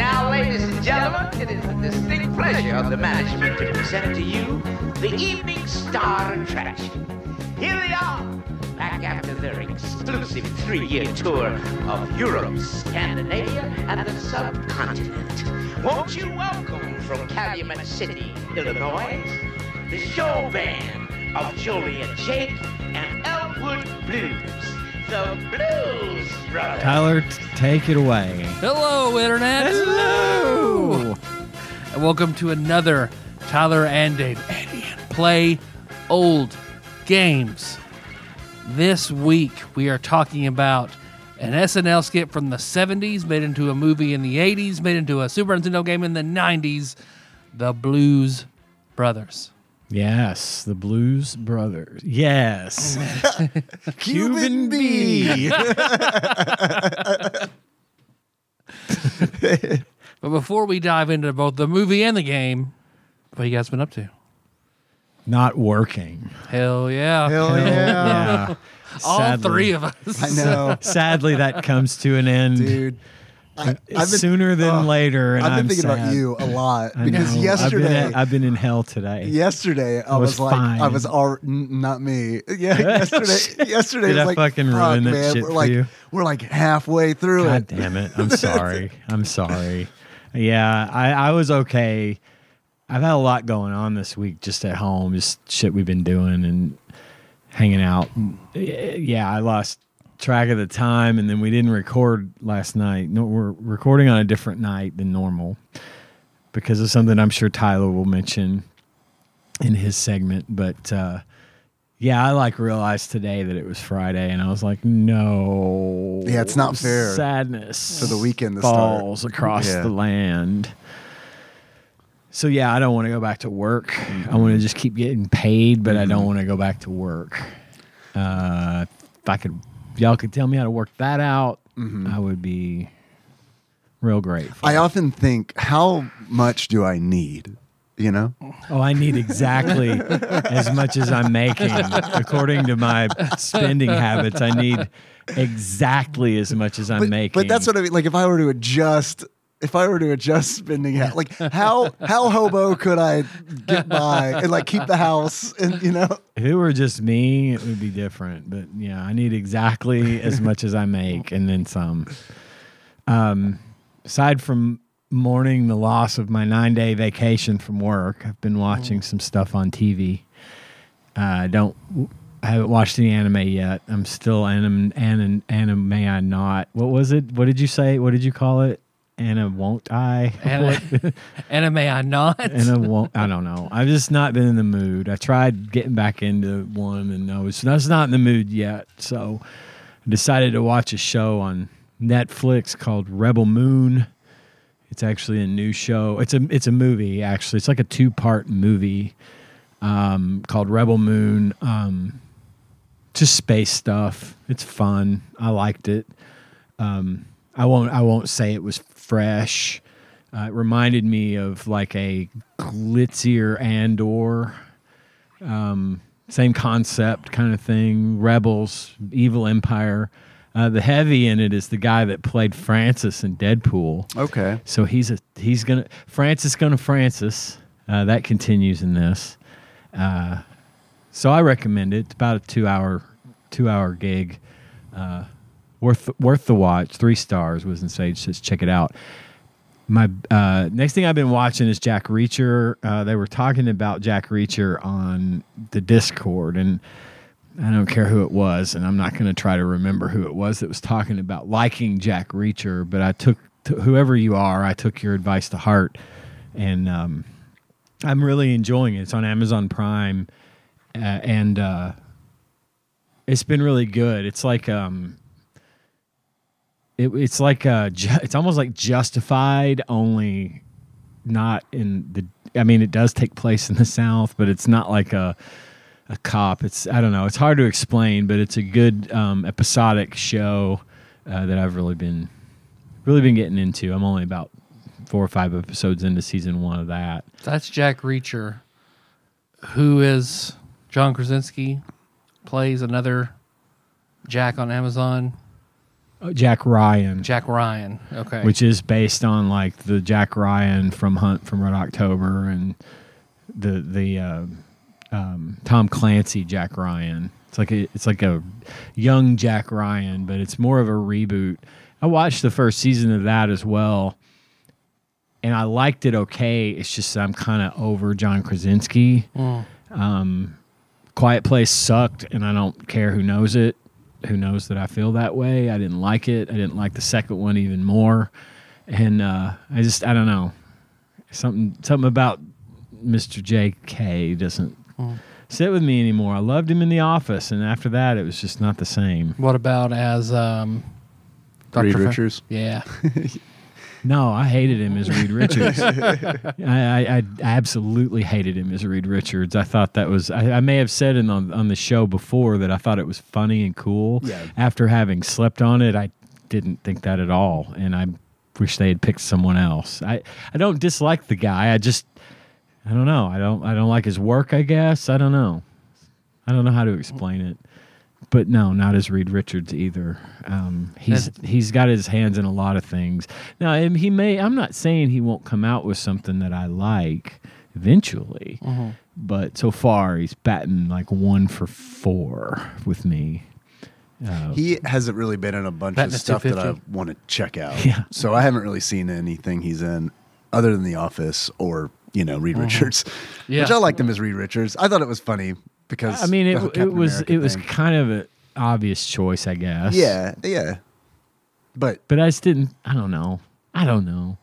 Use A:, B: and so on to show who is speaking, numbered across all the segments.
A: Now, ladies and gentlemen, it is the distinct pleasure of the management to present to you the Evening Star attraction. Here they are, back after their exclusive three-year tour of Europe, Scandinavia, and the subcontinent. Won't you welcome from Calumet City, Illinois, the show band of Julia Jake and Elwood Blues, the Blues Brothers.
B: Tyler, t- take it away.
C: Hello, Internet. Hello. And welcome to another Tyler and Dave Play Old Games. This week, we are talking about an SNL skit from the 70s made into a movie in the 80s, made into a Super Nintendo game in the 90s The Blues Brothers.
B: Yes, the Blues Brothers. Yes. Cuban B.
C: But before we dive into both the movie and the game, what you guys been up to?
B: Not working.
C: Hell yeah.
D: Hell yeah.
B: Yeah.
C: All
B: Sadly.
C: three of us.
D: I know,
B: Sadly, that comes to an end
D: dude. I,
B: sooner than
D: oh,
B: later. And
D: I've been
B: am
D: thinking about you a lot because
B: I've been,
D: yesterday,
B: in- I've been in hell today.
D: yesterday I,
B: was
D: was, like, I
B: fine.
D: was all n- not me. Yeah, yesterday, yesterday
B: Did
D: was
B: I
D: like,
B: fucking
D: fuck,
B: ruin that
D: man,
B: shit
D: we're
B: for
D: like,
B: you?
D: We're like halfway through
B: God
D: it.
B: damn it. I'm sorry. I'm sorry. Yeah, I, I was okay. I've had a lot going on this week just at home, just shit we've been doing and hanging out. Yeah, I lost track of the time and then we didn't record last night. No, we're recording on a different night than normal because of something I'm sure Tyler will mention in his segment. But uh, yeah, I like realized today that it was Friday and I was like, no.
D: Yeah, it's not fair.
B: Sadness
D: For the weekend to start.
B: falls across
D: Yeah.
B: the land. So yeah, I don't want to go back to work. I want to just keep getting paid, but I
D: Mm-hmm.
B: don't want to go back to work. Uh, if I could, y'all could tell me how to work that out,
D: Mm-hmm.
B: I would be real grateful.
D: I often think, how much do I need? You know,
B: oh, I need exactly as much as I'm making, according to my spending habits. I need exactly as much as I'm
D: but,
B: making.
D: but that's what I mean. Like, if I were to adjust. If I were to adjust spending, ha- like how how hobo could I get by and like keep the house and you know
B: If it were just me, it would be different. But yeah, I need exactly as much as I make and then some. Um, aside from mourning the loss of my nine day vacation from work, I've been watching some stuff on TV. Uh, I don't. I haven't watched any anime yet. I'm still anim, anim, anime I not. What was it? What did you say? What did you call it? Anna won't I?
C: Anna, Anna, may I not?
B: and I won't. I don't know. I've just not been in the mood. I tried getting back into one, and I was I was not in the mood yet. So I decided to watch a show on Netflix called Rebel Moon. It's actually a new show. It's a it's a movie actually. It's like a two part movie um, called Rebel Moon. Um, just space stuff. It's fun. I liked it. Um, I won't I won't say it was fresh. Uh, it reminded me of like a glitzier Andor, um, same concept kind of thing. Rebels, evil empire. Uh, the heavy in it is the guy that played Francis in Deadpool.
D: Okay.
B: So he's a he's gonna Francis gonna Francis. Uh, that continues in this. Uh, so I recommend it. It's about a two hour two hour gig. Uh, worth worth the watch. Three stars. Was in Sage. Just check it out. My uh, next thing I've been watching is Jack Reacher. Uh, they were talking about Jack Reacher on the Discord, and I don't care who it was, and I'm not going to try to remember who it was that was talking about liking Jack Reacher. But I took t- whoever you are, I took your advice to heart, and um, I'm really enjoying it. It's on Amazon Prime, uh, and uh, it's been really good. It's like um, it, it's like uh, ju- it's almost like Justified, only not in the. I mean, it does take place in the South, but it's not like a a cop. It's I don't know. It's hard to explain, but it's a good um, episodic show uh, that I've really been really been getting into. I'm only about four or five episodes into season one of that.
C: That's Jack Reacher, who is John Krasinski, plays another Jack on Amazon,
B: Uh, Jack Ryan,
C: Jack Ryan. Okay.
B: which is based on like the Jack Ryan from Hunt from Red October and the the uh, um, Tom Clancy Jack Ryan. It's like a, it's like a young Jack Ryan, but it's more of a reboot. I watched the first season of that as well, and I liked it okay. It's just that I'm kind of over John Krasinski. Um, Quiet Place sucked, and I don't care who knows it. Who knows that I feel that way? I didn't like it. I didn't like the second one even more, and uh, I just I don't know something something about Mr. J.K. doesn't sit with me anymore. I loved him in The Office, and after that, it was just not the same.
C: what about as um, Dr.
D: Reed
C: Fe-
D: Richards?
C: Yeah.
B: No, I hated him as Reed Richards. I, I, I absolutely hated him as Reed Richards. I thought that was I, I may have said it on on the show before that I thought it was funny and cool.
D: Yeah.
B: After having slept on it, I didn't think that at all, and I wish they had picked someone else. I I don't dislike the guy. I just I don't know. I don't I don't like his work. I guess I don't know. I don't know how to explain it. But no, not as Reed Richards either. Um, he's he's got his hands in a lot of things. Now and he may. I'm not saying he won't come out with something that I like eventually,
D: Mm-hmm.
B: but so far he's batting like one for four with me.
D: He hasn't really been in a bunch
C: Batting
D: of
C: at
D: stuff that I
C: 250.
D: want to check out.
B: Yeah.
D: So I haven't really seen anything he's in other than The Office or, you know,
B: Uh-huh.
D: Reed Richards.
C: Yeah.
D: Which I liked him as Reed Richards. I thought it was funny because
B: I mean,
D: the
B: it,
D: whole
B: it
D: Captain
B: was
D: America
B: it was
D: thing.
B: kind of an obvious choice, I guess.
D: Yeah, yeah. But
B: but I just didn't. I don't know. I don't know.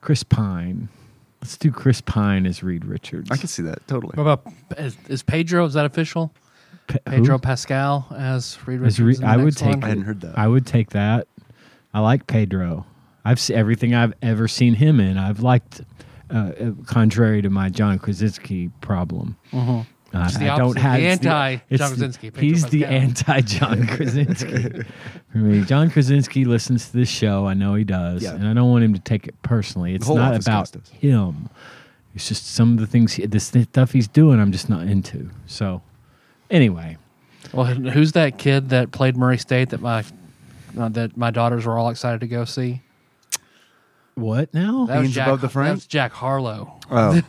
B: Chris Pine. Let's do Chris Pine as Reed Richards.
D: I can see that totally.
C: What about is, is Pedro? Is that official?
B: Pe- who?
C: Pedro Pascal as Reed Richards.
B: As re-
C: in the
B: I would
C: next
B: take.
C: one?
D: I hadn't heard that.
B: I would take that. I like Pedro. I've seen everything I've ever seen him in. I've liked, uh, uh, contrary to my John Krasinski problem. Uh,
C: Mm-hmm. It's the
B: I don't
C: opposite,
B: have
C: the
B: it's
C: anti-John
B: it's the-
C: Krasinski, Pedro
B: He's the
C: Pascal.
B: anti John Krasinski for me. John Krasinski listens to this show. I know he does,
D: Yeah.
B: and I don't want him to take it personally. It's
D: whole
B: not
D: office
B: about
D: does this.
B: him. It's just some of the things, he, this the stuff he's doing, I'm just not into. So, anyway,
C: Well, who's that kid that played Murray State that my uh, that my daughters were all excited to go see?
B: what now?
C: That was
D: Beans
C: Jack,
D: Above the Frame?
C: That was Jack Harlow.
D: Oh,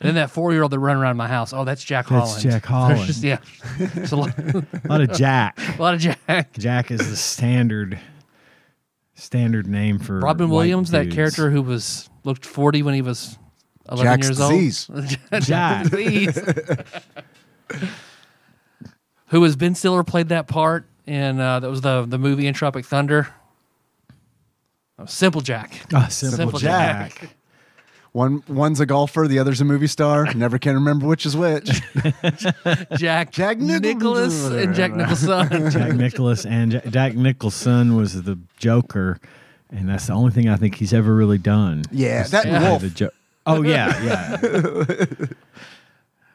C: And then that four year old that ran around my house. Oh, that's Jack
B: That's
C: Holland.
B: Jack
C: There's
B: Holland.
C: Just, yeah. It's a lot, a
B: a lot of Jack.
C: lot of Jack.
B: Jack is the standard standard name for
C: Robin
B: white
C: Williams, that
B: dudes.
C: character who was looked 40 when he was 11
D: Jack's
C: years
D: disease.
C: old.
B: Jack.
C: disease. who has Ben Stiller played that part in uh, that was the the movie in Tropic Thunder. Oh, Simple Jack.
B: Ah, Simple,
C: Simple
B: Jack.
C: Jack.
D: one one's a golfer, the other's a movie star. Never can remember which is which.
C: Jack,
D: Jack Nic-
C: Nicholas and Jack Nicholson.
B: Jack Nicholas and Jack, Jack Nicholson was the Joker, and that's the only thing I think he's ever really done.
D: Yeah,
B: Was
D: that
B: play
D: wolf.
B: the Jo- oh yeah, yeah.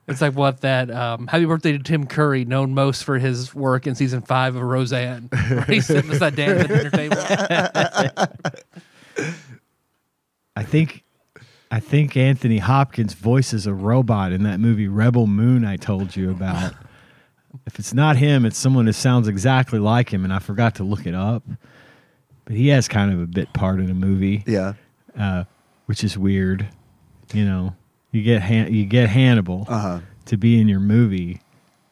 C: It's like what that um, happy birthday to Tim Curry, known most for his work in season five of Roseanne. Where he's sitting beside Dan at the dinner table.
B: I think. I think Anthony Hopkins voices a robot in that movie Rebel Moon I told you about. if it's not him, it's someone who sounds exactly like him, and I forgot to look it up. But he has kind of a bit part in a movie.
D: yeah.
B: uh, which is weird. You know, you get Han- you get Hannibal
D: Uh-huh.
B: to be in your movie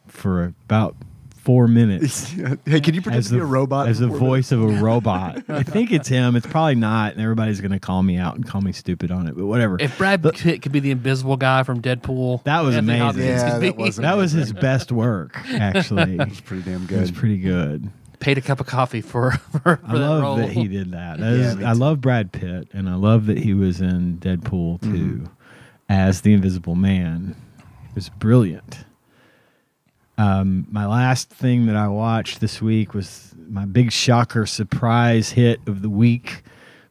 B: for about four minutes
D: Hey, can you pretend to be a robot?
B: as the
D: for-
B: voice of a robot. I think it's him. It's probably not, and everybody's gonna call me out and call me stupid on it. But whatever.
C: If Brad Pitt could be the invisible guy from Deadpool,
B: That was
C: Anthony
B: amazing.
C: Hopkins
D: Yeah,
C: could be-
D: that was
B: that was his best work, actually.
D: pretty damn
B: It was
D: good.
B: pretty good.
C: paid a cup of coffee for, for, for
B: I
C: that
B: love
C: role.
B: that he did that. That is-
D: me
B: I love Brad Pitt, and I love that he was in Deadpool too, as the Invisible Man. It was brilliant. Um, my last thing that I watched this week was my big shocker surprise hit of the week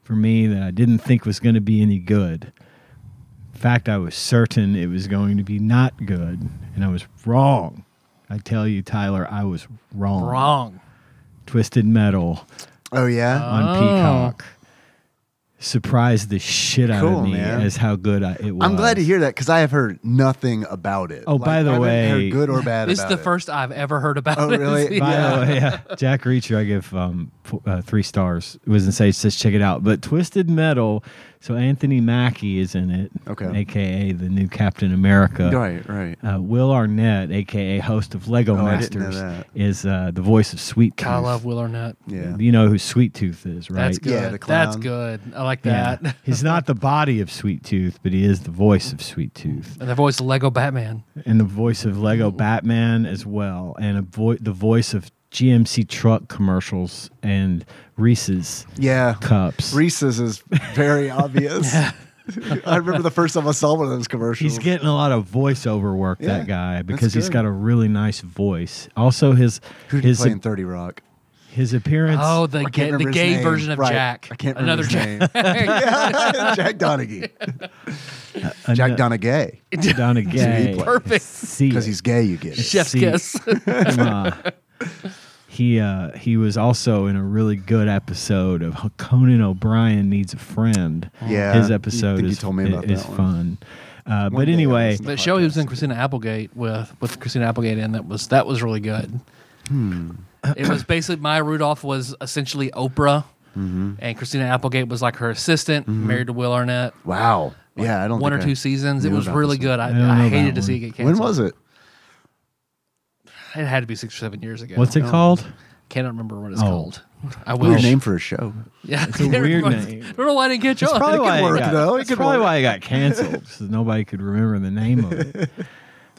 B: for me that I didn't think was going to be any good. In fact, I was certain it was going to be not good, and I was wrong. I tell you, Tyler, I was wrong.
C: Wrong.
B: Twisted Metal
D: Oh yeah.
B: on
C: Oh.
B: Peacock surprised the shit out
D: Cool,
B: of me
D: man.
B: as how good I, it was.
D: I'm glad to hear that because I have heard nothing about it.
B: Oh, by the
D: I haven't
B: way-
D: heard good or bad.
C: This is
D: about
C: the
D: it.
C: first I've ever heard about
D: Oh,
C: it.
D: really?
B: By
C: yeah.
B: the way, yeah, Jack Reacher, I give um, f- uh, three stars. It was in Sage says check it out. But Twisted Metal, so Anthony Mackie is in it,
D: Okay.
B: aka the new Captain America.
D: Right, right.
B: Uh, Will Arnett, aka host of Lego
D: Oh, I didn't know
B: Masters,
D: that.
B: is uh, the voice of Sweet Tooth.
C: I love Will Arnett.
D: Yeah.
B: You know who Sweet Tooth is, right?
C: That's good.
D: Yeah, the
C: That's
D: clown.
C: good. I like
B: Yeah.
C: that.
B: He's not the body of Sweet Tooth, but he is the voice of Sweet Tooth.
C: And the voice of Lego Batman.
B: and the voice of Lego Batman as well, and a vo- the voice of GMC truck commercials and Reese's
D: Yeah.
B: cups.
D: Reese's is very obvious. I remember the first time I saw one of those commercials.
B: he's getting a lot of voiceover work that
D: Yeah,
B: guy
D: that's
B: because he's
D: good.
B: got a really nice voice. Also, his
D: Who did
B: his
D: play in Thirty Rock?
B: his appearance.
C: Oh, the
D: can't
C: gay, the
D: remember his
C: gay
D: name.
C: version of
D: Right.
C: Jack.
D: I can't
C: Another
D: remember his
C: Jack. Uh,
D: name. Jack Donaghy. Jack Donaghy.
B: Donaghy.
C: Perfect.
B: See
D: Because
B: it.
D: he's gay, you get it.
C: Chef's
B: See-
C: kiss.
B: Uh, he uh, he was also in a really good episode of Conan O'Brien Needs a Friend.
D: Yeah,
B: his
D: you
B: episode
D: think you
B: is,
D: told me about
B: is
D: that one.
B: fun. Uh,
D: One
B: but
D: day I'll
B: anyway,
D: listen.
C: That show he was in Christina Applegate with with Christina Applegate in that was that was really good.
D: Hmm.
C: It was basically Maya Rudolph was essentially Oprah,
D: Mm-hmm.
C: and Christina Applegate was like her assistant, married to Will Arnett.
D: Wow. Yeah, I Mm-hmm. don't
C: One or
D: think I
C: two seasons. It
D: knew
C: was
D: about
C: really
D: this one.
C: good.
B: I
C: I,
B: don't know
C: I,
B: about
C: hated to
B: one.
C: see it get
D: When
C: canceled.
D: was it?
C: It had to be six or seven years ago.
B: what's it called?
C: Cannot remember what it's
B: Oh.
C: called. I wish.
D: Oh. Weird name for a show.
C: Yeah,
B: a weird
C: I
B: name.
C: don't know why I didn't catch on.
B: Probably why
D: work,
B: it got,
D: though. It
B: that's
D: could
B: probably
D: work.
B: why it got canceled because nobody could remember the name of it.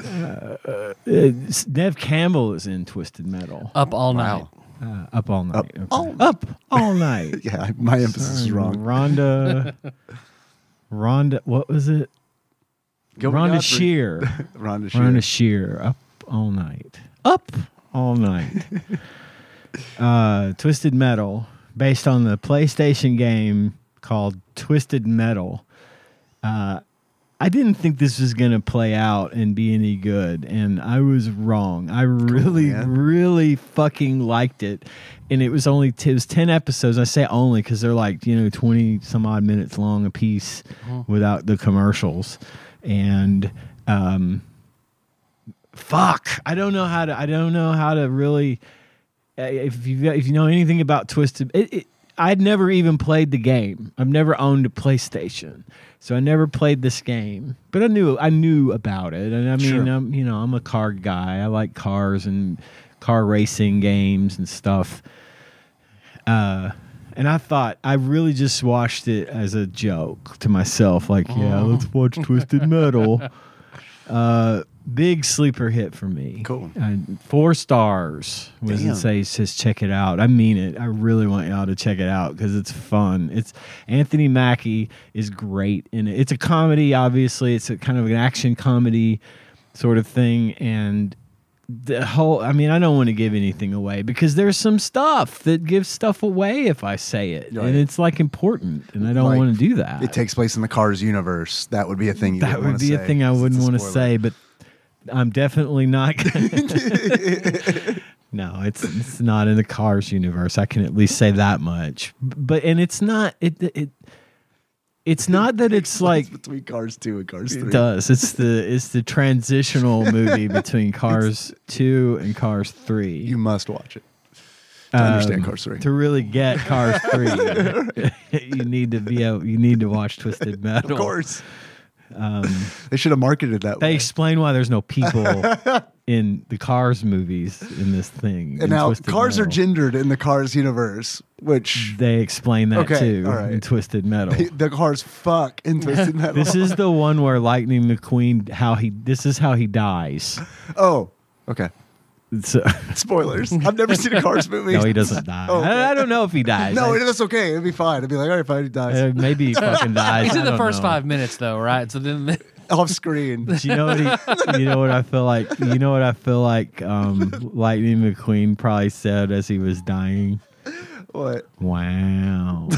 B: Uh, uh, Nev Campbell is in Twisted Metal.
C: Up all night.
D: Wow.
B: Uh, up all night. okay.
D: all
B: up all night.
D: Yeah, I- my emphasis is wrong.
B: Rhonda. Rhonda, what was it?
D: Gilbert
B: Rhonda
D: Godfrey.
B: Shear.
D: Rhonda Shear.
B: Rhonda Shear. Up all night. Up all night. uh, Twisted Metal, based on the PlayStation game called Twisted Metal. Uh, I didn't think this was going to play out and be any good, and I was wrong. I really,
D: man.
B: really fucking liked it, and it was only t- it was ten episodes. I say only because they're like you know twenty some odd minutes long a piece, without the commercials, and um, fuck, I don't know how to. I don't know how to really uh, if you if you know anything about Twisted, it, it, I'd never even played the game. I've never owned a PlayStation, so I never played this game. But I knew I knew about it, and I mean,
D: Sure.
B: I'm you know I'm a car guy. I like cars and car racing games and stuff. Uh, and I thought I really just watched it as a joke to myself, like,
D: Oh.
B: yeah, let's watch Twisted Metal. Uh, big sleeper hit for me.
D: Cool.
B: Uh, four stars was
D: Damn.
B: it say says check it out. I mean it. I really want y'all to check it out because it's fun. It's Anthony Mackie is great in it. It's a comedy, obviously. It's a kind of an action comedy sort of thing, and the whole. I mean, I don't want to give anything away because there's some stuff that gives stuff away if I say it,
D: Right.
B: and it's like important, and I don't
D: Like,
B: want to do that
D: It takes place in the Cars universe. That would be a thing. You
B: that
D: wouldn't
B: would
D: wanna
B: be a
D: say,
B: thing I
D: 'cause it's
B: wouldn't
D: a
B: want to
D: spoiler.
B: say, but I'm definitely not. Gonna no, it's it's not in the Cars universe. I can at least say that much. But and it's not it it it's not that it's like
D: between Cars Two and Cars Three.
B: it does. It's the it's the transitional movie between Cars two and Cars three.
D: You must watch it to
B: Um,
D: understand Cars Three.
B: To really get Cars three, you need to be able, you need to watch Twisted Metal.
D: Of course. they should have marketed that
B: Um, They
D: way.
B: explain why there's no people in the Cars movies in this thing. in
D: And now
B: Twisted
D: cars are
B: Metal.
D: gendered in the Cars universe, which
B: They explain that
D: Okay,
B: too
D: all right.
B: in Twisted Metal.
D: the cars fuck in Twisted Metal.
B: Mm. this is the one where Lightning McQueen how he this is how he dies.
D: oh, okay.
B: So,
D: Spoilers. I've never seen a Cars movie.
B: no, he doesn't die.
D: Oh, okay.
B: I, I don't know if he dies.
D: No,
B: I-
D: it- that's okay. It'd be fine. It'd be like, all right, fine, he
B: uh,
D: dies
B: maybe he fucking dies.
C: He's in
B: I
C: the
B: don't
C: first
B: know.
C: five minutes though, right? So then
B: Uh,
D: off screen.
B: Do you know what he, you know what I feel like? You know what I feel like? Um, Lightning McQueen probably said as he was dying.
D: What?
B: Wow.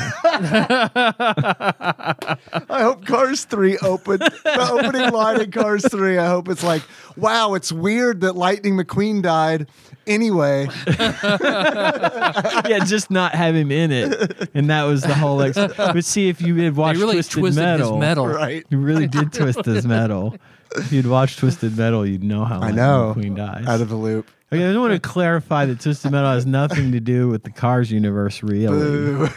D: I hope Cars 3 opened the opening line in Cars 3. I hope it's like, wow, it's weird that Lightning McQueen died. Anyway,
B: yeah, just not have him in it, and that was the whole. Ex- but see, if you had
C: they
B: watched
C: really
B: Twisted
C: twisted
B: Metal,
C: his metal.
D: right.
B: you really did twist his metal. If you'd watched Twisted Metal, you'd know how
D: I
B: Lightning
D: know.
B: McQueen dies.
D: Out of the loop.
B: okay, I just want to clarify that Twisted Metal has nothing to do with the Cars universe, really.
D: Boo.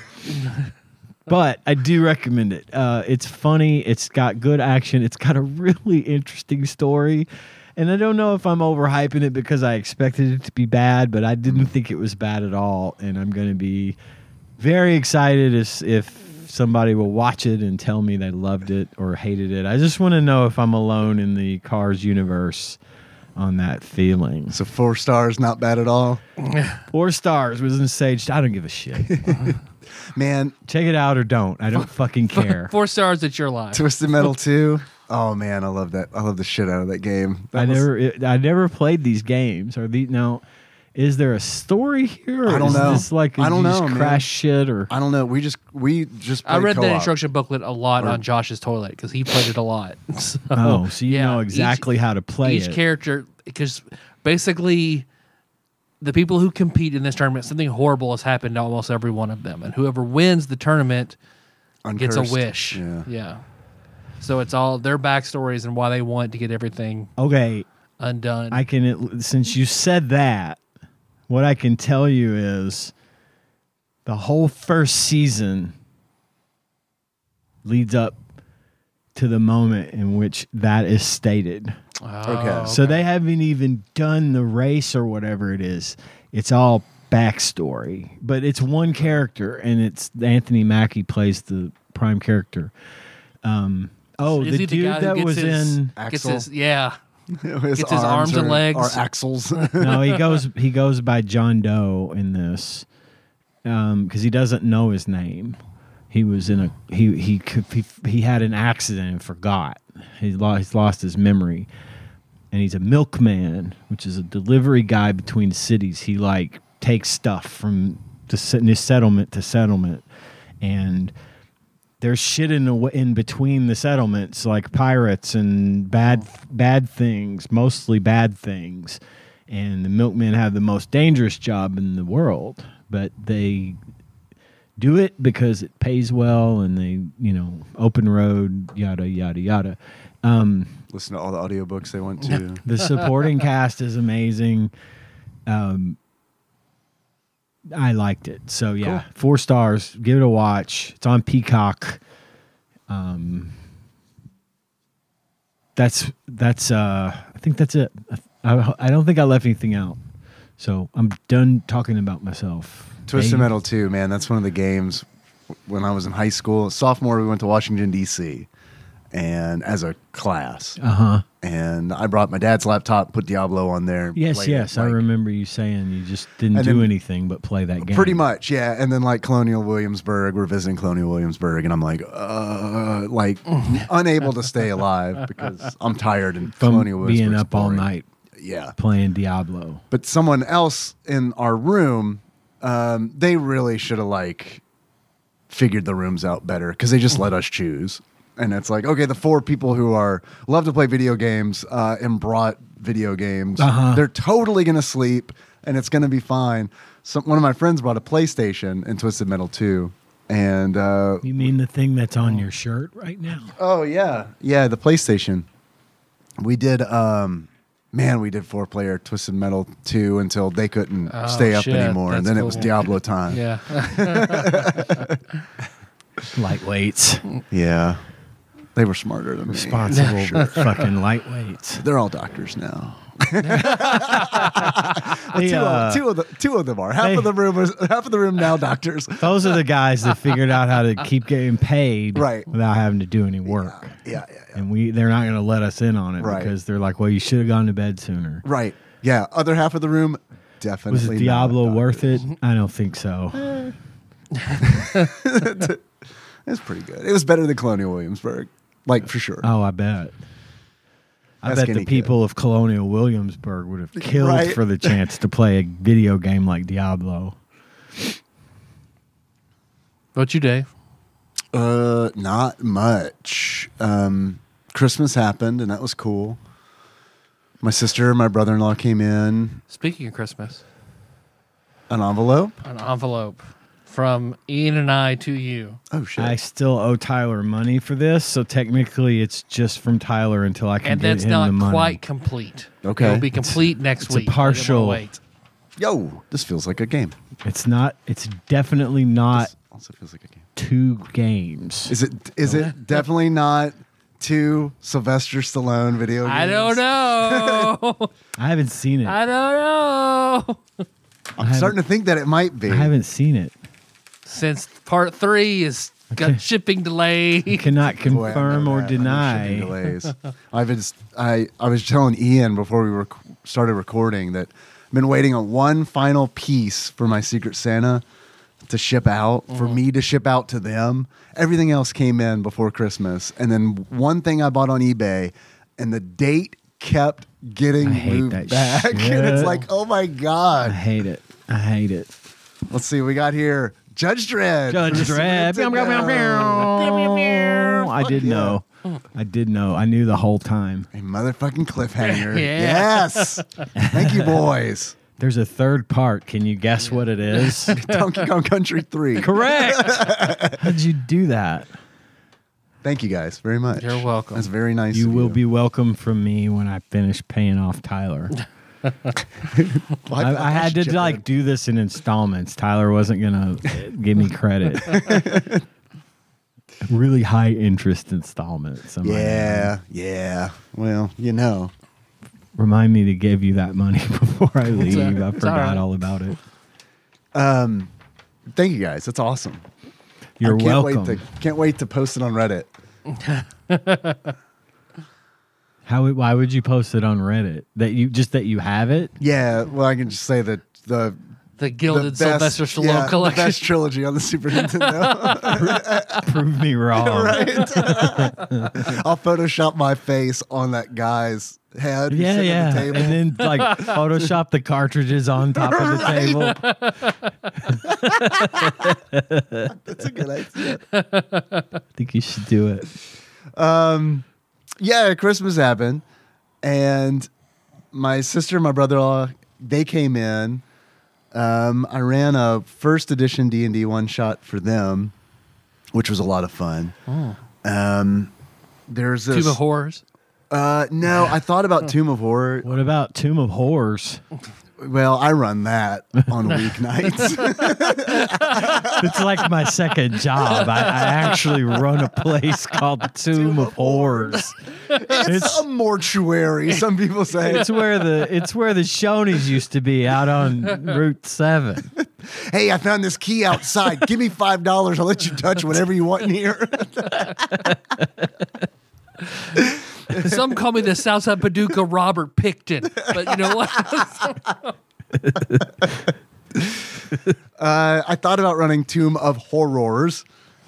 B: but I do recommend it. Uh, it's funny. It's got good action. It's got a really interesting story. And I don't know if I'm overhyping it because I expected it to be bad, but I didn't think it was bad at all. And I'm going to be very excited as if somebody will watch it and tell me they loved it or hated it. I just want to know if I'm alone in the Cars universe on that feeling.
D: So four stars, not bad at all.
B: Four stars was ensaged. I don't give a shit.
D: Man,
B: Check it out or don't. I don't fucking care.
C: Four stars at your life.
D: Twisted Metal 2. Oh man, I love that. I love the shit out of that game. That
B: I
D: was-
B: never, it, I never played these games. Are these now? Is there a story here? Or
D: I don't
B: is
D: know.
B: This like
D: I don't
B: you just
D: know, man.
B: Crash shit or
D: I don't know. We just we just
C: I
D: played
C: read that
D: co-op.
C: instruction booklet a lot on Josh's toilet because he played it a lot. So,
B: oh, so you
C: yeah,
B: know
C: each-
B: exactly how to play
C: each
B: it.
C: character because basically the people who compete in this tournament something horrible has happened to almost every one of them and whoever wins the tournament gets
D: Uncursed.
C: a wish
D: Yeah.
C: so it's all their backstories and why they want to get everything
B: okay,
C: undone
B: I can. At, since you said that, what I can tell you is the whole first season leads up to the moment in which that is stated.
C: Oh. Uh,
D: Okay.
B: So they haven't even done the race or whatever it is. It's all backstory, but it's one character, and it's Anthony Mackie plays the prime character. Um, oh,
C: Is
B: the
C: he
B: dude
C: guy who
B: that
C: gets
B: was
C: his-
B: in.
C: gets
D: Axel?
C: his- yeah
D: his
C: Gets his arms and
D: are-
C: legs.
D: are axles.
B: No, he goes. He goes by John Doe in this because he doesn't know his name. He was in a he he could- he, he had an accident and forgot. He lost, he's lost his memory, and he's a milkman, which is a delivery guy between cities. He like takes stuff from the se- new settlement to settlement, and there's shit in the w- in between the settlements, like pirates and bad bad things, mostly bad things. And the milkmen have the most dangerous job in the world, but they do it because it pays well, and they you know open road, yada yada yada.
D: Listen to all the audiobooks they went to.
B: The supporting cast is amazing. Um, I liked it. So yeah, four stars. Give it a watch. It's on Peacock. Um, that's that's. Uh, I think that's it. I, I don't think I left anything out. So I'm done talking about myself.
D: Twisted
B: Dave?
D: Metal 2, man, that's one of the games when I was in high school. Sophomore, we went to Washington, D.C., and as a class. Uh
B: Uh-huh.
D: huh. And I brought my dad's laptop, put Diablo on there.
B: Yes,
D: played it,
B: yes, I
D: like,
B: remember you saying you just didn't
D: And
B: do
D: then-
B: anything but play that game.
D: Pretty much, yeah. And then like Colonial Williamsburg, we're visiting Colonial Williamsburg, and I'm like, uh, like unable to stay alive because I'm tired and
B: from
D: Colonial Williamsburg
B: being up all night
D: Yeah,
B: playing Diablo.
D: but someone else in our room, um, they really should have like figured the rooms out better because they just let us choose. And it's like, okay, the four people who are love to play video games uh, and brought video games, they're totally gonna sleep and it's gonna be fine. Some, one of my friends brought a PlayStation and Twisted Metal 2. And uh,
B: You mean the thing that's on your shirt right now?
D: Oh yeah, yeah. The PlayStation. We did. um Man, we did four player Twisted Metal two until they couldn't
B: Oh,
D: stay up
C: shit.
D: anymore, and
C: That's
D: then it was
C: cool.
D: Diablo time.
C: yeah
B: Lightweights,
D: Yeah. they were smarter than me.
B: responsible fucking lightweights.
D: They're all doctors now.
B: They,
D: Two,
B: uh,
D: two of the, two of them are half
B: they-
D: of the room is, half of the room now doctors.
B: those are the guys that figured out how to keep getting paid
D: Right.
B: without having to do any work.
D: Yeah, yeah, yeah.
B: And we they're not going to let us in on it
D: Right.
B: because they're like, well, you should have gone to bed sooner.
D: right. Yeah, other half of the room definitely
B: Was it
D: not
B: Diablo
D: Mm-hmm. Eh. adopted.
B: worth it? I don't think so.
D: It's pretty good. It was better than Colonial Williamsburg, like for sure.
B: Oh, I bet. I
D: Ask
B: bet
D: any
B: the
D: kid.
B: people of Colonial Williamsburg would have killed
D: Right.
B: for the chance to play a video game like Diablo.
C: What you, Dave?
D: Uh, not much. Um, Christmas happened, and that was cool. My sister, and my brother-in-law came in
C: Speaking of Christmas,
D: an envelope.
C: an envelope from Ian and I to you.
D: Oh shit!
B: I still owe Tyler money for this, so technically it's just from Tyler until I can
C: And
B: get
C: that's
B: him the
C: not
B: money.
C: quite complete.
D: Okay.
C: It'll be complete next
B: it's a
C: week. I didn't wanna
B: partial-
C: wait.
D: Yo, this feels like a game.
B: It's not. It's definitely not
D: This also feels like a game.
B: two games.
D: Is it? Is it definitely not two Sylvester Stallone video? Games?
C: I don't know.
B: I haven't seen it.
C: I don't know.
D: I'm starting to think that it might be.
B: I haven't seen it.
C: Since part three is got shipping delay.
B: I cannot
D: Boy, I know
B: confirm or
D: that. I know
B: deny.
D: shipping delays. I've been, I, I was telling Ian before we rec- started recording that I've been waiting on one final piece for my Secret Santa to ship out,
B: Mm.
D: for me to ship out to them. Everything else came in before Christmas. And then one thing I bought on eBay, and the date kept getting
B: I hate
D: moved
B: that
D: back. And it's
B: shit.
D: like, oh my
B: I
D: God.
B: hate it. I hate it.
D: Let's see, we got here Judge Dredd.
B: Judge
D: for
B: Dredd.
D: Nintendo.
B: I
D: Fuck
B: did
D: yeah.
B: know. I did know. I knew the whole time.
D: A motherfucking cliffhanger.
C: Yeah.
D: Yes. Thank you, boys.
B: There's a third part. Can you guess what it is?
D: Donkey Kong Country 3.
B: Correct. How'd you do that?
D: Thank you guys very much.
C: You're welcome.
D: That's very nice.
B: You
D: of
B: will be welcome from me when I finish paying off Tyler.
D: Why the
B: I,
D: fuck
B: I had
D: should
B: to
D: you?
B: like do this in installments. Tyler wasn't gonna give me credit. really high interest installments. I might add.
D: Yeah, yeah. Well, you know.
B: Remind me to give you that money before I leave.
C: all-
B: I
C: it's all
B: forgot
C: right.
B: all about it.
D: Thank you guys. That's awesome.
B: You're
D: I can't
B: welcome.
D: Wait to, can't wait to post it on Reddit.
B: How? Why would you post it on Reddit? That you just that you have it?
D: Yeah, well, I can just say that the
C: the
D: the
C: Gilded
D: best,
C: Sylvester Stallone
D: yeah,
C: collection.
D: the best trilogy on the Super Nintendo.
B: Prove me wrong.
D: I'll Photoshop my face on that guy's head. who's
B: Yeah,
D: sitting
B: yeah.
D: At the table.
B: And then like Photoshop the cartridges on top of the table.
D: That's a good idea.
B: I think you should do it.
D: yeah, Christmas happened, and my sister and my brother-in-law they came in. Um, I ran a first edition D and D one shot for them, which was a lot of fun. Um, there's this.
C: Tube of Horrors.
D: Uh, no, I thought about Tomb of Horror.
B: What about Tomb of Horrors?
D: Well, I run that on weeknights.
B: It's like my second job. I, I actually run a place called the Tomb of Horrors.
D: it's
B: It's-
D: a mortuary. Some people say
B: It's where the it's where the Shoney's used to be out on Route Seven.
D: hey, I found this key outside. Give me five dollars. I'll let you touch whatever you want in here.
C: Some call me the Southside Paducah Robert Picton, but you know what?
D: Uh, I thought about running Tomb of Horrors,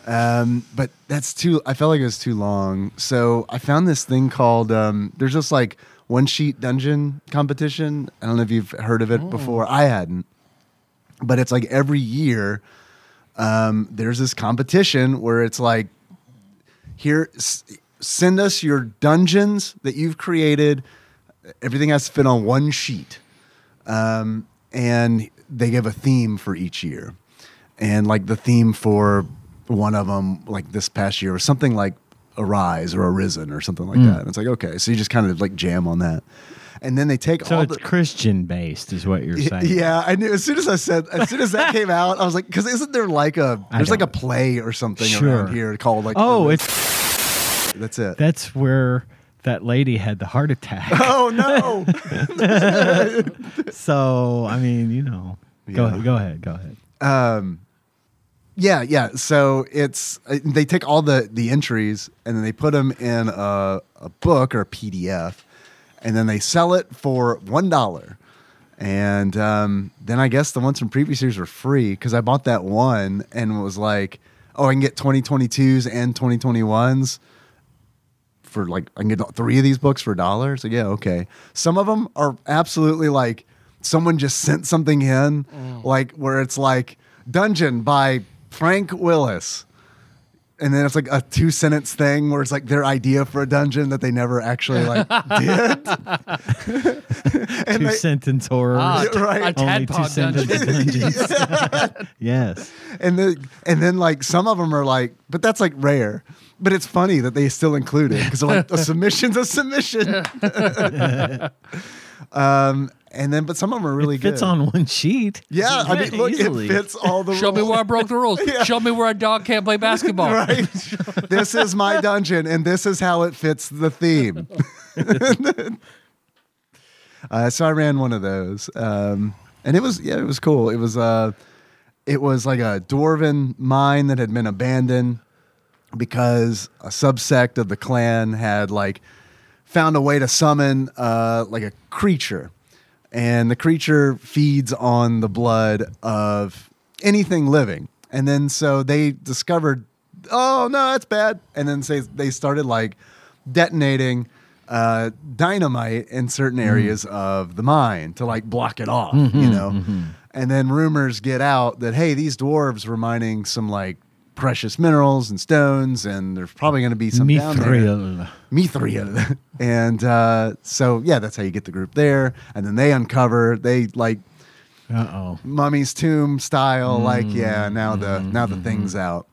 D: um, but that's too. I felt like it was too long, so I found this thing called. Um, there's just like one sheet dungeon competition. I don't know if you've heard of it before. I hadn't, but it's like every year. Um, there's this competition where it's like, here, s- send us your dungeons that you've created. Everything has to fit on one sheet Um, and they give a theme for each year. And like the theme for one of them, like this past year, was something like Arise or Arisen or something
B: Hmm.
D: like that. And it's like, okay, so you just kind of like jam on that. And then they take
B: So
D: all
B: it's
D: the.
B: Christian based, is what you're saying.
D: Yeah, I knew as soon as I said, as soon as that came out, I was like, because isn't there like a,
B: I
D: there's like a
B: don't-
D: play or something
B: Sure.
D: around here called like,
B: Oh,
D: Arisen.
B: it's
D: that's it.
B: that's where that lady had the heart attack.
D: oh no.
B: So I mean, you know. Go
D: Yeah.
B: ahead, go ahead, go ahead.
D: Yeah, yeah. So it's uh, they take all the the entries and then they put them in a, a book or a PDF, and then they sell it for one dollar. And um, then I guess the ones from previous years were free because I bought that one and was like, oh, I can get 2022s and 2021s for like, I can get three of these books for a dollar. So, yeah, okay. Some of them are absolutely like someone just sent something in, like where it's like Dungeon by Frank Willis. And then it's like a two sentence thing where it's like their idea for a dungeon that they never actually like did.
B: two
D: they-
B: sentence horrors.
C: Ah,
D: Yeah, right.
C: a
B: Only two
C: tadpog
B: sentence
C: dungeon.
B: dungeons. yes.
D: and then and then like some of them are like, but that's like rare. But it's funny that they still include it because like a submission's a submission. um, and then but some of them are really
B: it fits
D: good.
B: on one sheet.
D: yeah, I mean, look,
B: Easily.
D: it fits all the.
C: Show me
D: rules.
C: where I broke the rules. Show me where a dog can't play basketball.
D: Right. this is my dungeon, and this is how it fits the theme. uh, so I ran one of those, um, and it was yeah, it was cool. It was uh, it was like a dwarven mine that had been abandoned because a subsect of the clan had like found a way to summon uh, like a creature, and the creature feeds on the blood of anything living. And then so they discovered, oh no, that's bad. And then say they started like detonating uh, dynamite in certain areas of the mine to like block it off, you know. And then rumors get out that hey, these dwarves were mining some like precious minerals and stones, and there's probably going to be some down there.
B: Mithril.
D: Mithril. and uh, so, yeah, that's how you get the group there. And then they uncover, they like
B: Uh oh.
D: mummy's tomb style, like, yeah, now the now the thing's out.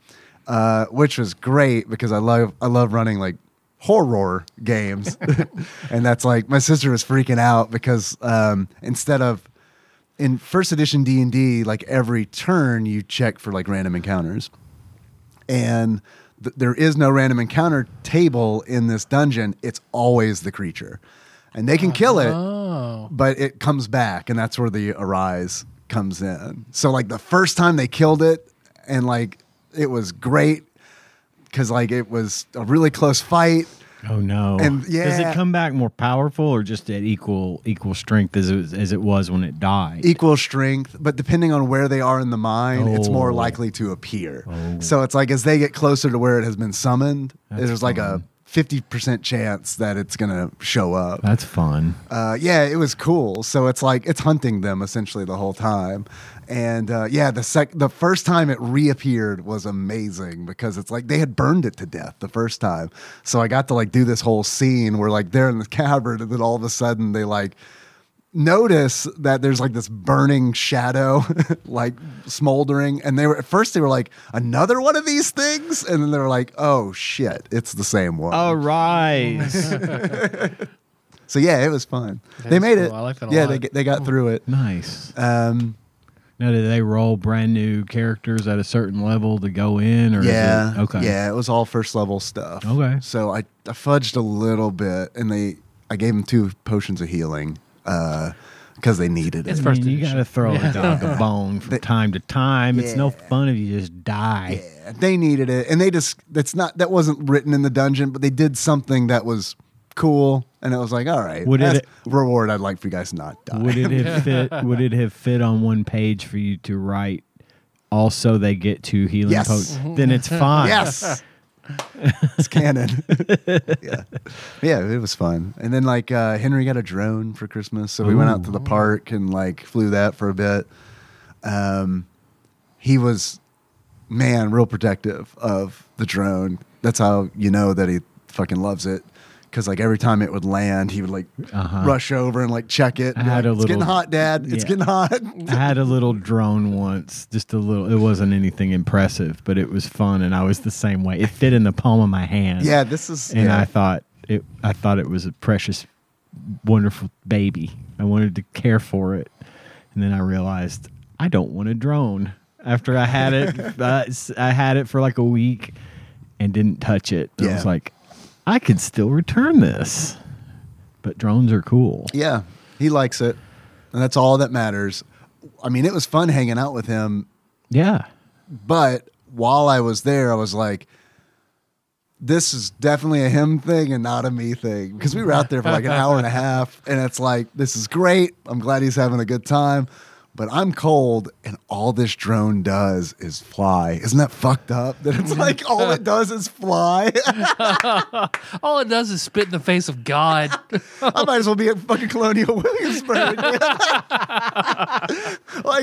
D: Uh, which was great because I love I love running like horror games. and that's like my sister was freaking out because um, instead of in first edition D&D, like every turn you check for like random encounters and th- there is no random encounter table in this dungeon. It's always the creature, and they can kill it, but it comes back, and that's where the arise comes in. So like the first time they killed it, and like it was great because like it was a really close fight.
B: Oh no.
D: And-
B: Does
D: yeah.
B: it come back more powerful or just at equal equal strength as it was, as it was when it died?
D: equal strength, but depending on where they are in the mine, it's more
B: Oh.
D: likely to appear. So it's like as they get closer to where it has been summoned, there's like a 50% chance that it's going to show up.
B: That's fun.
D: Uh, yeah, it was cool. So it's like it's hunting them essentially the whole time, and uh, yeah, the sec the first time it reappeared was amazing because it's like they had burned it to death the first time. So I got to like do this whole scene where like they're in the cavern, and then all of a sudden they like notice that there's like this burning shadow like smoldering and they were at first they were like another one of these things and then they were like oh shit it's the same one
C: Oh.
B: All right.
D: so yeah it was fun
C: That
D: they
C: is
D: made
C: cool.
D: it
C: I like that a
D: yeah
C: lot.
D: they, they got through it
B: nice.
D: Um,
B: Now, do they roll brand new characters at a certain level to go in, or
D: yeah,
B: Is it, okay,
D: yeah, it was all first level stuff.
B: Okay.
D: so I, I fudged a little bit, and they I gave them two potions of healing because they needed
C: It's
D: it.
B: I
C: First
B: mean, you
C: edition.
B: got to throw a dog a bone from time to time. It's no
D: Yeah.
B: fun if you just die.
D: Yeah, they needed it, and they just that's not that wasn't written in the dungeon, but they did something that was cool, and it was like, all right,
B: Would it- e-
D: that's a reward I'd like for you guys to not die.
B: Would it have fit? Would it have fit on one page for you to write? Also, they get two healing
D: Yes.
C: Mm-hmm.
B: potions. Then it's fine.
D: Yes. it's canon. yeah. Yeah, it was fun. And then like uh Henry got a drone for Christmas, so we went out to the park and like flew that for a bit. Um he was man, real protective of the drone. That's how you know that he fucking loves it. Cause like every time it would land, he would like
B: Uh-huh.
D: rush over and like check it.
B: I
D: and be
B: had
D: like,
B: a
D: it's getting
B: little-
D: hot, Dad. It's
B: Yeah.
D: getting hot.
B: I had a little drone once, just a little. It wasn't anything impressive, but it was fun, and I was the same way. It fit in the palm of my hand.
D: yeah, this is
B: and
D: yeah.
B: I thought it. I thought it was a precious, wonderful baby. I wanted to care for it, and then I realized I don't want a drone. After I had it, uh, s- I had it for like a week and didn't touch it. And I was
D: Yeah.
B: like, I could still return this, but drones are cool.
D: Yeah, he likes it, and that's all that matters. I mean, it was fun hanging out with him,
B: Yeah,
D: but while I was there, I was like, this is definitely a him thing and not a me thing because we were out there for like an hour and a half and it's like this is great i'm glad he's having a good time but i'm cold and all this drone does is fly isn't that fucked up that it's like all it does is fly
C: All it does is spit in the face of God.
D: i might as well be at fucking colonial williamsburg like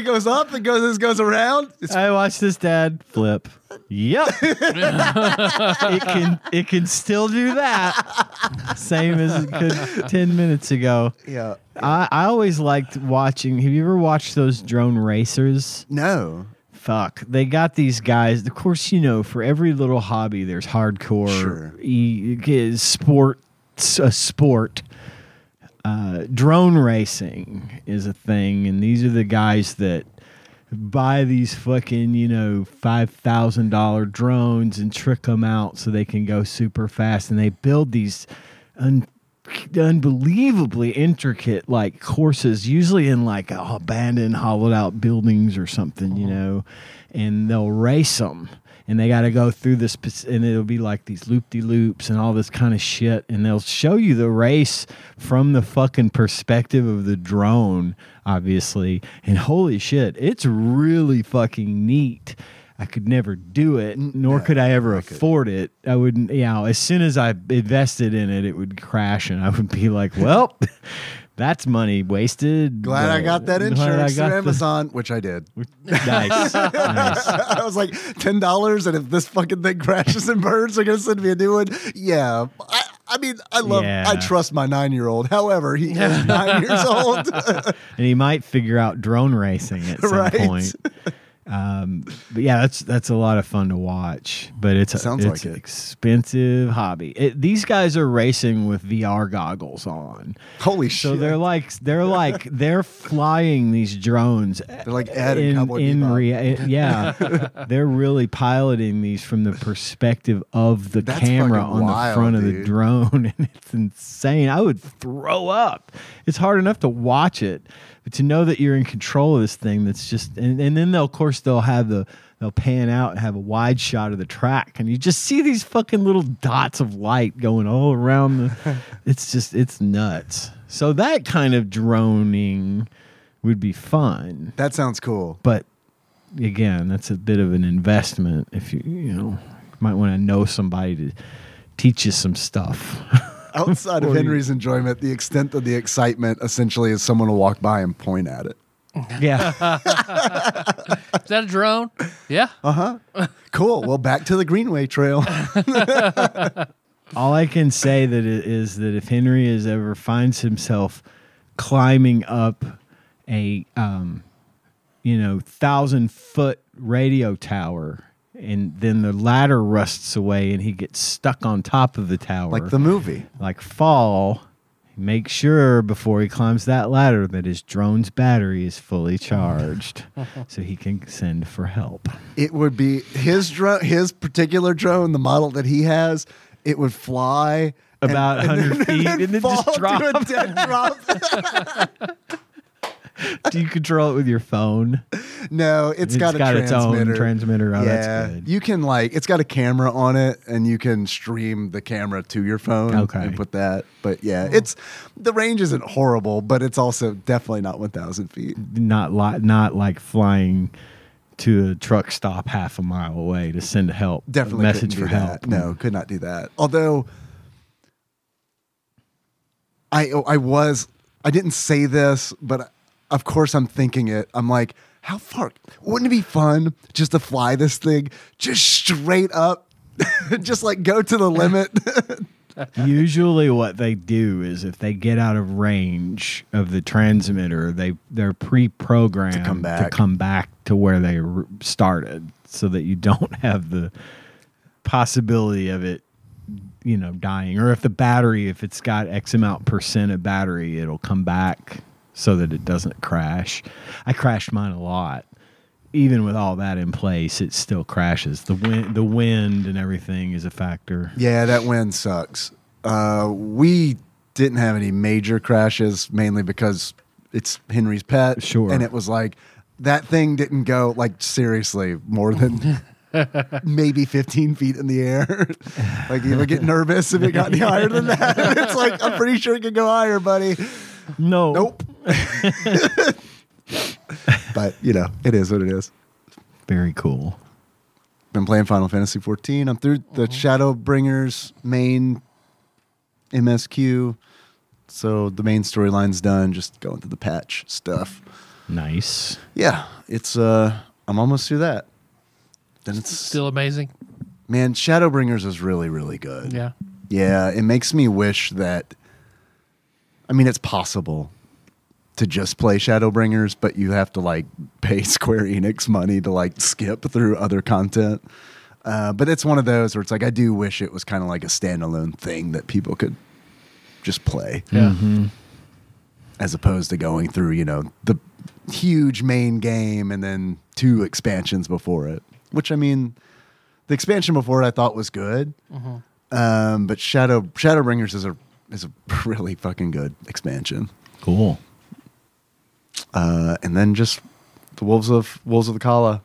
D: it goes up it goes this goes around it's
B: I watched this dad flip. Yep. it can it can still do that. Same as it could ten minutes ago.
D: yeah
B: I, I always liked watching have you ever watched those drone racers?
D: no
B: Fuck. They got these guys. Of course, you know, for every little hobby, there's hardcore
D: Sure.
B: e- g- sport, a sport. Uh, drone racing is a thing, and these are the guys that buy these fucking you know five thousand dollar drones and trick them out so they can go super fast, and they build these un- unbelievably intricate like courses, usually in like abandoned, hollowed out buildings or something, you know, and they'll race them. And they got to go through this, pos- and it'll be like these loop de loops and all this kind of shit. And they'll show you the race from the fucking perspective of the drone, obviously. And holy shit, it's really fucking neat. I could never do it, nor could I ever afford it. I wouldn't, you know, as soon as I invested in it, it would crash and I would be like, well, that's money wasted.
D: glad i
B: but-
D: got that
B: glad I
D: insurance
B: got
D: through
B: the-
D: amazon which i did
B: nice. nice.
D: I was like, ten dollars, and if this fucking thing crashes and burns, they're gonna send me a new one. Yeah. I, I mean, I love,
B: Yeah.
D: I trust my nine year old. However, he is nine years old.
B: And he might figure out drone racing at some
D: Right.
B: point. Um, but yeah, that's that's a lot of fun to watch. But it's a,
D: Sounds
B: it's
D: like it.
B: expensive hobby. It, these guys are racing with VR goggles on.
D: Holy
B: So
D: shit!
B: they're like they're like they're flying these drones. They're
D: like Ed and Cowboy
B: in
D: Bebop.
B: rea- yeah. they're really piloting these from the perspective of the
D: That's
B: camera
D: fucking
B: on
D: wild,
B: the front of the
D: dude.
B: drone, and it's insane. I would throw up. It's hard enough to watch it, but to know that you're in control of this thing, that's just. And, and then they'll, of course, they'll have the. They'll pan out and have a wide shot of the track, and you just see these fucking little dots of light going all around the. it's just, it's nuts. So that kind of droning would be fun
D: that sounds cool.
B: but again, that's a bit of an investment. If you you know, you might want to know somebody to teach you some stuff.
D: Outside of
B: Or you-
D: Henry's enjoyment, the extent of the excitement essentially is someone will walk by and point at it.
B: yeah,
C: Is that a drone? Yeah.
D: Cool. Well, back to the Greenway Trail.
B: all I can say that i- is that if Henry is ever finds himself climbing up a um, you know thousand foot radio tower. And then the ladder rusts away, and he gets stuck on top of the tower.
D: like the movie.
B: like fall, make sure before he climbs that ladder that his drone's battery is fully charged so he can send for help.
D: It would be his drone, his particular drone, the model that he has. It would fly and-
B: About
D: and
B: 100
D: then-
B: feet and then
D: fall
B: just
D: to a
B: drop.
D: dead drop.
B: Do you control it with your phone?
D: No, it's
B: It's
D: got,
B: got
D: a
B: its own
D: transmitter.
B: transmitter. Oh, that's good.
D: You can like it's got a camera on it and you can stream the camera to your phone
B: Okay.
D: and put that. But yeah, it's the range isn't horrible, but it's also definitely not 1000 feet.
B: Not li- not like flying to a truck stop half a mile away to send help. a
D: Definitely couldn't
B: message
D: do
B: for
D: that.
B: help.
D: No, could not do that. Although I oh, I was I didn't say this, but of course I'm thinking it. I'm like, how far wouldn't it be fun just to fly this thing just straight up? just like go to the limit.
B: Usually, what they do is if they get out of range of the transmitter, they they're pre-programmed
D: To come back.
B: to come back to where they r- started, so that you don't have the possibility of it, you know, dying. Or if the battery, if it's got X amount percent of battery, it'll come back so that it doesn't crash. I crashed mine a lot. Even with all that in place, it still crashes. The wind, the wind, and everything is a factor.
D: Yeah, that wind sucks. Uh, we didn't have any major crashes, mainly because it's Henry's pet.
B: Sure.
D: And it was like that thing didn't go like seriously more than maybe 15 feet in the air. like you would get nervous if it got any higher than that. it's like I'm pretty sure it could go higher, buddy.
B: No.
D: Nope. but you know, it is what it is.
B: Very cool.
D: Been playing Final Fantasy 14. I'm through the Shadowbringers main MSQ. So the main storyline's done. Just going through the patch stuff.
B: Nice.
D: Yeah, it's uh, I'm almost through that. Then it's
C: Still amazing.
D: man, Shadowbringers is really really good.
C: Yeah.
D: Yeah, it makes me wish that. I mean, it's possible to just play Shadowbringers, but you have to like pay Square Enix money to like skip through other content. Uh, but it's one of those where it's like I do wish it was kind of like a standalone thing that people could just play,
C: Yeah.
B: Mm-hmm.
D: as opposed to going through you know the huge main game and then two expansions before it. Which I mean, the expansion before it I thought was good. Um, but Shadow Shadowbringers is a is a really fucking good expansion.
B: Cool.
D: Uh, and then just the Wolves of Wolves of the Kala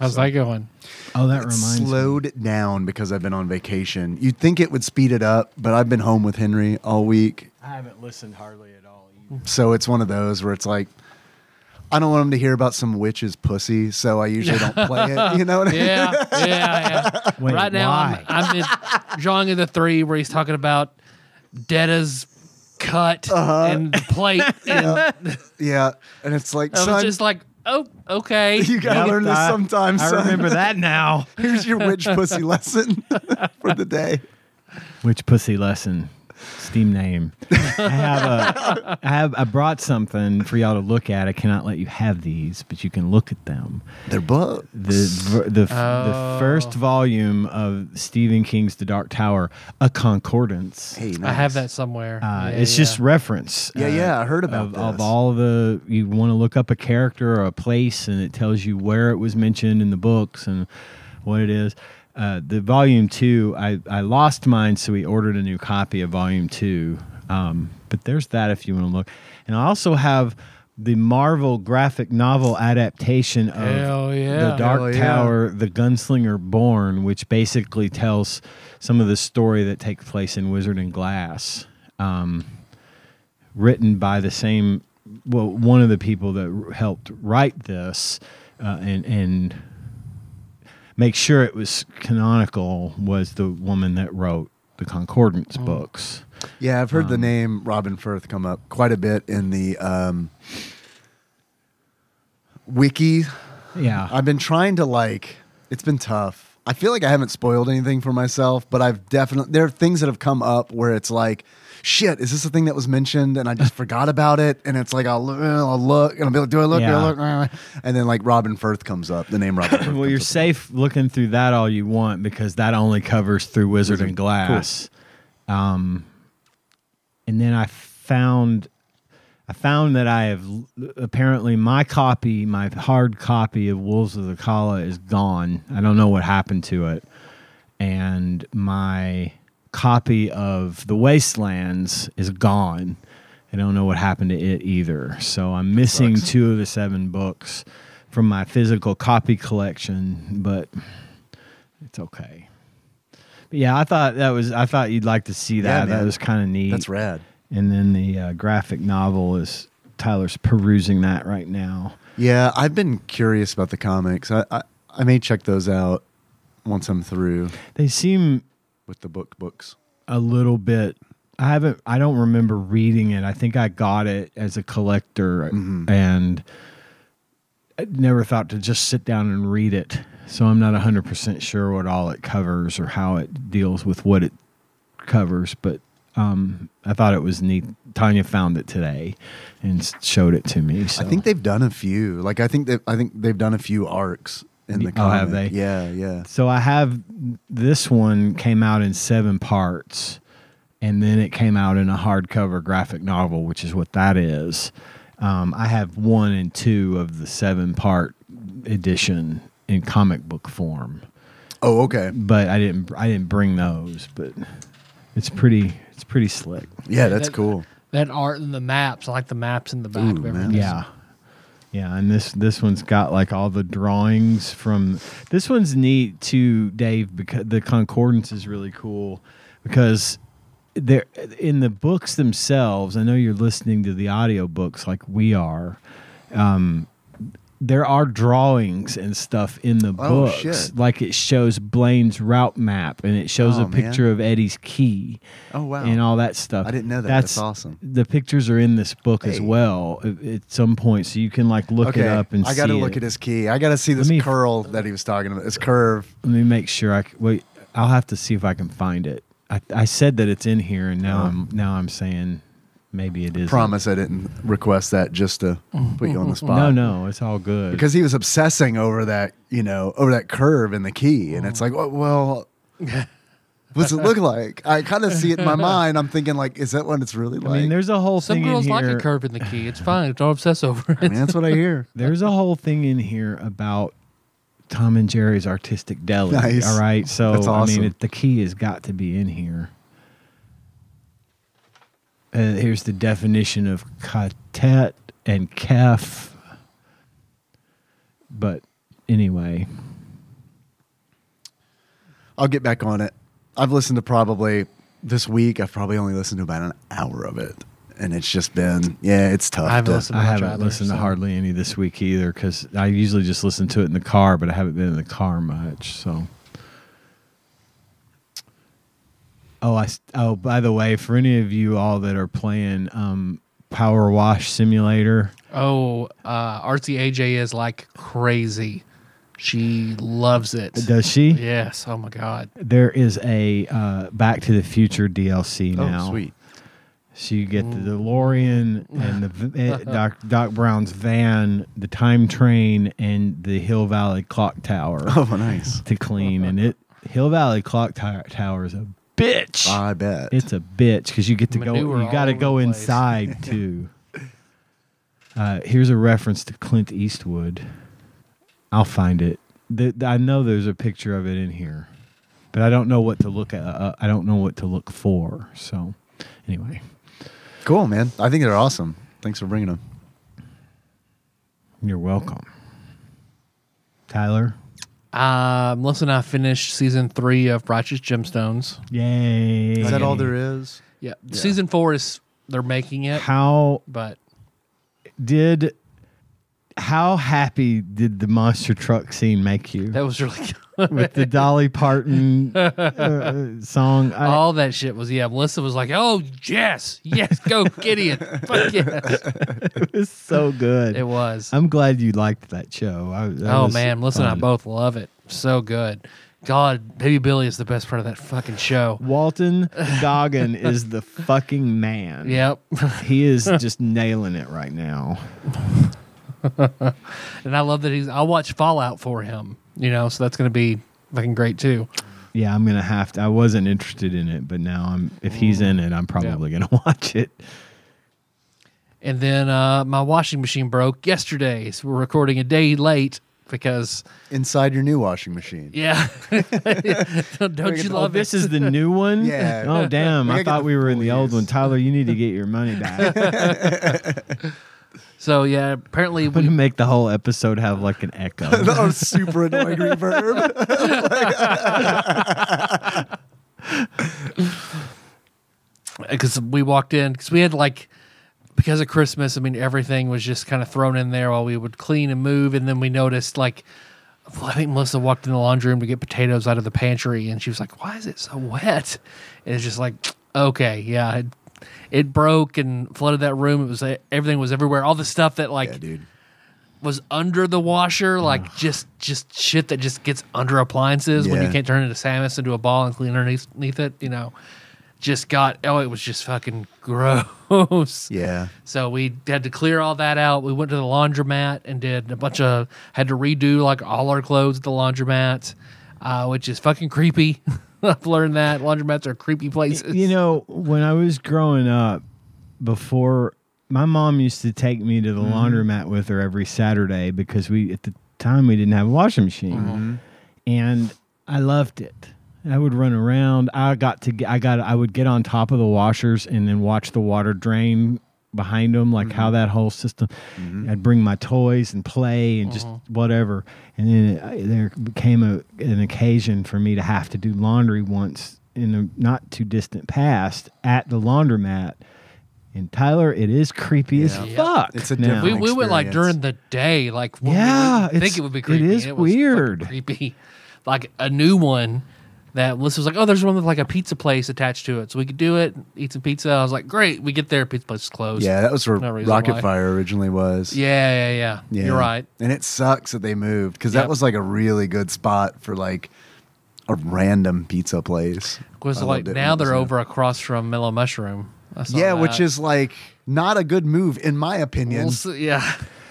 C: How's that going?
B: Oh, that reminds me.
D: slowed it down because I've been on vacation. You'd think it would speed it up, but I've been home with Henry all week,
B: I haven't listened hardly at all. Either.
D: so it's one of those where it's like. I don't want him to hear about some witch's pussy, so I usually don't play it. You know what I mean?
C: Yeah, yeah, yeah.
B: Wait,
C: right now,
B: why?
C: I'm, I'm in drawing of the three where he's talking about Detta's cut
B: Uh-huh.
C: and the plate, and
D: Yeah, and it's like,
C: I was
D: son,
C: just like, oh, okay.
D: you gotta learn this sometime.
B: I
D: son.
B: remember that now.
D: Here's your witch pussy lesson for the day.
B: Which pussy lesson? Steam name. I have a. I have. I brought something for y'all to look at. I cannot let you have these, but you can look at them.
D: They're books.
B: the ver- the, f the first volume of Stephen King's The Dark Tower, a concordance.
D: Hey,
C: I have
D: nice.
C: that somewhere.
B: Uh,
C: Yeah,
B: it's just
C: yeah.
B: reference.
D: Yeah,
B: uh,
D: yeah, I heard about
B: Of, of
D: this.
B: all the, you want to look up a character or a place, and it tells you where it was mentioned in the books and what it is. Uh, the volume two, I, I lost mine, so we ordered a new copy of volume two. Um, but there's that if you want to look. And I also have the Marvel graphic novel adaptation of
C: Hell yeah.
B: The Dark
D: Hell yeah.
B: Tower, The Gunslinger Born, which basically tells some of the story that takes place in Wizard and Glass um, written by the same well one of the people that r- helped write this uh, and and make sure it was canonical was the woman that wrote the concordance
D: Mm.
B: books
D: Yeah, I've heard the name Robin Firth come up quite a bit in the um, wiki.
B: yeah
D: I've been trying to like. It's been tough. I feel like I haven't spoiled anything for myself, but I've definitely there are things that have come up where it's like, shit, is this the thing that was mentioned and I just forgot about it? And it's like I'll, look- I'll look and I'll be like, do I look? Do I
B: Yeah.
D: look? Uh, And then like Robin Firth comes up, the name Robin. Firth
B: well you're
D: comes up.
B: safe looking through that all you want because that only covers through wizard, and glass um and then i found I found that I have apparently my copy, my hard copy of Wolves of the Kala is gone. I don't know what happened to it. And my copy of The Wastelands is gone. I don't know what happened to it either. So I'm missing
D: sucks.
B: two of the seven books from my physical copy collection, but it's okay. But yeah, I thought that was I thought you'd like to see
D: Yeah,
B: that. that
D: man.
B: was kind of neat.
D: That's rad.
B: And then the uh, graphic novel is Tyler's perusing that right now.
D: Yeah, I've been curious about the comics. I, I, I may check those out once I'm through
B: They seem
D: with the book books.
B: a little bit. I haven't. I don't remember reading it. I think I got it as a collector,
D: Mm-hmm.
B: and I never thought to just sit down and read it. So I'm not 100 percent sure what all it covers or how it deals with what it covers. But um, I thought it was neat. Tanya found it today and s- showed it to me. So
D: I think they've done a few. Like I think they I think they've done a few arcs in the
B: Oh,
D: comic.
B: have they?
D: Yeah, yeah.
B: So I have this one came out in seven parts, and then it came out in a hardcover graphic novel, which is what that is. Um, I have one and two of the seven part edition in comic book form,
D: Oh, okay.
B: but I didn't I didn't bring those. But it's pretty it's pretty slick.
D: Yeah, that's
C: That-
D: cool.
C: that art and the maps. I like the maps in the back
D: Ooh,
C: of everything.
D: maps.
B: Yeah, Yeah, and this this one's got like all the drawings from. This one's neat too, Dave, because the concordance is really cool because they're in the books themselves. I know you're listening to the audio books like we are. um, there are drawings and stuff in the
D: Oh,
B: books.
D: shit.
B: Like it shows Blaine's route map and it shows
D: Oh,
B: a picture
D: man.
B: of Eddie's key.
D: Oh, wow.
B: And all that stuff.
D: I didn't know that. That's awesome.
B: The pictures are in this book as
D: Hey.
B: well at- at some point, so you can like look it up and
D: I gotta
B: see
D: look
B: it.
D: at his key. I gotta see this
B: Let me-
D: curl that he was talking about. This curve.
B: Let me make sure. I c- wait. I'll have to see if I can find it. I, I said that it's in here, and now I'm now I'm saying maybe it is.
D: Uh-huh. Promise I didn't request that just to put you on the spot.
B: No, no, it's all good.
D: Because he was obsessing over that, you know, over that curve in the key, and it's like, well, well what's it look like? I kind of see it in my mind. I'm thinking, like, is that what it's really
B: I
D: like?
B: mean, there's a whole
C: Some
B: thing
C: girls
B: in
C: like
B: here.
C: a curve in the key. It's fine. Don't obsess over
D: I
C: it.
D: mean, that's what I hear.
B: There's a whole thing in here about Tom and Jerry's artistic deli.
D: Nice.
B: All right, so
D: That's
B: I
D: awesome.
B: mean, it, the key has got to be in here. Uh, here's the definition of katet and kef. But anyway,
D: I'll get back on it. I've listened to probably this week. I've probably only listened to about an hour of it, and it's just been yeah, it's tough.
C: I haven't
D: to-
C: listened
B: I
C: much
B: haven't
C: either,
B: listened
C: so-
B: to hardly any this week either because I usually just listen to it in the car, but I haven't been in the car much. So, oh, I s- oh by the way, for any of you all that are playing um, Power Wash Simulator,
C: Oh, uh, Artsy AJ is like crazy. She loves it.
B: does she?
C: Yes. Oh my God.
B: There is a uh, Back to the Future DLC
D: Oh,
B: now.
D: sweet.
B: So you get the DeLorean and the v- eh, Doc, Doc Brown's van, the time train, and the Hill Valley clock tower.
D: Oh, nice.
B: to clean, and it Hill Valley Clock Tower, Tower is a bitch.
D: I bet.
B: it's a bitch because you get to
C: Manure
B: go. You got
C: all
B: to
C: over
B: go
C: the place.
B: inside too. Uh, here's a reference to Clint Eastwood. I'll find it. Th- th- I know there's a picture of it in here, but I don't know what to look at. Uh, I don't know what to look for. So, anyway,
D: cool, man. I think they're awesome. Thanks for bringing them.
B: you're welcome, Tyler.
C: Um, Melissa and I finished season three of Righteous Gemstones.
B: Yay!
D: Is that all there is?
C: Yeah. Season four is they're making it,
B: How
C: but
B: did how happy did the monster truck scene make you
C: that was really good.
B: with the Dolly Parton uh, song? I,
C: All that shit was yeah. Melissa was like, "Oh yes, yes, go Gideon, fuck yes."
B: it was so good.
C: It was.
B: I'm glad you liked that show. I, that
C: oh
B: was
C: man, Melissa and I
B: fun.
C: both love it. So good. God, Baby Billy is the best part of that fucking show.
B: Walton Goggin is the fucking man.
C: Yep.
B: he is just nailing it right now.
C: And I love that he's. I'll watch Fallout for him. You know, so that's going to be fucking great too.
B: Yeah, I'm gonna have to. I wasn't interested in it, but now I'm. If he's in it, I'm probably gonna watch it.
C: And then uh, my washing machine broke yesterday, so we're recording a day late because
D: Inside your new washing machine.
C: yeah. Don't you
B: Oh,
D: Oh,
C: love
B: this
C: this?
B: is the new one.
D: Yeah.
B: Oh damn!
D: We
B: I
D: gotta get
B: thought
D: the
B: we were in
D: full
B: the old
D: use.
B: one. Tyler, you need to get your money back.
C: So yeah, apparently
B: I'm gonna
C: we,
B: make the whole episode have like an echo.
D: that was super annoying reverb.
C: because we walked in because we had like because of Christmas. I mean, everything was just kind of thrown in there while we would clean and move, and then we noticed like. I think Melissa walked in the laundry room to get potatoes out of the pantry, and she was like, "Why is it so wet?" And it's just like, "Okay, yeah, it, it broke and flooded that room. It was everything was everywhere. All the stuff that like
D: yeah, dude.
C: was under the washer, like just just shit that just gets under appliances when you
D: Yeah.
C: can't turn it into Samus into a ball and clean underneath, underneath it. You know, just got oh, it was just fucking gross.
D: Yeah.
C: So we had to clear all that out. We went to the laundromat and did a bunch of had to redo like all our clothes at the laundromat, uh, which is fucking creepy. I've learned that laundromats are creepy places.
B: you know, when I was growing up, before my mom used to take me to the
D: Mm-hmm.
B: laundromat with her every Saturday because we at the time we didn't have a washing machine,
D: Mm-hmm.
B: and I loved it. I would run around. I got to. get- I got. I would get on top of the washers and then watch the water drain behind them, like how that whole system. I'd bring my toys and play and just whatever, and then it, I- there became a, an occasion for me to have to do laundry once in the not too distant past at the laundromat. And Tyler, it is creepy as
D: Yeah.
B: fuck.
D: It's a
B: now.
D: different
C: We, we went like
D: experience.
C: during the day, like when we
B: Yeah,
C: wouldn't
B: it's-
C: think it would be
B: it
C: creepy.
B: is
C: and was fucking
B: weird.
C: creepy, like a new one that Melissa was like, "Oh, there's one with like a pizza place attached to it, so we could do it, eat some pizza." I was like, "Great!" We get there, pizza place is closed.
D: Yeah, that was where
C: No reason
D: Rocket
C: why.
D: Fire originally was.
C: yeah, yeah, yeah.
D: Yeah.
C: You're right.
D: And it sucks that they moved because
C: Yep.
D: that was like a really good spot for like a random pizza place.
C: Because
D: I
C: like
D: loved it when
C: now
D: it was
C: they're
D: there.
C: over across from Mellow Mushroom. I saw
D: Yeah, which
C: that.
D: is like not a good move in my opinion.
C: We'll see- yeah.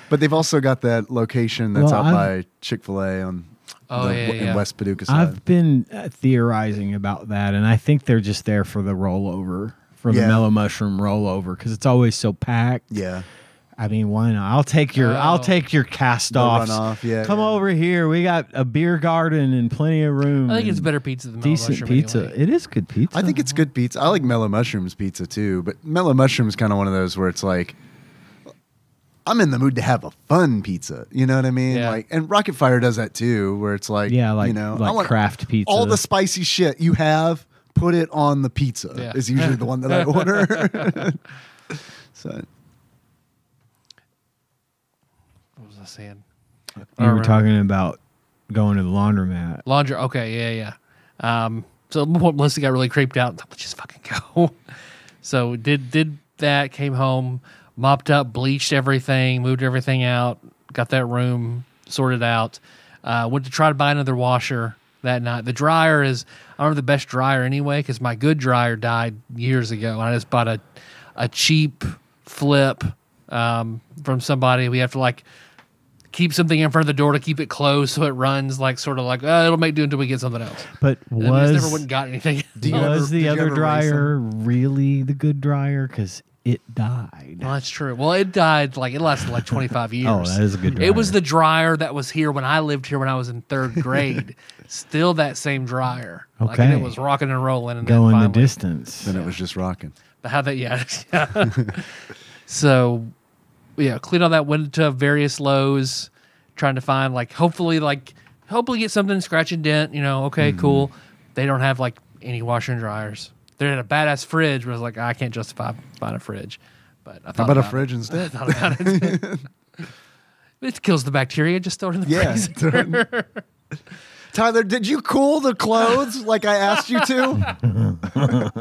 D: But they've also got that location that's
B: Well,
D: out
B: I've-
D: by Chick Fil A on
C: Oh,
D: the,
C: yeah,
D: w-
C: yeah.
D: in West Paducah side.
B: I've been uh, theorizing about that, and I think they're just there for the rollover, for the
D: Yeah.
B: mellow mushroom rollover, because it's always so packed.
D: yeah,
B: I mean, why not? I'll take your I'll
C: Oh.
B: take your cast offs.
D: runoff, yeah,
B: Come
D: yeah.
B: over here. We got a beer garden and plenty of room.
C: I think it's
B: and
C: better pizza than Mellow
B: Decent
C: Mushroom.
B: pizza.
C: anyway.
B: It is good pizza.
D: I think it's good pizza. I like Mellow Mushrooms pizza too, but Mellow Mushroom's kind of one of those where it's like. I'm in the mood to have a fun pizza. You know what I mean?
C: Yeah.
D: Like, and Rocket Fire does that too, where it's like,
B: Yeah, like-
D: you know,
B: like
D: I want
B: craft pizza.
D: All the spicy shit you have, put it on the pizza.
C: Yeah.
D: Is usually the one that I order. so,
C: What was I saying?
B: You were talking about going to the laundromat.
C: Laundry. Okay, yeah, yeah. Um, so at one point Melissa got really creeped out. Let's just fucking go. so did did that. Came home, mopped up, bleached everything, moved everything out, got that room sorted out. Uh, went to try to buy another washer that night. The dryer is I don't have the best dryer anyway because my good dryer died years ago, and I just bought a a cheap flip um, from somebody. We have to like keep something in front of the door to keep it closed so it runs like sort of like oh, it'll make do until we get something else.
B: But
C: And we just
B: was
C: never went and got anything.
D: Do you
C: else.
D: ever-
B: was
D: did
B: the
D: you
B: other
D: ever race
B: dryer really the good dryer? Because it died.
C: Well, that's true. Well, it died like it lasted like 25 years.
B: Oh, that is a good dryer.
C: It was the dryer that was here when I lived here when I was in third grade. Still that same dryer. Like, and it
B: Okay.
C: was rocking and rolling. And
B: going
C: then
B: the
C: finally-
B: distance.
D: then it was just rocking.
C: How that? Yeah. yeah. so, yeah, clean all that. Went to various Lowe's, trying to find like hopefully like hopefully get something scratch and dent. You know, okay,
D: Mm-hmm.
C: cool. They don't have like any washer and dryers. They had a badass fridge. But I was like, I can't justify buying a fridge. But I thought
D: How about a
C: it.
D: fridge instead?
C: Thought about it. it kills the bacteria. Just throw it in the
D: Yeah.
C: freezer.
D: Tyler, did you cool the clothes like I asked you to?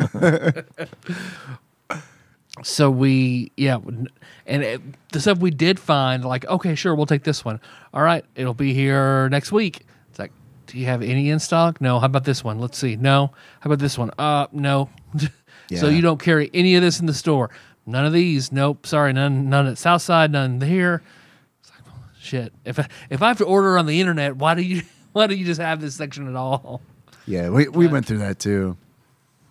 C: so we yeah n- and it, the stuff we did find like okay sure we'll take this one all right it'll be here next week it's like do you have any in stock no how about this one let's see no how about this one uh no so
D: Yeah.
C: you don't carry any of this in the store none of these nope sorry none none at southside none here It's like, well, shit if I, if i have to order on the internet why do you why do you just have this section at all
D: yeah, we, we went through that too.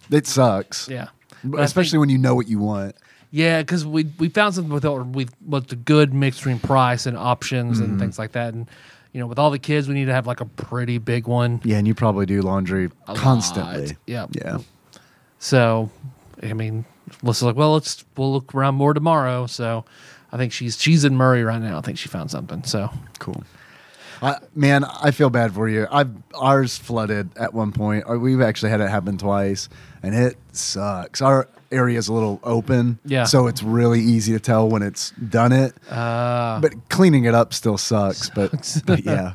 D: It sucks.
C: yeah
D: But
C: I
D: Especially
C: think-
D: when you know what you want.
C: Yeah, because we we found something with or with with the good mix between price and options
D: Mm-hmm.
C: and things like that, and you know, with all the kids, we need to have like a pretty big one.
D: Yeah, and you probably do laundry constantly.
C: lot. Yeah.
D: Yeah.
C: So, I mean, Melissa's like, well, let's we'll look around more tomorrow. So, I think she's she's in Murray right now. I think she found something. So,
D: Cool. I, man, I feel bad for you. I've ours flooded at one point. Or We've actually had it happen twice, and it sucks. Our area's a little open,
C: Yeah.
D: so it's really easy to tell when it's done it.
C: uh,
D: but cleaning it up still sucks. But, but yeah,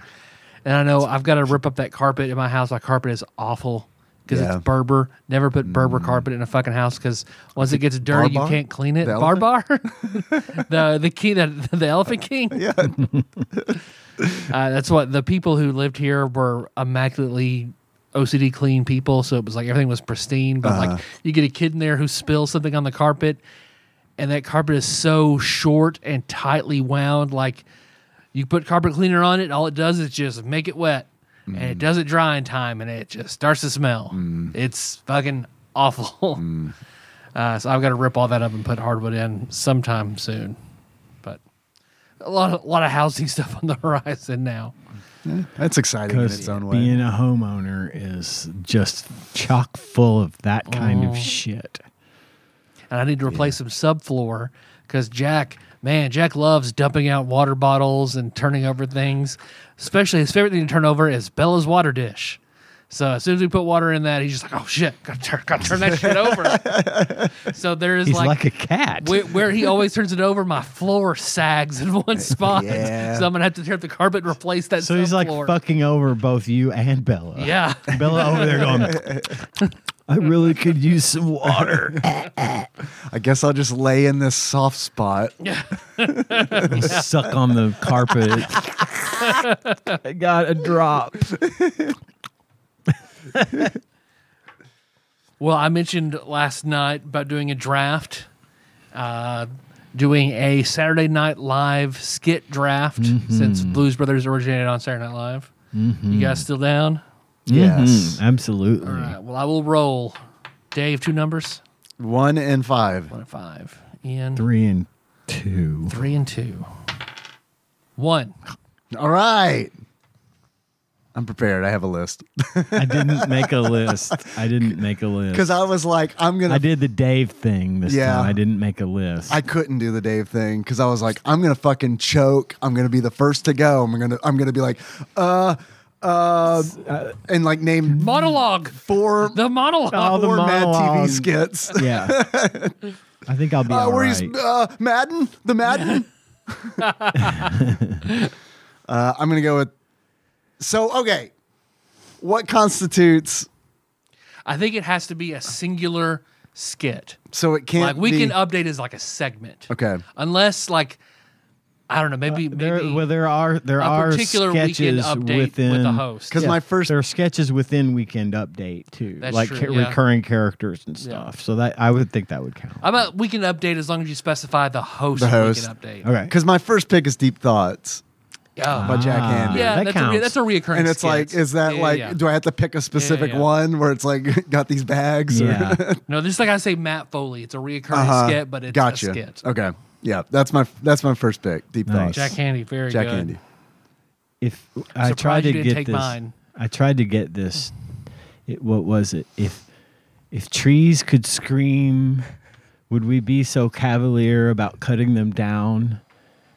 C: and I know I've got to rip up that carpet in my house. My carpet is awful. Because
D: Yeah. Mm.
C: it's Berber. Never put Berber carpet in a fucking house. Because once it gets dirty,
D: Barbar?
C: you can't clean it.
D: The
C: Bar
D: elephant?
C: bar, the the king, the, the elephant king.
D: yeah,
C: Uh, that's what the people who lived here were immaculately OCD clean people. So it was like everything was pristine. But like
D: Uh-huh.
C: you get a kid in there who spills something on the carpet, and that carpet is so short and tightly wound. Like you put carpet cleaner on it, all it does is just make it wet, and
D: Mm.
C: it doesn't dry in time, and it just starts to smell. It's fucking awful.
D: Mm.
C: Uh, so I've got to rip all that up and put hardwood in sometime soon. But a lot of, a lot of housing stuff on the horizon now.
D: that's exciting in its
B: Because
D: own way.
B: being a homeowner is just Oh. chock full of that kind of shit.
C: And I need to replace some subfloor because Jack, man, Jack loves dumping out water bottles and turning over things. Especially his favorite thing to turn over is Bella's water dish. So as soon as we put water in that, he's just like, "Oh shit, gotta turn, gotta turn that shit over." so there is
B: He's like,
C: like,
B: a cat.
C: where, where he always turns it over, my floor sags in one spot.
D: Yeah.
C: So I'm gonna have to tear up the carpet and replace that.
B: so he's like
C: subfloor.
B: fucking over both you and Bella.
C: Yeah.
B: Bella over there going, I really could use some water.
D: I guess I'll just lay in this soft spot.
B: Suck on the carpet. I got a drop.
C: Well, I mentioned last night about doing a draft, uh, doing a Saturday Night Live skit draft
B: Mm-hmm.
C: since Blues Brothers originated on Saturday Night Live. You guys still down?
D: Yes.
B: Mhm, absolutely.
C: All right. Well, I will roll. Dave, two numbers.
D: One and five.
C: One and five. Ian, three,
B: Three and two.
C: and two. One.
D: All right. I'm prepared. I have a list.
B: I didn't make a list. I didn't make a list.
D: Because I was like, I'm going
B: I
D: to.
B: did the Dave thing this
D: Yeah.
B: time. I didn't make a list.
D: I couldn't do the Dave thing because I was like, I'm gonna fucking choke. I'm gonna be the first to go. I'm gonna, I'm gonna be like, uh, uh, and like name
C: Monologue.
D: four,
C: The monologue.
B: Oh, the
D: four Mad TV
B: monologue.
D: skits.
B: yeah. I think I'll be
D: Uh,
B: all
D: where
B: right.
D: he's uh, Madden, the Madden. uh, I'm gonna go with. So okay, what constitutes?
C: I think it has to be a singular skit.
D: So it can't.
C: like we
D: be-
C: can update as like a segment.
D: Okay. Uh,
C: Unless like I don't know, maybe
B: There,
C: maybe
B: well, there are there
C: a
B: are
C: particular weekend
B: sketches
C: update
B: within
C: with a host.
D: 'Cause my first-
B: there are sketches within weekend update too,
C: That's
B: like
C: true,
B: ca-
C: yeah.
B: recurring characters and stuff. So that I would think that would count.
C: How about weekend update as long as you specify the host,
D: The
C: of
D: host.
C: weekend update.
B: Okay,
D: Because my first pick is Deep Thoughts
C: Yeah.
D: by Jack
B: Ah.
D: Handy.
C: yeah,
B: that
C: that's a, re-
B: counts.
C: that's a reoccurring
D: Uh, And it's
C: skit.
D: like, is that
C: Yeah, yeah,
D: like,
C: yeah.
D: do I have to pick a specific
C: yeah.
D: one where it's like, got these bags? or-
B: yeah,
C: No, just like I say Matt Foley. It's a reoccurring
D: Uh-huh.
C: skit, but it's
D: gotcha.
C: a skit.
D: Okay. Yeah, that's my that's my first pick. Deep
B: Nice.
D: thoughts.
C: Jack Handy, very
D: Jack
C: good.
D: Handy.
B: if I
C: Surprised
B: tried
C: you
B: to
C: didn't
B: get
C: take
B: this,
C: mine.
B: I tried to get this. It, what was it? If if trees could scream, would we be so cavalier about cutting them down?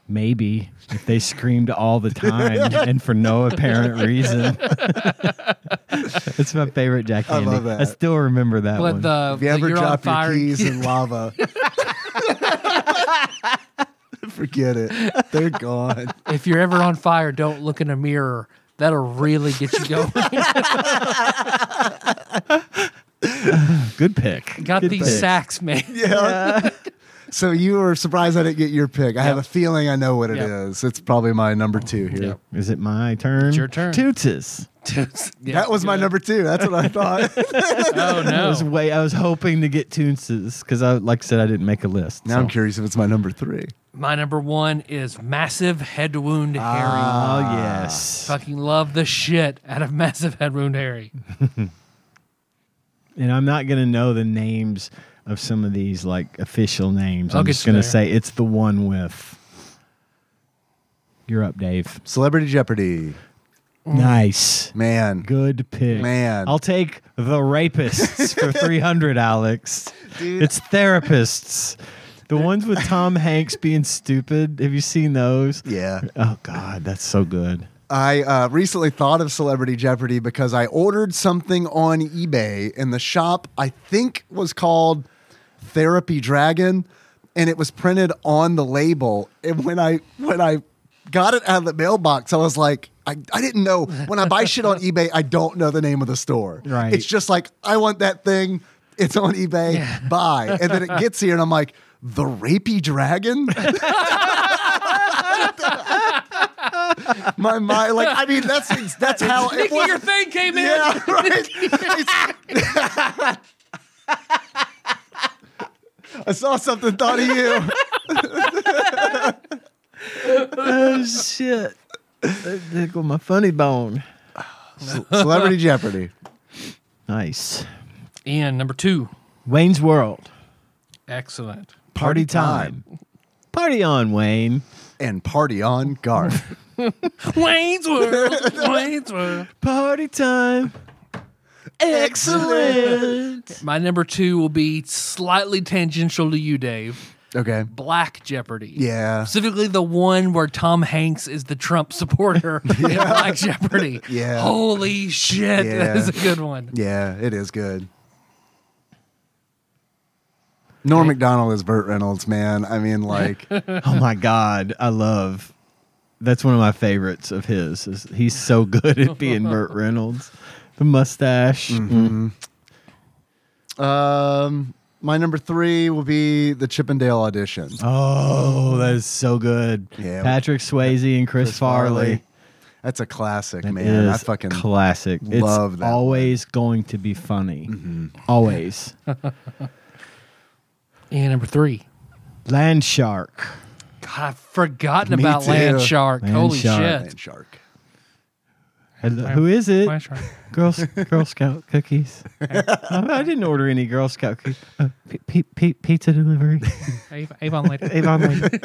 B: Maybe if they screamed all the time and for no apparent reason. It's my favorite Jack
D: I
B: Handy.
D: love that.
B: I still remember that
C: But
B: one.
C: the
D: If you
C: the
D: ever
C: you're on
D: drop your
C: fire.
D: keys in lava, forget it. They're gone.
C: If you're ever on fire, don't look in a mirror. That'll really get you going.
B: Good pick.
C: Got
B: Good
C: these
B: pick.
C: sacks, man.
D: So you were surprised I didn't get your pick. I have a feeling I know what it is.
C: Yep.
D: It's probably my number
C: Oh,
D: two here.
C: Yep.
B: Is it my turn?
C: your turn.
B: Toots.
C: Yeah,
D: That was my
C: good.
D: number two. That's what I thought.
C: Oh
B: I was
C: no.
B: way. I was hoping to get Tootses because I, like I said, I didn't make a list.
D: now
B: so.
D: I'm curious if it's my number three.
C: My number one is Massive Head Wound
D: Ah.
C: Harry.
B: Oh yes.
C: Fucking love the shit out of Massive Head Wound Harry.
B: And I'm not gonna know the names of some of these like official names.
C: I'll
B: I'm
C: get
B: just
C: you
B: gonna
C: there.
B: say it's the one with. You're up, Dave.
D: Celebrity Jeopardy.
B: Nice.
D: Man.
B: Good pick.
D: Man.
B: I'll take the rapists for 300, Alex. It's therapists. The ones with Tom Hanks being stupid. Have you seen those?
D: Yeah.
B: Oh, God. That's so good.
D: I uh, recently thought of Celebrity Jeopardy because I ordered something on eBay, and the shop I think was called Therapy Dragon, and it was printed on the label. And when I when I got it out of the mailbox, I was like, I, I didn't know. When I buy shit on eBay, I don't know the name of the store.
B: Right.
D: It's just like I want that thing. It's on eBay. Buy, and then it gets here, and I'm like, the Rapey Dragon. my mind. Like, I mean, that's that's how it
C: Nikki,
D: was.
C: your thing came in.
D: Yeah, right. It's- I saw something thought of you.
B: Oh, shit. That tickled my funny bone.
D: Celebrity Jeopardy.
B: Nice.
C: Ian, number two.
B: Wayne's World.
C: Excellent.
B: Party time. Party on, Wayne.
D: And party on guard.
C: Wayne's World. Wayne's World.
B: Party time. Excellent.
C: My number two will be slightly tangential to you, Dave.
D: Okay.
C: Black Jeopardy.
D: Yeah.
C: Specifically the one where Tom Hanks is the Trump supporter in Black Jeopardy.
D: Yeah.
C: Holy shit. That
D: Yeah.
C: is a good one.
D: Yeah, it is good. Norm McDonald is Burt Reynolds, man. I mean, like,
B: Oh my god, I love. That's one of my favorites of his. Is he's so good at being Burt Reynolds. The mustache.
D: Mm-hmm.
B: Mm.
D: um, my number three will be the Chippendale audition.
B: Oh, that is so good.
D: Yeah.
B: Patrick Swayze and Chris,
D: Chris
B: Farley.
D: That's a classic,
B: That
D: man. I
B: is
D: fucking
B: classic.
D: love
B: it's
D: that Mm-hmm.
B: always going to be funny. Always.
C: And number three.
B: Land shark.
C: God, I've forgotten
D: Me
C: about
D: too.
C: Land Shark.
B: Land
C: Holy
B: Shark.
D: Man,
C: shit.
D: shark.
B: Hello- Who is it?
C: Land Shark.
B: Girl, Girl Scout cookies. I, I didn't order any Girl Scout cookies. Uh, p- p- p- pizza delivery.
C: Av- Avon Lady.
B: Avon Lady.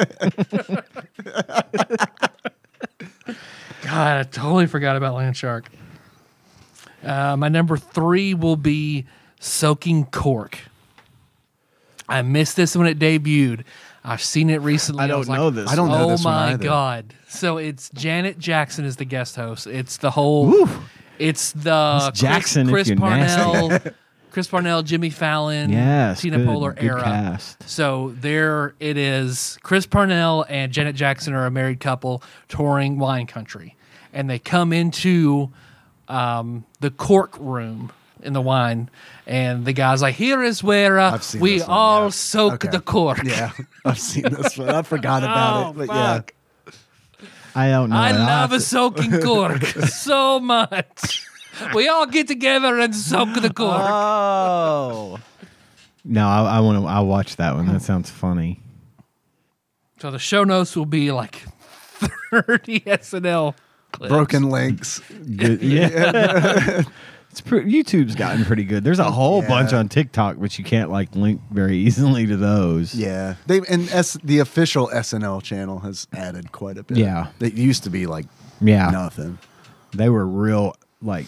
C: God, I totally forgot about Land Shark. Uh, my number three will be Soaking Cork. I missed this when it debuted. I've seen it recently.
B: I don't
C: was like,
B: know this.
D: I don't know
C: oh
D: this one
C: my
D: either.
C: god! So it's Janet Jackson is the guest host. It's the whole. It's the
B: Miss Jackson, if
C: Chris,
B: you're
C: Chris Parnell, Chris Parnell, Jimmy Fallon,
B: Yes,
C: Tina
B: good-
C: Polar
B: good
C: era.
B: cast.
C: So there it is. Chris Parnell and Janet Jackson are a married couple touring wine country, and they come into um, the cork room in the wine, and the guy's like, "Here is where uh,
D: I've seen
C: we
D: this one,
C: all
D: yeah.
C: soak
D: Okay.
C: the cork."
D: Yeah, I've seen this one. I forgot about
C: Oh,
D: it. But
C: fuck.
B: I don't know.
C: I
B: I'll
C: love
B: have
C: a
B: to-
C: soaking cork so much. We all get together and soak the cork.
D: Uh,
B: Oh. No, I, I want to. I watch that one. That sounds funny.
C: So the show notes will be like 30 SNL
D: yeah,
C: clips.
D: broken links.
B: Good. Yeah. it's pre- YouTube's gotten pretty good. There's a whole
D: Yeah.
B: bunch on TikTok, but you can't like link very easily to those.
D: Yeah, they and S, the official SNL channel has added quite a bit.
B: Yeah.
D: it used to be like
B: Yeah.
D: nothing.
B: They were real like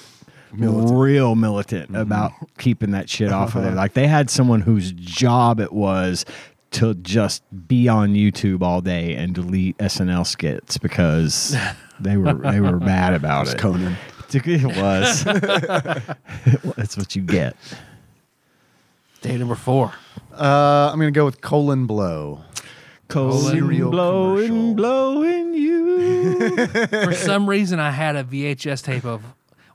D: Militant. Mm-hmm. Uh-huh.
B: real militant about keeping that shit off of there. Like they had someone whose job it was to just be on YouTube all day and delete SNL skits because they were they were mad about
D: It's
B: it.
D: Conan.
B: It was. That's what you get.
C: Day number four.
D: Uh, I'm gonna go with Colin Blow.
B: Colon
D: Serial
B: blowing,
D: commercial.
B: blowing you.
C: For some reason, I had a VHS tape of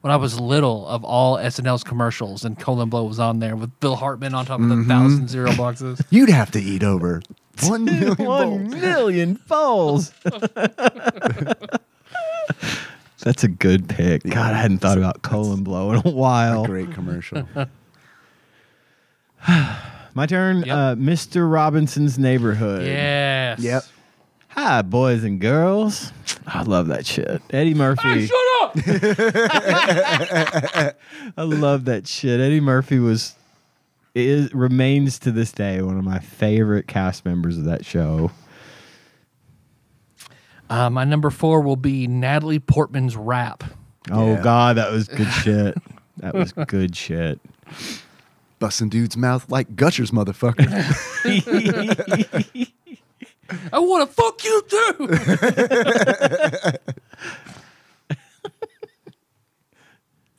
C: when I was little of all SNL's commercials, and Colin Blow was on there with Bill Hartman on top of
B: Mm-hmm.
C: the thousand zero boxes.
D: You'd have to eat over one million.
B: One
D: bowls.
B: million bowls. That's a good pick. God, I hadn't thought about colon blow in a while.
D: Great commercial.
B: My turn.
C: Yep.
B: Uh, Mr. Robinson's Neighborhood.
C: Yes.
D: yep.
B: Hi, boys and girls. I love that shit. Eddie Murphy.
C: Shut up!
B: I love that shit. Eddie Murphy was is remains to this day one of my favorite cast members of that show.
C: Uh, my number four will be Natalie Portman's rap.
B: Oh
D: Yeah.
B: God, that was good shit. That was good shit.
D: Busting dude's mouth like gushers, motherfucker.
C: I want to fuck you too.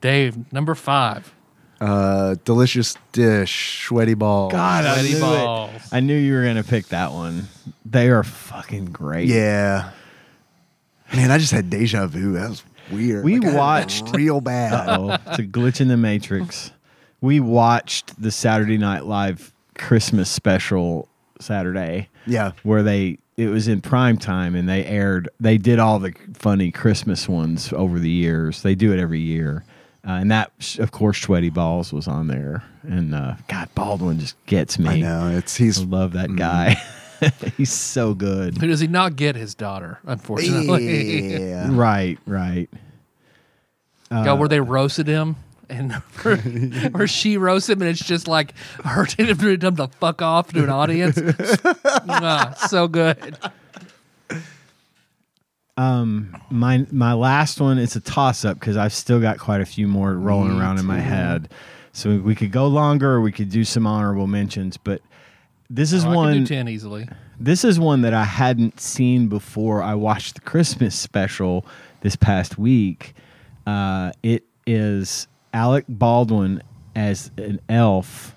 C: Dave, number five.
D: uh, delicious dish, sweaty ball.
B: God, I
C: Sweaty
B: knew
C: balls.
B: it. I knew you were gonna pick that one. They are fucking great.
D: Yeah. Man, I just had deja vu. That was weird.
B: We
D: Like, I had it
B: watched-
D: real bad.
B: Oh, it's a glitch in the matrix. We watched the Saturday Night Live Christmas special Saturday.
D: Yeah.
B: Where they it was in prime time and they aired they did all the funny Christmas ones over the years. They do it every year. Uh, and that of course Sweaty Balls was on there. And uh, God Baldwin just gets me.
D: I know. Mm. It's
B: I
D: he's
B: love that guy. He's so good.
C: Who does he not get his daughter, unfortunately?
D: yeah.
B: Right, right. Uh,
C: God, where they roasted him and where, where she roasts him, and it's just like her him to fuck off to an audience. Mwah, so good.
B: My my last one is a toss up because I've still got quite a few more rolling around in my head. So we could go longer or we could do some honorable mentions, but This is
C: Oh, I
B: one.
C: can do ten easily.
B: This is one that I hadn't seen before. I watched the Christmas special this past week. Uh, it is Alec Baldwin as an elf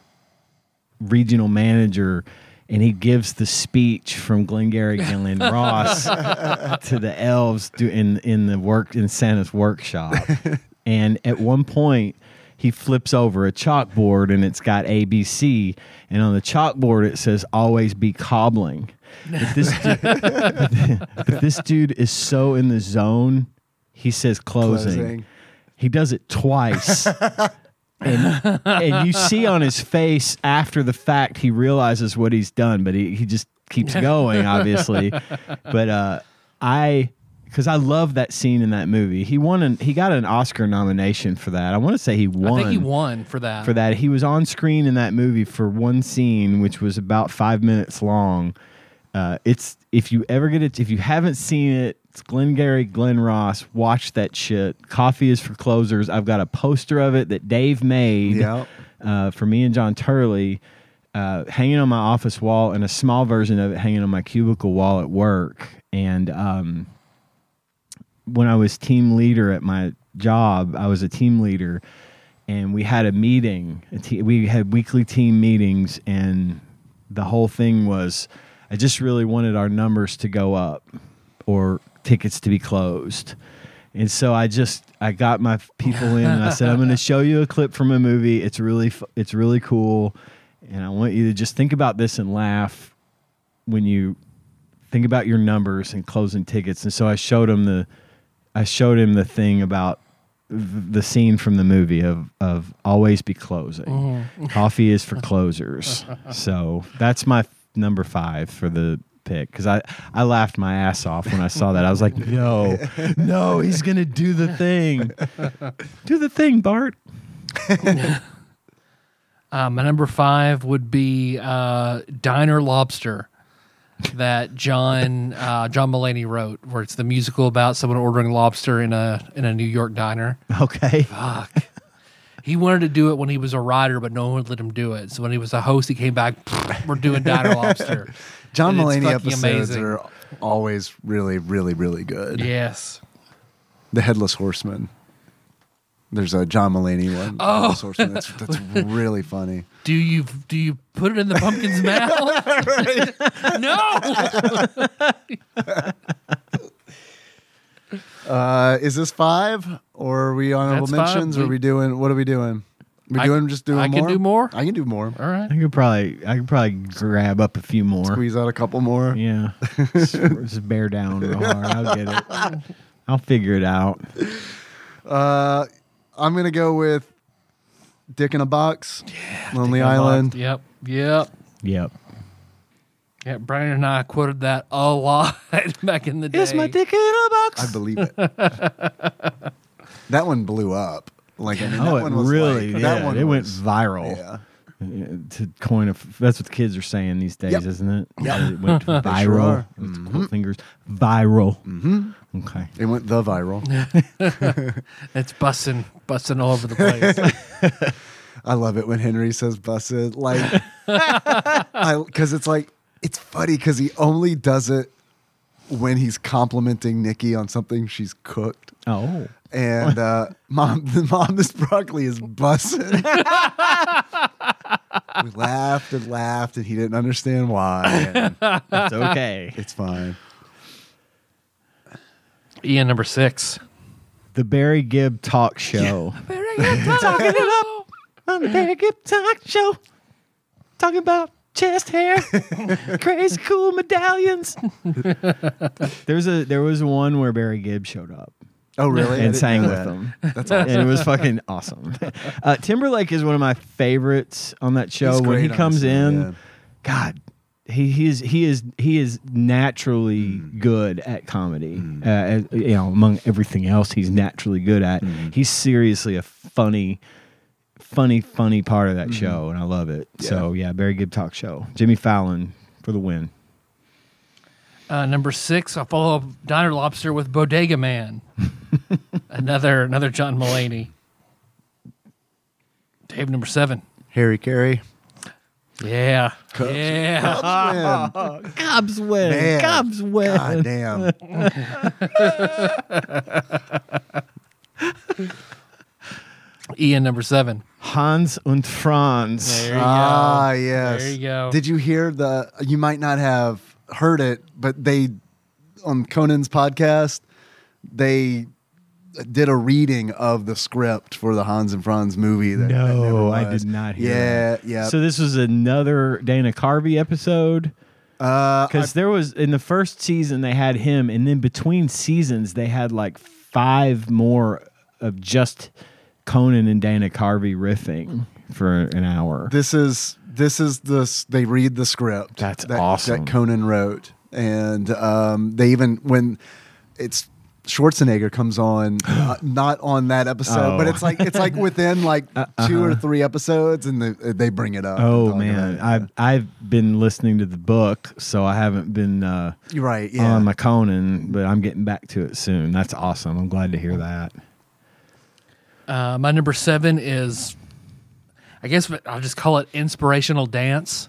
B: regional manager, and he gives the speech from Glengarry Gillian Ross to the elves do, in in the work in Santa's workshop. and at one point, he flips over a chalkboard and it's got ABC, and on the chalkboard it says "Always be cobbling." But this, du- but this dude is so in the zone. He says
D: Closing.
B: closing. He does it twice and, and you see on his face after the fact he realizes what he's done but he, he just keeps going obviously but uh i because i love that scene in that movie he won an, he got an oscar nomination for that i want to say he won
C: I think he won for that.
B: for that. He was on screen in that movie for one scene, which was about five minutes long. Uh, it's if you ever get it, if you haven't seen it, it's Glengarry Glen Ross. Watch that shit. Coffee is for closers. I've got a poster of it that Dave made
D: Yep.
B: uh, for me and John Turley. Uh, hanging on my office wall and a small version of it hanging on my cubicle wall at work. And um, when I was team leader at my job, I was a team leader, and we had a meeting. A te- we had weekly team meetings, and the whole thing was, I just really wanted our numbers to go up, or tickets to be closed. And so I just I got my people in, and I said, I'm going to show you a clip from a movie. It's really f- it's really cool, and I want you to just think about this and laugh when you think about your numbers and closing tickets. And so I showed him the I showed him the thing about th- the scene from the movie of of always be closing. Coffee is for closers. so that's my f- number five for the pick because I I laughed my ass off when I saw that. I was like, no, no, he's gonna do the thing, do the thing, Bart.
C: Uh, my number five would be uh, Diner Lobster that John uh, John Mulaney wrote, where it's the musical about someone ordering lobster in a in a New York diner.
B: Okay,
C: He wanted to do it when he was a writer, but no one would let him do it. So when he was a host, he came back. We're doing Diner Lobster.
D: John
C: And it's
D: Mulaney
C: fucking
D: episodes are always really, really, really good.
C: Yes.
D: The Headless Horseman. There's a John Mulaney one. Oh, Headless Horseman. That's, that's really funny.
C: Do you do you put it in the pumpkin's mouth? no.
D: Uh, is this five or are we honorable
C: That's five.
D: mentions? Or are
C: We-
D: we doing? What are we doing? We
C: I-
D: doing just doing
C: I can
D: more?
C: do more?
D: I can do more.
C: All right.
B: I could probably I could probably grab up a few more.
D: Squeeze out a couple more.
B: Yeah, just, just bear down real hard. I'll get it. I'll figure it out.
D: Uh, I'm gonna go with Dick in a Box, Lonely Island.
C: Yep. Yep.
B: Yep.
C: Yeah, Brian and I quoted that a lot back in the day.
B: It's my dick in a
D: I
B: box.
D: believe it. that one blew up. Like I mean,
B: oh,
D: that
B: it
D: one was
B: really?
D: Like,
B: yeah,
D: that one
B: it
D: was-
B: went viral.
D: Yeah.
B: To coin a, f- that's what the kids are saying these days,
D: Yep.
B: isn't it? Yeah, it went viral.
D: are. Mm-hmm.
B: It's cool fingers viral. Mm-hmm. Okay.
D: It went the viral.
C: It's busting, busting all over the place.
D: I love it when Henry says busted. Like, I because it's like, it's funny because he only does it when he's complimenting Nikki on something she's cooked.
B: Oh,
D: And uh, mom, mom, this broccoli is busted. we laughed and laughed, and he didn't understand why. and
B: that's okay.
D: it's fine.
C: Ian number six.
B: the Barry Gibb talk show. Talking it up on the Barry Gibb talk show. Talking about chest hair, crazy cool medallions. There's a there was one where Barry Gibb showed up
D: Oh, really? I
B: and
D: didn't
B: sang
D: know
B: with
D: that.
B: them.
D: That's awesome.
B: And it was fucking awesome. Uh, Timberlake is one of my favorites on that show.
D: He's
B: when he
D: great on
B: comes
D: the
B: in,
D: scene, yeah.
B: God, he, he is he is he is naturally
D: Mm.
B: good at comedy. Uh, as- you know, among everything else, he's naturally good at.
D: Mm.
B: He's seriously a funny, funny, funny part of that
D: Mm-hmm.
B: show, and I love it. So yeah, Barry Gibb talk show. Jimmy Fallon for the win.
C: Uh, number six. I follow up Diner Lobster with Bodega Man. another, another John Mulaney. Dave number seven.
D: Harry Carey. Oh,
C: Yeah. Yeah.
D: Cubs
B: Cubs
D: win.
B: win.
D: Man.
B: Cubs win.
D: God damn.
C: Ian number seven.
B: Hans und Franz.
C: There you
D: Ah,
C: go.
D: yes.
C: There you go.
D: Did you hear the? You might not have heard it, but they on Conan's podcast they did a reading of the script for the Hans and Franz movie. That that
B: No,
D: never
B: I
D: was.
B: did not hear
D: Yeah, yeah.
B: So this was another Dana Carvey episode
D: uh,
B: because there was in the first season they had him, and then between seasons they had like five more of just Conan and Dana Carvey riffing for an hour.
D: this is this is this. They read the script.
B: That's
D: that,
B: awesome.
D: That Conan wrote, and um, they even when it's. Schwarzenegger comes on, uh, not on that episode,
B: Oh. Uh, uh-huh.
D: but it's like it's like within like two or three episodes, and they, they bring it up. and
B: Oh
D: talk
B: man,
D: about it.
B: I've I've been listening to the book, so I haven't been uh,
D: You're right. Yeah.
B: on my Conan, but I'm getting back to it soon. That's awesome. I'm glad to hear that.
C: Uh, my number seven is, I guess what- I'll just call it inspirational dance.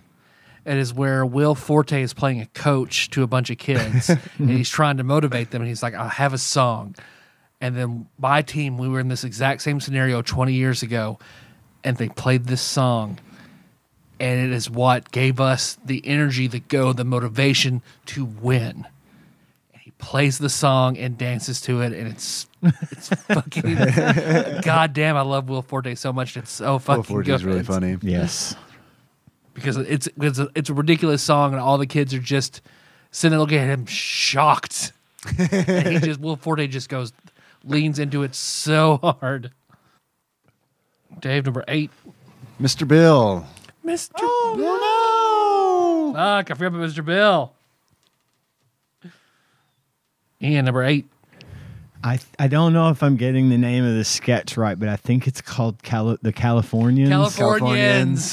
C: It is where Will Forte is playing a coach to a bunch of kids, and he's trying to motivate them. And he's like, "I have a song," and then my team, we were in this exact same scenario 20 years ago, and they played this song, and it is what gave us the energy, the go, the motivation to win. And he plays the song and dances to it, and it's it's fucking goddamn. I love Will Forte so much. It's so fucking
D: Forte
C: good
D: is really funny.
B: Yes.
C: because it's it's a, it's a ridiculous song and all the kids are just sitting there looking at him shocked. and he just Will Forte just goes leans into it so hard. Dave number eight,
D: Mr. Bill.
C: Mister.
D: Oh,
C: Bill. Fuck! I forgot about Mister Bill. Ian number eight.
B: I, I don't know if I'm getting the name of the sketch right, but I think it's called Cali- the Californians.
C: Californians.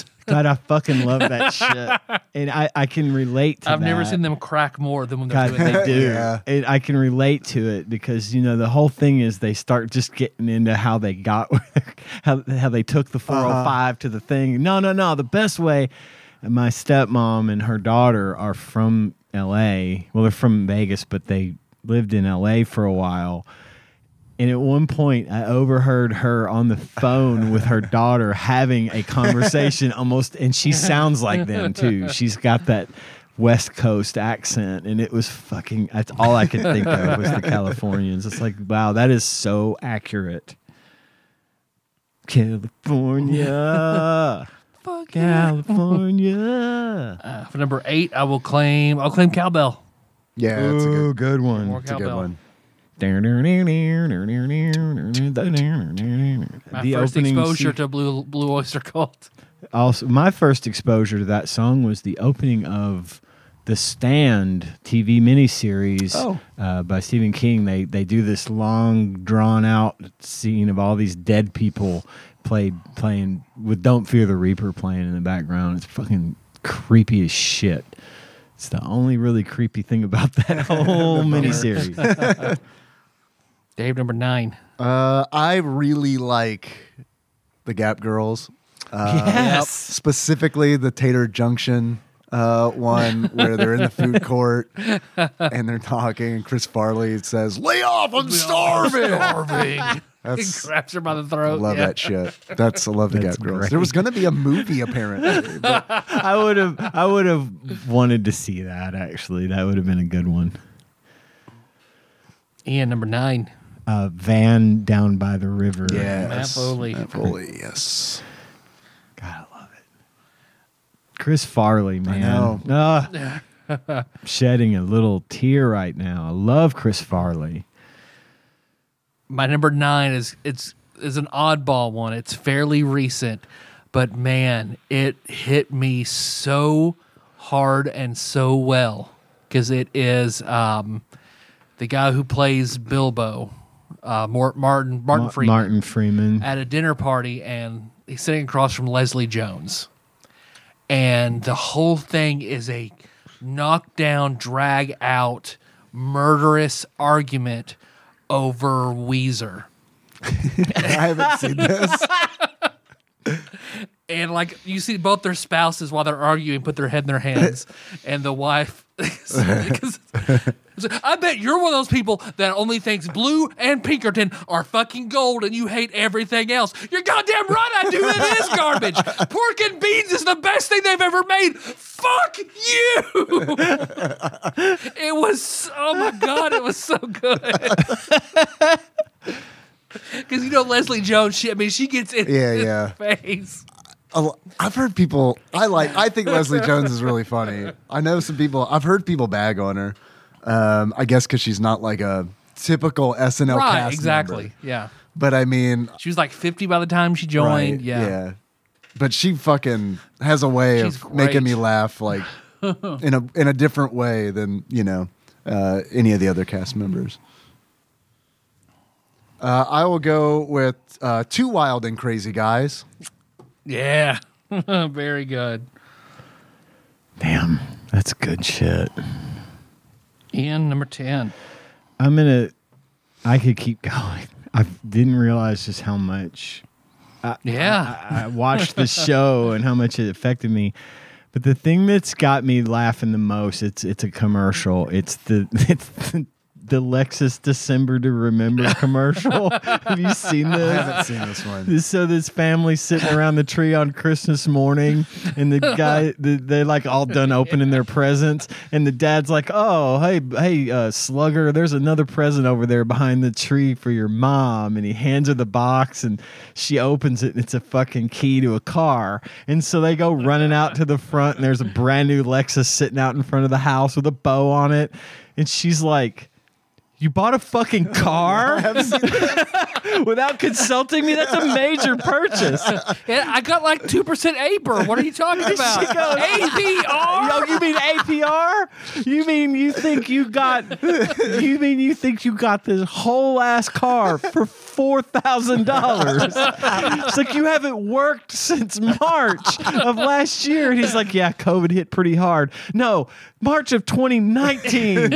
D: Californians.
B: God, I fucking love that shit, and I, I can relate to.
C: I've never
B: that.
C: seen them crack more than when they're
B: God,
C: doing that.
B: they do.
D: Yeah.
B: And I can relate to it because you know the whole thing is they start just getting into how they got how how they took the 405 to the thing. No, no, no. The best way. My stepmom and her daughter are from L.A. Well, they're from Vegas, but they lived in L.A. for a while. And at one point, I overheard her on the phone with her daughter having a conversation almost, and she sounds like them too. She's got that West Coast accent, and it was fucking, that's all I could think of was the Californians. It's like, wow, that is so accurate. California,
C: Fuck yeah.
B: California.
C: Uh, for number eight, I will claim. I'll claim cowbell.
D: Yeah, that's a
B: Ooh,
D: good,
B: good
C: More
B: one.
D: that's a good
C: Cowbell.
D: one.
C: My
B: The
C: first
B: opening
C: exposure
B: sequ-
C: to Blue Blue Oyster Cult.
B: also my first exposure to that song was the opening of the Stand TV miniseries
D: Oh.
B: uh, by Stephen King. They they do this long drawn out scene of all these dead people play playing with Don't Fear the Reaper playing in the background. It's fucking creepy as shit. It's the only really creepy thing about that whole miniseries.
C: Dave number nine.
D: Uh, I really like the Gap Girls,
B: yes.
D: specifically the Tater Junction uh, one where they're in the food court and they're talking, and Chris Farley says, "Lay off, I'm starving."
C: Starving.
D: That's-
C: grabs her by the throat.
D: Love
C: yeah.
D: that shit. That's I love the
B: That's
D: Gap Girls.
B: great.
D: There was gonna be a movie apparently. but-
B: I would have I would have wanted to see that actually. That would have been a good one.
C: Ian number nine.
B: uh, van down by the river.
C: Matt
D: yes,
C: Foley.
D: Matt Foley, yes.
B: God, I love it. Chris Farley, man.
D: know.
B: Ah. shedding a little tear right now. I love Chris Farley.
C: My number nine is it's is an oddball one. It's fairly recent, but man, it hit me so hard and so well because it is um, the guy who plays Bilbo, uh, Mor- Martin Martin
B: Ma-
C: Freeman.
B: Martin Freeman.
C: at a dinner party and he's sitting across from Leslie Jones. And the whole thing is a knockdown, drag out, murderous argument over Weezer.
D: I haven't seen this.
C: and like you see both their spouses while they're arguing put their head in their hands and the wife 'cause- I bet you're one of those people that only thinks blue and Pinkerton are fucking gold and you hate everything else. You're goddamn right I do. It is garbage. Pork and beans is the best thing they've ever made. Fuck you. it was, oh my God, it was so good. Because you know Leslie Jones, she, I mean, she gets in
D: Yeah,
C: his
D: yeah.
C: face.
D: a lo- I've heard people. I like. I think Leslie Jones is really funny. I know some people. I've heard people bag on her. Um, I guess because she's not like a typical SNL
C: right,
D: cast
C: exactly.
D: member.
C: Yeah.
D: But I mean,
C: She was like 50 by the time she joined.
D: right,
C: yeah.
D: But she fucking has a way
C: She's
D: of making me
C: great.
D: laugh, like in a in a different way than you know uh, any of the other cast members. Uh, I will go with uh, two wild and crazy guys.
C: Yeah. Very good.
B: Damn, that's good shit.
C: Ian, number 10.
B: I'm gonna. I could keep going. I didn't realize just how much
C: Yeah.
B: I watched the show and how much it affected me. But the thing that's got me laughing the most it's it's a commercial. It's the it's the, the Lexus December to Remember commercial. Have you seen
D: I
B: this?
D: haven't seen this one.
B: This- So this family sitting around the tree on Christmas morning, and the guy, the, they're like all done opening their presents, and the dad's like, "Oh, hey, hey, uh, Slugger, there's another present over there behind the tree for your mom," and he hands her the box, and she opens it, and it's a fucking key to a car, and so they go running out to the front, and there's a brand new Lexus sitting out in front of the house with a bow on it, and she's like. You bought a fucking car? without consulting me. That's a major purchase.
C: Yeah, I got like 2% APR. E What are you talking about? E
B: goes-
C: APR?
B: Yo, you mean APR? You mean you think you got? You mean you think you got this whole ass car for four thousand dollars? It's like you haven't worked since March of last year, and he's like, "Yeah, COVID hit pretty hard." No, March of 2019.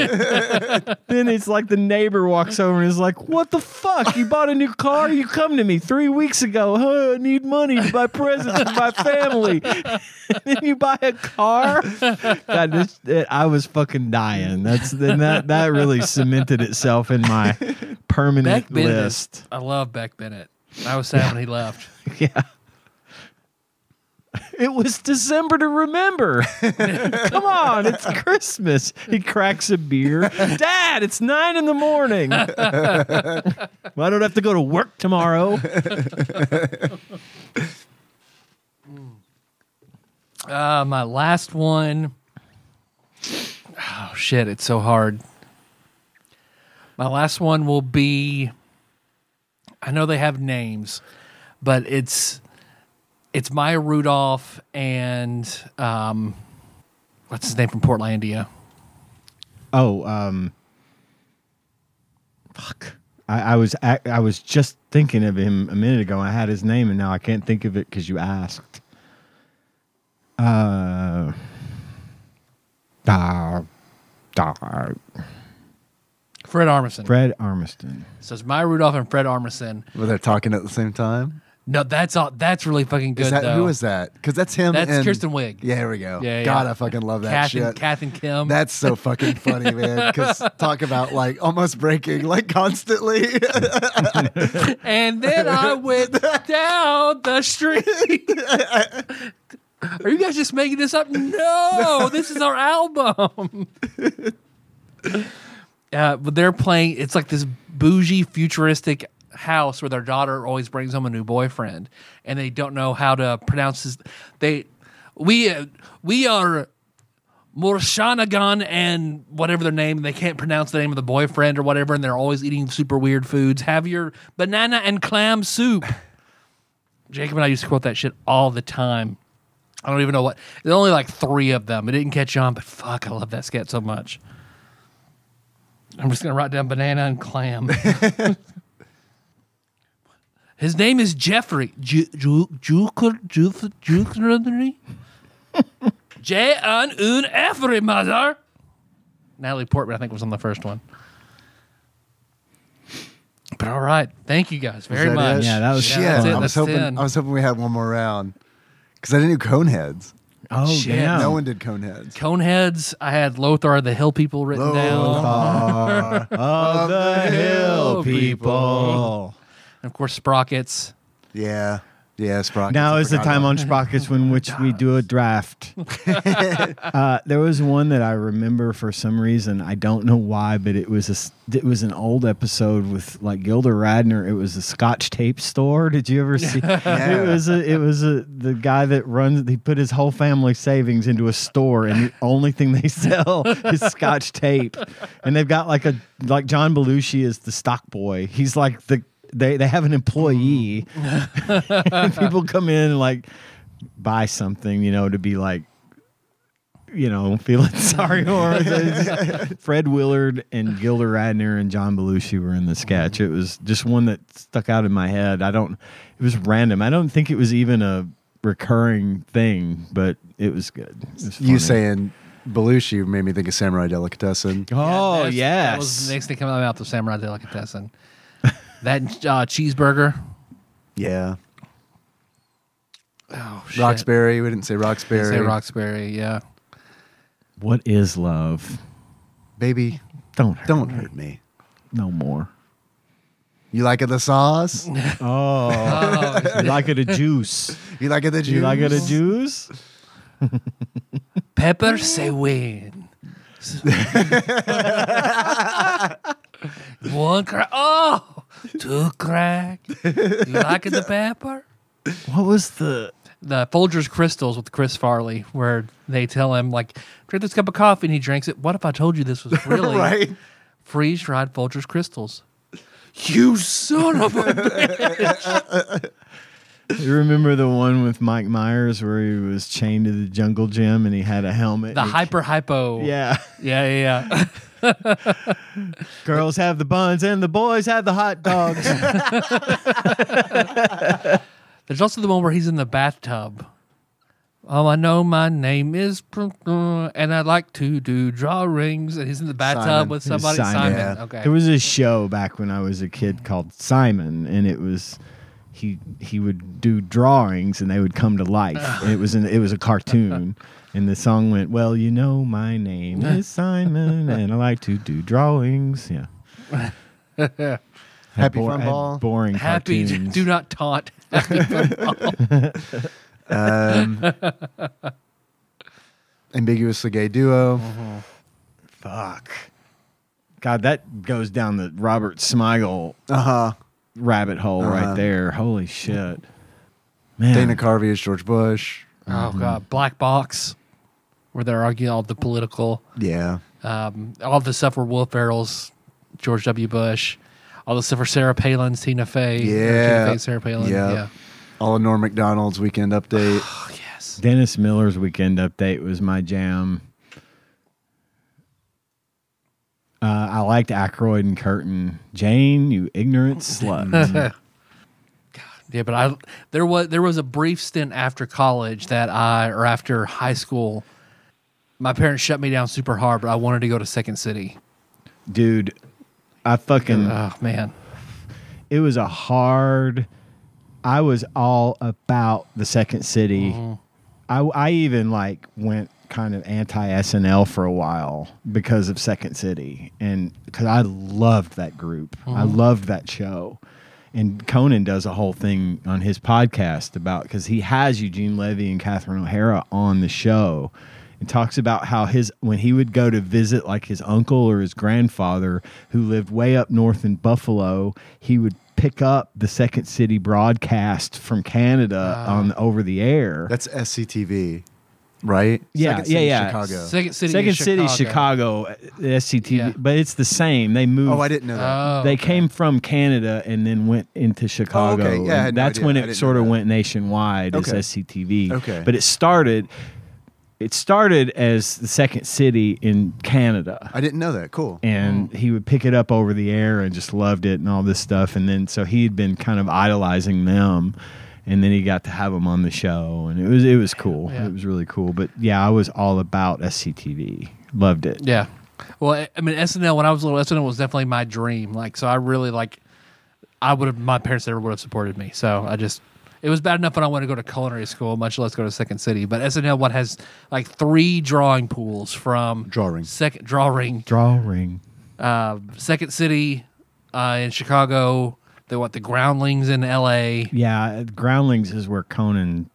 B: then it's like the neighbor walks over and is like, "What the fuck? You bought a new car? You come to me three weeks ago? Huh? I need money to buy presents for my family." then you buy a car. God, this, it, I was fucking dying. That's then that that really cemented itself in my permanent
C: Beck Bennett. is-
B: list.
C: I love Beck Bennett. I was sad when he left.
B: Yeah. It was December to remember. Come on, it's Christmas. He cracks a beer. Dad, it's nine in the morning. well, I don't have to go to work tomorrow.
C: Uh, my last one. Oh shit, it's so hard. My last one will be I know they have names, but it's it's Maya Rudolph and um what's his name from Portlandia?
B: Oh, um, fuck. I, I was I, I was just thinking of him a minute ago. I had his name, and now I can't think of it because you asked. Uh, da, da,
C: Fred Armisen.
B: Fred Armiston.
C: So it's Maya Rudolph and Fred Armisen.
D: Were they talking at the same time?
C: No, that's all that's really fucking good
D: Is that
C: though.
D: who is that? Because that's him.
C: That's
D: and-
C: Kirsten Wig.
D: Yeah, there we go.
C: Yeah, yeah.
D: God, I fucking love that
C: Kath
D: shit.
C: and, Kath and Kim.
D: That's so fucking funny, man. Because talk about like almost breaking like constantly.
C: And then I went down the street. Are you guys just making this up? No, this is our album. Uh, but they're playing, it's like this bougie, futuristic house where their daughter always brings home a new boyfriend and they don't know how to pronounce his. They, we, uh, we are Morshanagan and whatever their name, they can't pronounce the name of the boyfriend or whatever, and they're always eating super weird foods. Have your banana and clam soup. Jacob and I used to quote that shit all the time. I don't even know what. There's only like three of them. It didn't catch on, but fuck, I love that sketch so much. I'm just gonna write down banana and clam. His name is Jeffrey. Ju- Ju- Juker- Juf- Juknery? J an un every mother. Natalie Portman, I think, was on the first one. But all right, thank you guys very
D: Is that
C: much.
D: it?
B: Yeah, that was
D: shit.
C: that's it.
D: I was
C: That's
D: hoping
C: 10.
D: I was hoping we had one more round. because I didn't do Coneheads.
B: Oh
C: Shit,
B: damn.
D: No one did Coneheads.
C: Coneheads. I had Lothar the Hill People written down.
D: Lothar.
B: of the hill
C: hill
B: people.
C: And of course, Sprockets.
D: yeah, yeah. Sprockets.
B: Now
D: I
B: is the
D: forgot
B: time
D: about-
B: on Sprockets when which we do a draft. uh, there was one that I remember for some reason. I don't know why, but it was a s it was an old episode with like Gilda Radner. It was the Scotch Tape Store. Did you ever see? It was a, it was a, the guy that runs. He put his whole family savings into a store, and the only thing they sell is Scotch tape. And they've got like a like John Belushi is the stock boy. He's like the they they have an employee and people come in and like buy something, you know, to be like, you know, feeling sorry or Fred Willard and Gilda Radner and John Belushi were in the sketch. It was just one that stuck out in my head. I don't, it was random. I don't think it was even a recurring thing, but it was good. It was funny.
D: You saying Belushi made me think of Samurai Delicatessen.
B: Oh
C: that's-
B: yes,
C: That was the next thing coming out of my mouth of Samurai Delicatessen. that uh, cheeseburger.
D: Yeah.
C: Oh, shit.
D: Roxbury. We didn't say Roxbury.
C: Say Roxbury. Yeah.
B: what is love?
D: Baby,
B: Don't hurt
D: don't hurt me.
B: no more.
D: You like it the sauce?
B: Oh,
C: Oh,
B: like it a juice.
D: You like it the juice?
B: You like it a juice?
C: Pepper say win. One crack. Oh, two crack. You liking the pepper?
B: What was the?
C: The Folgers Crystals with Chris Farley, where they tell him like, drink this cup of coffee, and he drinks it. What if I told you this was really
D: Right.
C: freeze dried Folgers Crystals? You son of a
B: You remember the one with Mike Myers where he was chained to the jungle gym and he had a helmet?
C: the
B: and he-
C: hyper hypo.
B: Yeah.
C: yeah, yeah. yeah.
B: Girls have the buns and the boys have the hot dogs.
C: There's also the one where he's in the bathtub. Oh, I know my name is, uh, and I like to do drawings. And he's in the bathtub
D: Simon.
C: with somebody.
B: Simon.
C: Simon.
D: Yeah.
C: Okay.
B: There was a show back when I was a kid called Simon, and it was he he would do drawings, and they would come to life. And it was an, it was a cartoon, and the song went, "Well, you know my name is Simon, and I like to do drawings." Yeah, Had
D: Happy Fun
B: had
D: Ball.
B: boring
C: Happy.
B: cartoons.
C: Do not taunt.
D: Ambiguously gay duo.
C: Mm-hmm.
B: Fuck. God, that goes down the Robert Smigel
D: Uh huh.
B: rabbit hole
D: Uh-huh.
B: right there. Holy shit. Man.
D: Dana Carvey is George Bush.
C: oh God, Black Box, where they're arguing all the political,
D: Yeah.
C: um, all the stuff where Will Ferrell's George W. Bush, all the stuff for Sarah Palin's Tina Fey. or Tina
D: Yeah.
C: Fey's Sarah Palin.
D: Yeah.
C: yeah.
D: All of Norm McDonald's weekend update.
C: Oh, yes.
B: Dennis Miller's weekend update was my jam. Uh, I liked Aykroyd and Curtin. Jane, you ignorant
D: Mm-hmm.
B: slut.
C: Yeah, but I there was there was a brief stint after college that I or after high school, my parents shut me down super hard, but I wanted to go to Second City.
B: Dude, I fucking.
C: Oh man,
B: it was a hard i was all about the second city I, I even like went kind of anti snl for a while because of second city and because i loved that group i loved that show and conan does a whole thing on his podcast about because he has eugene levy and catherine o'hara on the show and talks about how his when he would go to visit like his uncle or his grandfather who lived way up north in Buffalo, he would pick up the Second City broadcast from Canada on over the air.
D: That's SCTV, right?
B: Yeah,
D: Second
B: yeah,
D: City,
B: yeah.
D: Chicago.
C: Second City,
B: Second
C: is Chicago.
B: City, Chicago, uh, SCTV,
C: Yeah.
B: but it's the same. They moved.
D: oh, I didn't know that.
C: Oh,
B: They came from Canada and then went into Chicago.
D: Oh, Yeah, I
B: and
D: had no
B: that's
D: idea.
B: when
D: I
B: it
D: didn't
B: sort
D: know
B: of
D: that.
B: went nationwide
D: Okay.
B: as SCTV.
D: Okay.
B: But it started it started as the second city in Canada.
D: I didn't know that. Cool.
B: and
C: Mm.
B: he would pick it up over the air and just loved it and all this stuff. And then so he had been kind of idolizing them, and then he got to have them on the show, and it was it was cool.
C: Yeah.
B: It was really cool. But yeah, I was all about SCTV. Loved it.
C: yeah. Well, I- I mean SNL when I was little, SNL was definitely my dream. Like, so I really like. I would have my parents never would have supported me, so I just It was bad enough when I want to go to culinary school, much less go to Second City. But SNL one has like three drawing pools from
D: Drawing.
C: second drawing
B: Draw ring.
C: uh, Second City uh, in Chicago. They want the Groundlings in L.A.
B: Yeah, Groundlings is where Conan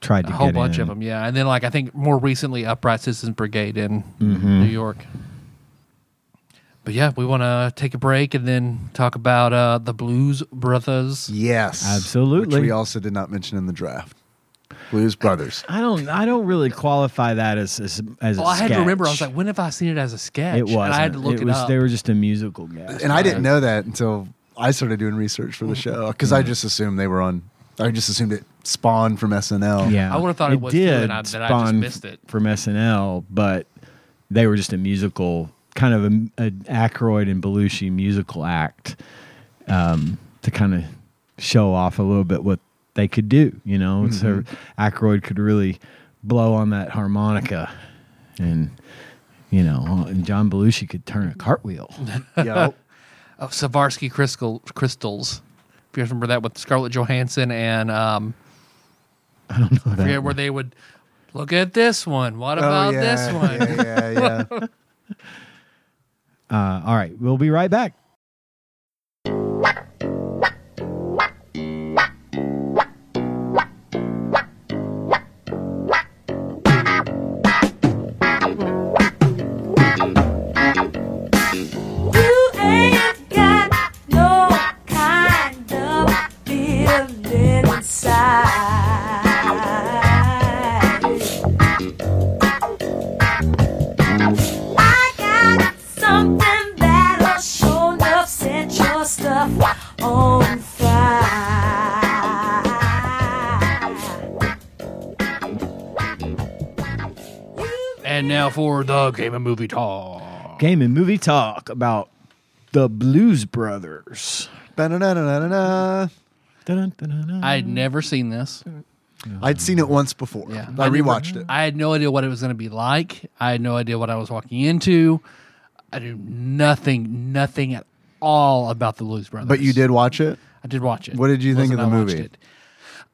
B: tried to
C: A whole
B: get
C: bunch
B: in.
C: of them, yeah. And then like I think more recently, Upright Citizens Brigade in
B: Mm-hmm.
C: New York. But yeah, we want to take a break and then talk about uh, the Blues Brothers.
D: Yes.
B: Absolutely.
D: Which we also did not mention in the draft. Blues Brothers.
B: I don't. I don't really qualify that as as, as
C: Well,
B: a
C: I had to remember. I was
B: sketch.
C: like, when have I seen it as a sketch?
B: it was.
C: And I had to look it,
B: it, was.
C: up.
B: They were just a musical guest.
D: And I didn't know that until I started doing research for the show because I just assumed they were on. I just assumed it spawned from SNL.
B: Yeah,
C: I would've thought it was too,
B: did
C: and I- that I just
B: spawn
C: missed it.
B: from SNL, but they were just a musical kind of a, an Aykroyd and Belushi musical act um, to kind of show off a little bit what they could do. You know,
C: Mm-hmm.
B: so Aykroyd could really blow on that harmonica, and you know, and John Belushi could turn a cartwheel.
D: Yep.
C: oh, Savarsky Crystal Crystals. If you guys remember that with Scarlett Johansson and um, I don't know that where they would look at this one. What about this one?
D: Oh, Yeah, yeah, yeah.
B: Uh, all right, we'll be right back.
E: You ain't got no kind of feeling inside. I got something that'll sure enough set your stuff on fire.
C: And now for the game and movie talk.
B: Game and movie talk about the Blues Brothers.
D: Ba-na-na-na-na-na.
B: Dun-dun-dun-dun-dun.
C: I had never seen this.
D: I'd seen it once before.
C: Yeah.
D: I rewatched it.
C: I had no idea what it was going to be like. I had no idea what I was walking into. I knew nothing, nothing at all about the Blues Brothers.
D: But you did watch it?
C: I did watch it.
D: What did you think
C: Wasn't
D: of the
C: I watched
D: movie?
C: it.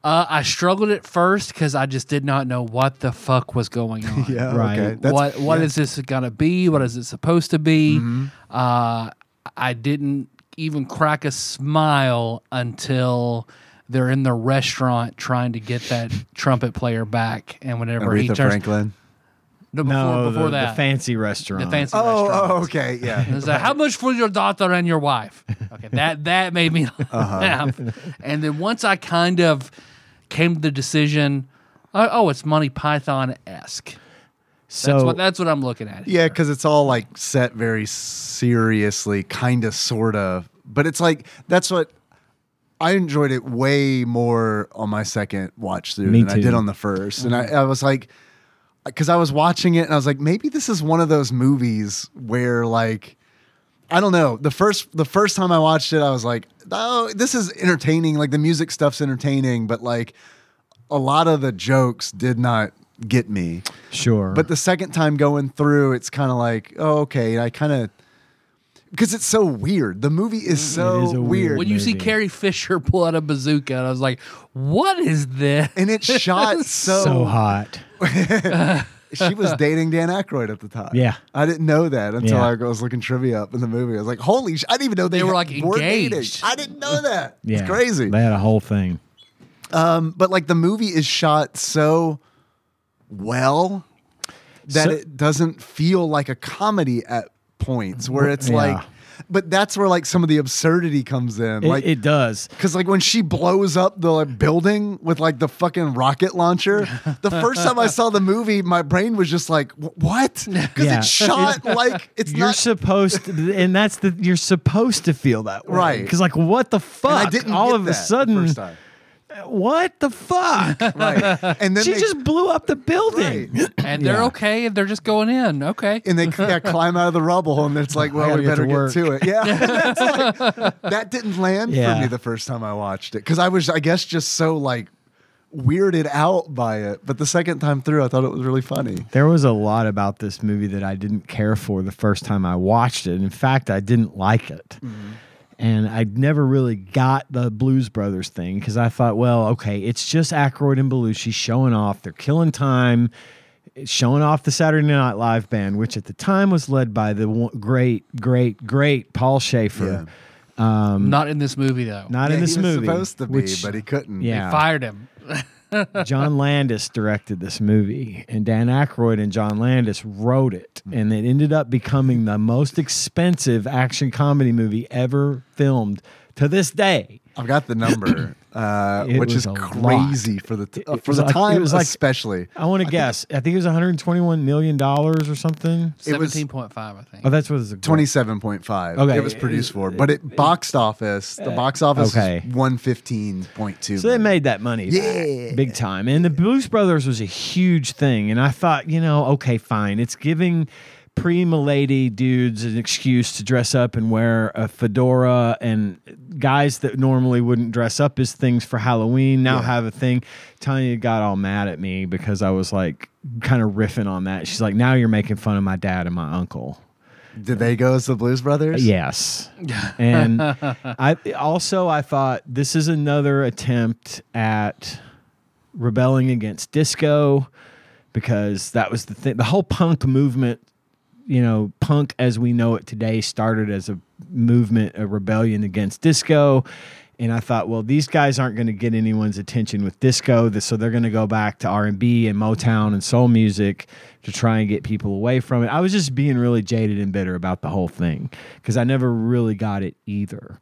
C: Uh, I struggled at first because I just did not know what the fuck was going on.
D: Yeah.
B: Right.
D: Okay.
C: what What is this gonna be? What is it supposed to be?
D: Mm-hmm.
C: Uh, I didn't even crack a smile until they're in the restaurant trying to get that trumpet player back, and whenever he
D: Aretha
C: turns
D: Franklin.
C: no before,
B: no,
C: before
B: the,
C: that
B: the fancy restaurant.
C: the fancy
D: Oh,
C: restaurant.
D: oh, okay. Yeah.
C: It's like, how much for your daughter and your wife? Okay, that that made me laugh.
D: Uh-huh.
C: And then once I kind of came to the decision, oh, oh it's Monty Python esque.
B: So
C: That's what that's what I'm looking at.
D: Yeah, because it's all like set very seriously, kind of, sort of. But it's like, that's what I enjoyed it way more on my second watch through
B: Me
D: than I
B: too. Mm-hmm.
D: did on the first. And I, I was like, because I was watching it and I was like, maybe this is one of those movies where like, I don't know. The first the first time I watched it, I was like, "Oh, this is entertaining. Like the music stuff's entertaining, but like a lot of the jokes did not get me."
B: sure,
D: But the second time going through, it's kind of like, oh, okay, I kind of because it's so weird. The movie is so
B: is a
D: weird.
B: weird
C: When you see
B: movie.
C: Carrie Fisher pull out a bazooka, and I was like, "What is this?"
D: and it's shot so,
B: so hot.
D: She was dating Dan Aykroyd at the time.
B: Yeah.
D: I didn't know that until
B: Yeah.
D: I was looking trivia up in the movie. I was like, holy! Sh- I didn't even know they,
C: They were, like,
D: dating.
C: engaged.
D: I didn't know that.
B: Yeah,
D: It's crazy.
B: They had a whole thing.
D: But like the movie is shot so well that
B: So-
D: it doesn't feel like a comedy at points where it's
B: Yeah.
D: like. But that's where like some of the absurdity comes
B: It,
D: in. like
B: it does.
D: Cause like when she blows up the like, building with like the fucking rocket launcher, the first time I saw the movie, my brain was just like, "Wh- "What?" Because
B: Yeah.
D: it's shot like it's
B: You're
D: not.
B: supposed, to, and that's the you're supposed to feel that way,
D: Right.
B: Because like, what the fuck?
D: and I didn't
B: all
D: get
B: of a
D: that the
B: sudden,
D: first time.
B: what the fuck?
D: right? And then
B: she
D: they,
B: just blew up the
D: right.
B: building.
C: And they're
B: Yeah.
C: okay. They're just going in. Okay.
D: and they yeah, climb out of the rubble, and it's like, well,
B: gotta
D: we
B: get
D: better
B: to
D: get
B: work.
D: to it. Yeah, It's like, that didn't land
B: Yeah.
D: for me the first time I watched it because I was, I guess, just so like weirded out by it. But the second time through, I thought it was really funny.
B: There was a lot about this
D: Mm-hmm.
B: movie that I didn't care for the first time I watched it. In fact, I didn't like it. and I never really got the Blues Brothers thing because I thought, well, okay, it's just Aykroyd and Belushi showing off. They're killing time, showing off the Saturday Night Live band, which at the time was led by the one- great, great, great Paul Schaefer.
C: Not in this movie though.
B: Not
D: Yeah,
B: in this
D: he was
B: movie,
D: supposed to be,
B: which-
D: but he couldn't.
B: yeah,
C: Fired him.
B: John Landis directed this movie, and Dan Aykroyd and John Landis wrote it, and it ended up becoming the most expensive action comedy movie ever filmed to this day.
D: I've got the number, uh,
B: It
D: which
B: was
D: is
B: a lot.
D: crazy for the t-
B: It-
D: uh,
B: it
D: for
B: was
D: the
B: like- it
D: time,
B: was like-
D: especially.
B: I want to guess. I think it was 121 million dollars or something.
D: It was-
C: Seventeen point five, I think.
B: Oh, that's what it's
D: Twenty seven point five.
B: Okay. eh,
D: it was produced for, but it boxed office. The box office
B: okay.
D: is one fifteen point two.
B: So they made that money, back,
D: Yeah.
B: big time. And the Blues Brothers was a huge thing. And I thought, you know, okay, fine. It's giving pre-Milady dudes an excuse to dress up and wear a fedora, and guys that normally wouldn't dress up as things for Halloween now have a thing. Tanya got all mad at me because I was like, kind of riffing on that. She's like, now you're making fun of my dad and my uncle.
D: Did they go as the Blues Brothers?
B: Yes. and I also I thought this is another attempt at rebelling against disco because that was the thing the whole punk movement, you know, punk as we know it today started as a movement, a rebellion against disco. And I thought, well, these guys aren't going to get anyone's attention with disco, th- so they're going to go back to R and B and Motown and soul music to try and get people away from it. I was just being really jaded and bitter about the whole thing because I never really got it either.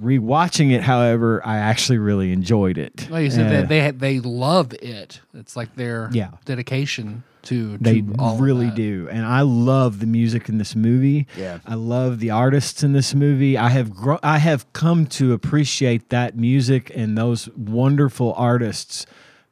B: Rewatching it, however, I actually really enjoyed it.
C: Well, you said
B: Uh,
C: that they they love it. It's like their
B: Yeah.
C: dedication to.
B: They
C: to all of
B: really
C: that.
B: do. And I love the music in this movie.
D: Yeah.
B: I love the artists in this movie. I have gro- I have come to appreciate that music and those wonderful artists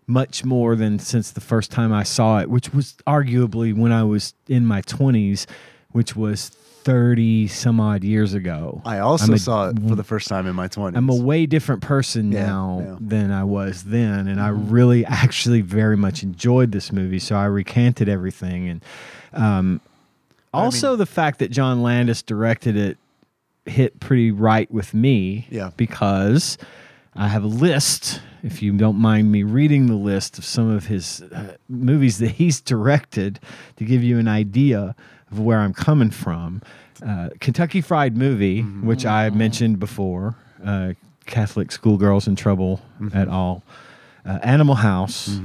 B: much more than since the first time I saw it, which was arguably when I was in my 20s, which was 30 some odd years ago.
D: I also
B: I'm a-
D: saw it for the first time in my 20s.
B: I'm a way different person
D: Yeah,
B: now
D: yeah. Mm-hmm.
B: than I was then. And I really actually very much enjoyed this movie. So I recanted everything. And um, also the fact that John Landis directed it hit pretty right with me
D: Yeah.
B: because I have a list. If you don't mind me reading the list of some of his uh, movies that he's directed to give you an idea of where I'm coming from, uh, Kentucky Fried Movie,
D: Mm-hmm.
B: which I mentioned before, uh, Catholic Schoolgirls in Trouble
D: Mm-hmm.
B: at all, uh, Animal House,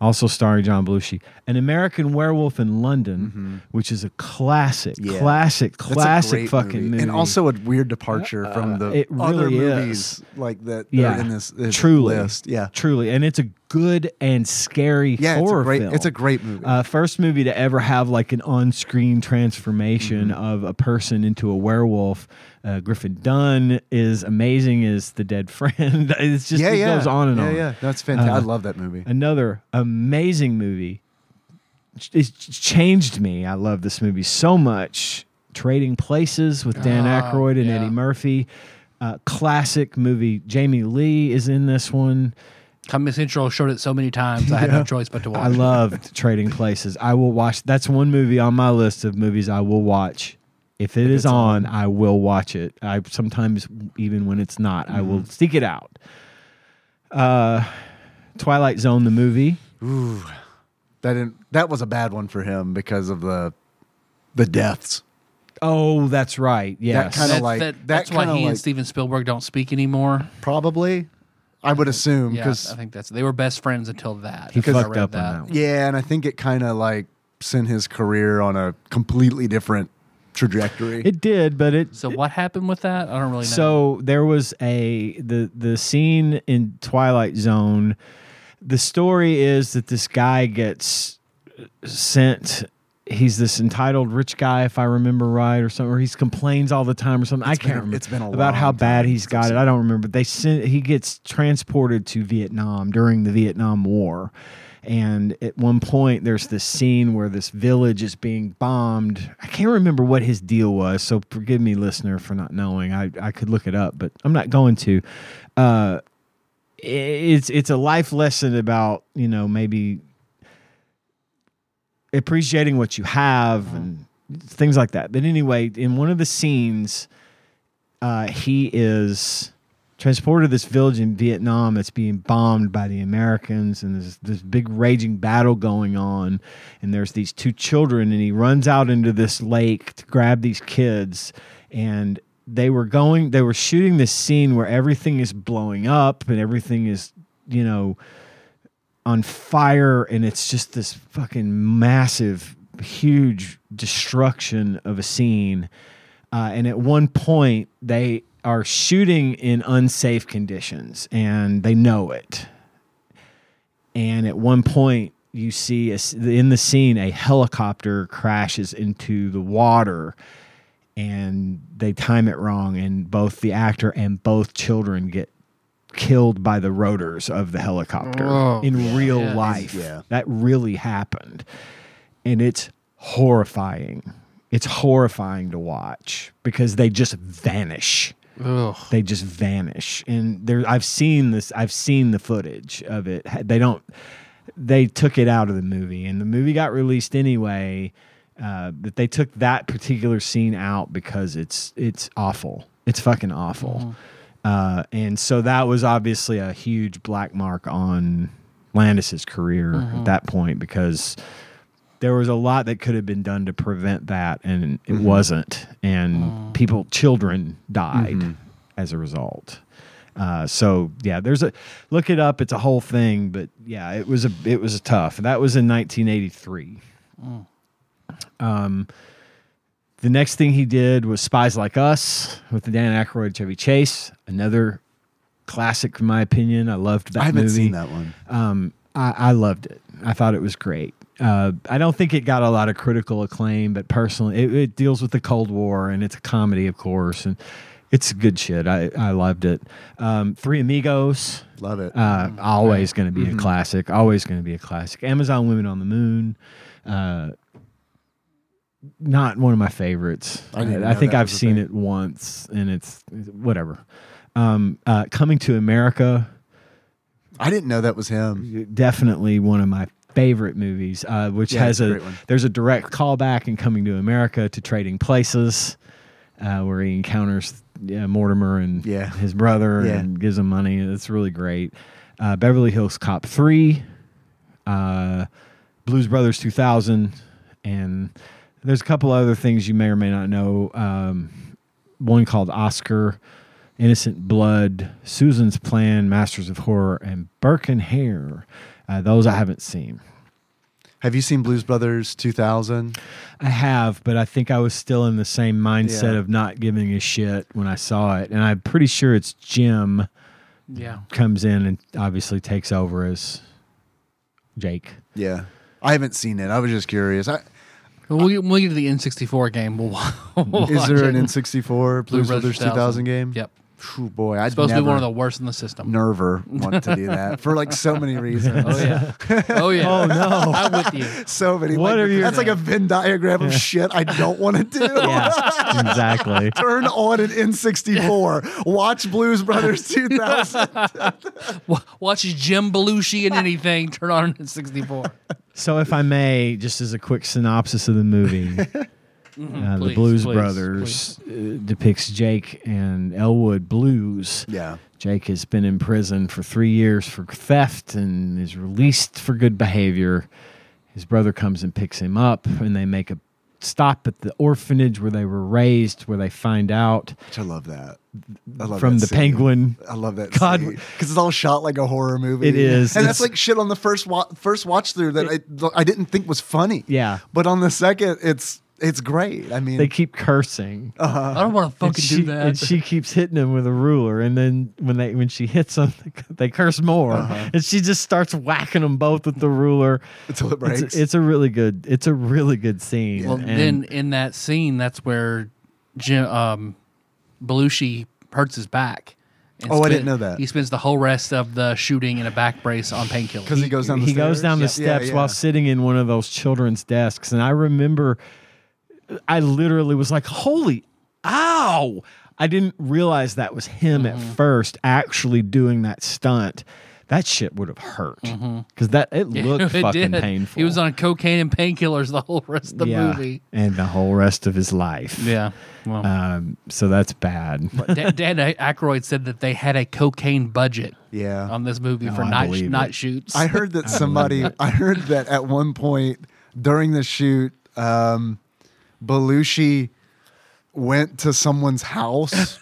B: also starring John Belushi, An American Werewolf in London, which is a classic,
D: Mm-hmm. Yeah.
B: classic,
D: That's a
B: classic
D: great
B: fucking movie. Uh,
D: and also a weird departure from the
B: it
D: other
B: really
D: movies
B: is.
D: like that. Yeah,
B: yeah,
D: in this, this
B: truly,
D: list. Yeah,
B: truly, and it's a good and scary
D: yeah, it's
B: horror
D: a great,
B: film.
D: it's a great movie.
B: Uh, first movie to ever have like an on-screen transformation
D: Mm-hmm.
B: of a person into a werewolf. Uh, Griffin Dunn is amazing as the dead friend. it's just
D: yeah,
B: it
D: yeah,
B: goes on and
D: yeah,
B: on.
D: Yeah, that's fantastic. I
B: Uh,
D: love that movie.
B: Another amazing movie. Ch- It's changed me. I love this movie so much. Trading Places with Dan
C: Ah,
B: Aykroyd and
C: yeah.
B: Eddie Murphy. Uh, classic movie. Jamie Lee is in this one.
C: Comedy Central showed it so many times. I had no choice but to watch.
B: I loved Trading Places. I will watch. That's one movie on my list of movies I will watch. If it is on, I will watch it. I sometimes, even when it's not, I will seek it out. Uh, Twilight Zone, the movie.
D: That didn't, that was a bad one for him because of the the deaths.
B: Oh, that's right. Yes.
D: kinda
C: That's-
D: like- that
C: that's why he
D: kinda
C: and
D: like-
C: Steven Spielberg don't speak anymore.
D: Probably, I would assume
C: Yeah,
D: because
C: I think that's they were best friends until that.
B: he
C: Because I
B: fucked
C: read
B: up on that. One.
D: yeah, and I think it kind of like sent his career on a completely different trajectory.
B: It did, but it.
C: So what happened with that? I don't really know.
B: So there was a the the scene in Twilight Zone. The story is that this guy gets sent. He's this entitled rich guy, if I remember right, or something. Or he complains all the time, or something. I can't
D: been a-
B: remember.
D: it's been a
B: about how
D: long
B: bad
D: time
B: he's got it. I don't remember. They sent. He gets transported to Vietnam during the Vietnam War, and at one point there's this scene where this village is being bombed. I can't remember what his deal was. So forgive me, listener, for not knowing. I I could look it up, but I'm not going to Uh, it's it's a life lesson about you know maybe appreciating what you have and things like that. But anyway, in one of the scenes, uh, he is transported to this village in Vietnam that's being bombed by the Americans, and there's this big raging battle going on. And there's these two children, and he runs out into this lake to grab these kids, and they were going, they were shooting this scene where everything is blowing up and everything is, you know, on fire and it's just this fucking massive huge destruction of a scene uh, and at one point they are shooting in unsafe conditions and they know it and at one point you see a s in the scene a helicopter crashes into the water and they time it wrong and both the actor and both children get killed by the rotors of the helicopter
C: Oh,
B: in real
C: yeah.
B: life
D: Yeah.
B: that really happened and it's horrifying it's horrifying to watch because they just vanish
C: Ugh.
B: they just vanish and there i've seen this i've seen the footage of it they don't they took it out of the movie and the movie got released anyway uh, but they took that particular scene out because it's it's awful it's fucking awful uh, and so that was obviously a huge black mark on landis's career at that point because there was a lot that could have been done to prevent that and
D: Mm-hmm.
B: it wasn't and people children died
D: Mm-hmm.
B: as a result uh, so yeah there's a look it up it's a whole thing but yeah it was a it was a tough that was in 1983 Um, the next thing he did was Spies Like Us with the Dan Aykroyd Chevy Chase, another classic in my opinion. I loved that
D: I haven't
B: movie.
D: seen that one.
B: Um, I, I loved it. I thought it was great. Uh, I don't think it got a lot of critical acclaim, but personally, it, it deals with the Cold War and it's a comedy, of course, and it's good shit. I, I loved it. Um, Three Amigos,
D: Love it.
B: uh, always going to be
D: Mm-hmm.
B: a classic. Always going to be a classic. Amazon Women on the Moon. Uh, not one of my favorites.
D: I didn't even
B: I
D: know
B: think
D: that
B: I've
D: was a
B: seen
D: thing.
B: it once, and it's whatever. Um, uh, Coming to America,
D: I didn't know that was him.
B: definitely one of my favorite movies. Uh, which
D: Yeah,
B: has
D: it's a
B: a,
D: great one.
B: there's a direct callback in Coming to America to Trading Places, uh, where he encounters yeah, Mortimer and
D: Yeah.
B: his brother
D: Yeah.
B: and gives him money. It's really great. Uh, Beverly Hills Cop three, uh, Blues Brothers two thousand, and there's a couple other things you may or may not know. Um, one called Oscar, Innocent Blood, Susan's Plan, Masters of Horror, and Burke and Hare. Uh, those I haven't seen.
D: Have you seen Blues Brothers 2000?
B: I have, but I think I was still in the same mindset
D: Yeah.
B: of not giving a shit when I saw it. And I'm pretty sure it's Jim
C: Yeah.
B: comes in and obviously takes over as Jake.
D: Yeah. I haven't seen it. I was just curious. I,
C: Well, we'll, get, we'll get to the N64 game. We'll, we'll
D: is
C: watch
D: there
C: it.
D: an N64 Blues Brothers 2000,
C: 2000
D: game?
C: Yep.
D: Phew, boy, I'd
C: Supposed
D: never,
C: to be one of the worst in the system.
D: nerver want to do that for like so many reasons.
C: Oh yeah. Oh yeah. oh no. I'm with you.
D: So many.
B: What
D: like,
B: are you-
D: that's like a Venn diagram of shit I don't want to do.
B: Yeah, exactly.
D: Turn on an N64. Watch Blues Brothers 2000.
C: Wa- Watch Jim Belushi in anything. Turn on an N64.
B: So, if I may, just as a quick synopsis of the movie, uh, the
C: please,
B: Blues
C: please,
B: Brothers Uh, depicts Jake and Elwood Blues.
D: Yeah.
B: Jake has been in prison for three years for theft and is released for good behavior. His brother comes and picks him up, and they make a stop at the orphanage where they were raised, where they find out
D: Which I love that. I love
B: from
D: that
B: the
D: scene.
B: penguin.
D: I love that
B: God,
D: God, because it's all shot like a horror movie.
B: It is.
D: and
B: It's-
D: that's like shit on the first wa- first watch through that I I didn't think was funny.
B: Yeah.
D: but on the second, it's it's great. I mean,
B: They keep cursing.
C: I don't want to
B: And
C: fucking
B: she,
C: do that.
B: and she keeps hitting him with a ruler, and then when they when she hits him, they curse more,
C: Uh-huh.
B: and she just starts whacking them both with the ruler.
D: until it breaks.
B: It's, it's a really good. It's a really good scene.
C: well,
B: and
C: then in that scene, that's where Jim um, Belushi hurts his back. and
D: Oh, I didn't
C: spend-
D: know that.
C: He spends the whole rest of the shooting in a back brace on painkillers.
D: because he goes down. The
B: he goes
D: stairs.
B: down the
D: Yeah,
B: steps
D: yeah.
B: while sitting in one of those children's desks, and I remember, I literally was like, "Holy, ow!" I didn't realize that was him at first, actually doing that stunt. that shit would have hurt because that it looked
C: It
B: fucking
C: did.
B: painful.
C: He was on cocaine and painkillers the whole rest of the
B: Yeah,
C: movie.
B: and the whole rest of his life.
C: Yeah. Well,
B: Um, so that's bad.
C: Dan, Dan Aykroyd said that they had a cocaine budget
D: Yeah.
C: on this movie for
B: I
C: night
B: believe it.
C: night shoots.
D: I heard that somebody. I heard that at one point during the shoot, um, Belushi went to someone's house.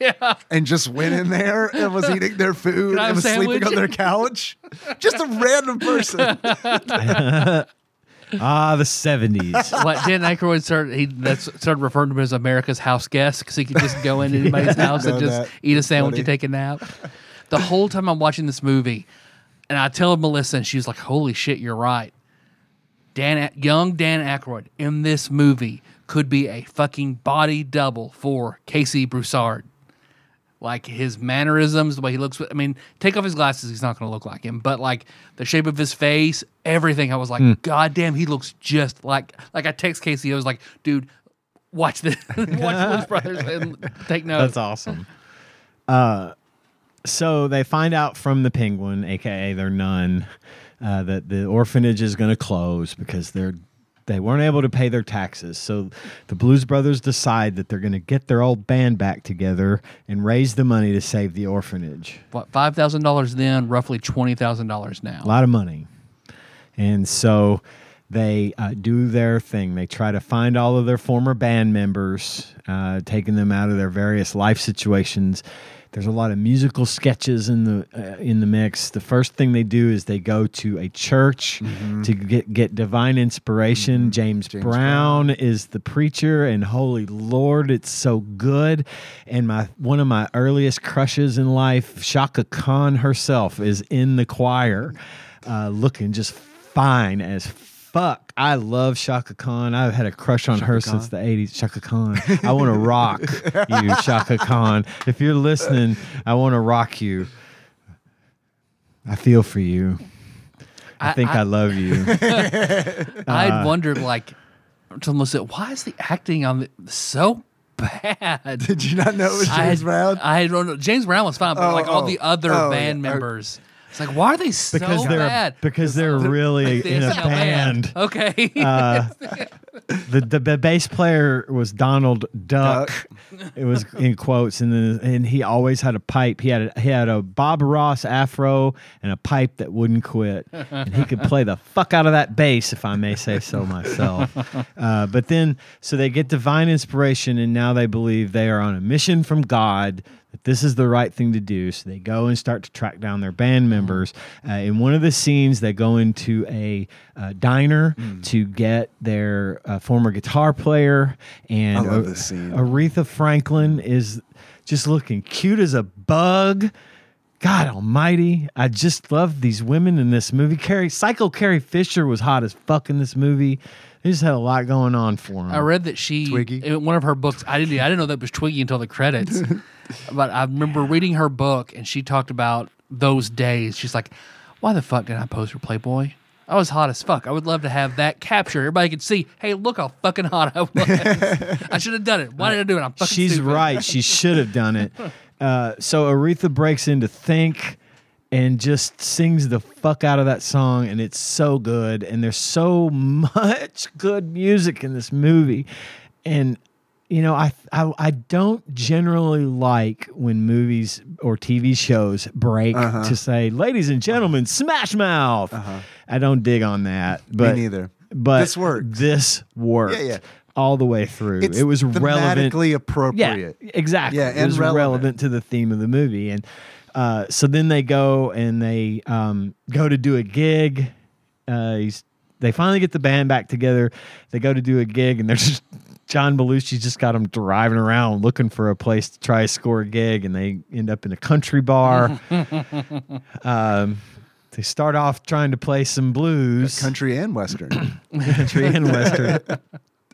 C: Yeah.
D: And just went in there and was eating their food
C: Can I have
D: and
C: a
D: was sleeping
C: sandwich?
D: on their couch. Just a random person.
B: ah, the seventies.
C: What Dan Aykroyd started he that's started referring to him as America's house guest because he could just go into anybody's house and
D: know
C: just
D: that.
C: eat a sandwich and
D: Funny.
C: take a nap. The whole time I'm watching this movie, and I tell Melissa, and she's like, "Holy shit, you're right." Dan A- young Dan Aykroyd in this movie could be a fucking body double for Casey Broussard. Like his mannerisms, the way he looks. I mean, take off his glasses, he's not going to look like him. But like the shape of his face, everything. I was
B: Hmm.
C: like, God damn, he looks just like. Like I text Casey, I was like, dude, watch this, watch Blues Brothers, and take notes.
B: That's awesome. Uh, so they find out from the penguin, aka their nun, uh, that the orphanage is going to close because they're they weren't able to pay their taxes. So the Blues Brothers decide that they're going to get their old band back together and raise the money to save the orphanage.
C: What five thousand dollars then, roughly twenty thousand dollars now.
B: a lot of money. And so they uh, do their thing. They try to find all of their former band members, uh, taking them out of their various life situations. There's a lot of musical sketches in the uh, in the mix. The first thing they do is they go to a church to get get divine inspiration. Mm-hmm. James, Brown, is the preacher, and holy lord, it's so good. And my one of my earliest crushes in life, Shaka Khan herself, is in the choir uh, looking just fine as fuck. I love Shaka Khan. I've had a crush on her since the 80s. Shaka Khan. I want to rock you, Shaka Khan. If you're listening, I want to rock you. I feel for you. I, think uh, I, love you.
C: I'd wondered like to Melissa, why is the acting on the, so bad?
D: Did you not know it was
C: I
D: James
C: had-
D: Brown?
C: I don't know. James Brown was fine, but
D: Oh,
C: like all
D: oh.
C: the other
D: Oh,
C: band
D: yeah. Uh,
C: members. It's like why are they so
B: Because they're
C: bad?
B: because they're really
C: They
B: in a
C: sing
B: band.
C: Okay.
B: The, the the bass player was Donald Duck. It was in quotes, and then and he always had a pipe. He had a, he had a Bob Ross afro and a pipe that wouldn't quit, and he could play the fuck out of that bass, if I may say so myself. Uh, but then, so they get divine inspiration, and now they believe they are on a mission from God. That this is the right thing to do. So they go and start to track down their
D: Mm-hmm.
B: band members. Uh, in one of the scenes, they go into a uh, diner
D: Mm.
B: to get their uh, former guitar player and
D: I love
B: a-
D: this scene.
B: Aretha Franklin is just looking cute as a bug. God almighty. I just love these women in this movie. Carrie, Psycho Carrie Fisher was hot as fuck in this movie. They just had a lot going on for them.
C: I read that she
D: Twiggy?
C: in one of her books. I didn't I didn't know that was Twiggy until the credits. but I remember reading her book and she talked about those days. She's like, "Why the fuck did I pose for Playboy? I was hot as fuck. I would love to have that capture. Everybody could see. Hey, look how fucking hot I was. I should have done it. Why did I do it? I'm fucking.
B: She's
C: stupid."
B: right. She should have done it. Uh, so Aretha breaks into Think and just sings the fuck out of that song, and it's so good. And there's so much good music in this movie. And you know, I, I I don't generally like when movies or TV shows break
D: Uh-huh.
B: to say, "Ladies and gentlemen, Smash Mouth." I don't dig on that. But
D: neither.
B: But
D: This works.
B: This worked.
D: yeah.
B: All the way through. it was relevant.
D: thematically appropriate.
B: Yeah, exactly.
D: Yeah,
B: it
D: and
B: was relevant.
D: relevant.
B: to the theme of the movie. And uh, so then they go and they um, go to do a gig. Uh, he's, they finally get the band back together. They go to do a gig, and they're just John Belushi just got them driving around looking for a place to try to score a gig, and they end up in a country bar. um, they start off trying to play some blues
D: Country and Western.
B: country and western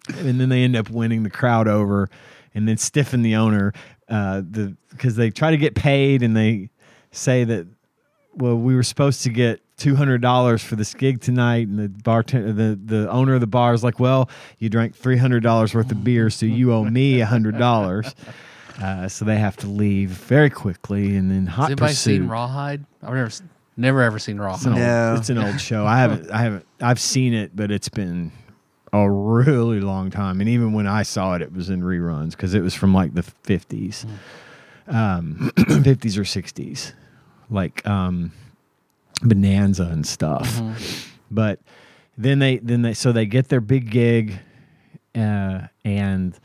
B: and then they end up winning the crowd over and then stiffen the owner uh, the because they try to get paid and they say that well we were supposed to get $200 for this gig tonight and the bartender the, the owner of the bar is like well you drank $300 worth of beer so you owe me $100 uh, so they have to leave very quickly and then hot
C: Has anybody
B: pursuit
C: seen Rawhide? I've never. s- Never ever seen Raw.
B: an old-
D: No.
B: it's an old show. I haven't, I haven't, I've seen it, but it's been a really long time. And even when I saw it, it was in reruns because it was from like the fifties, um, fifties or sixties, like um, Bonanza and stuff. But then they, then they, so they get their big gig, uh, and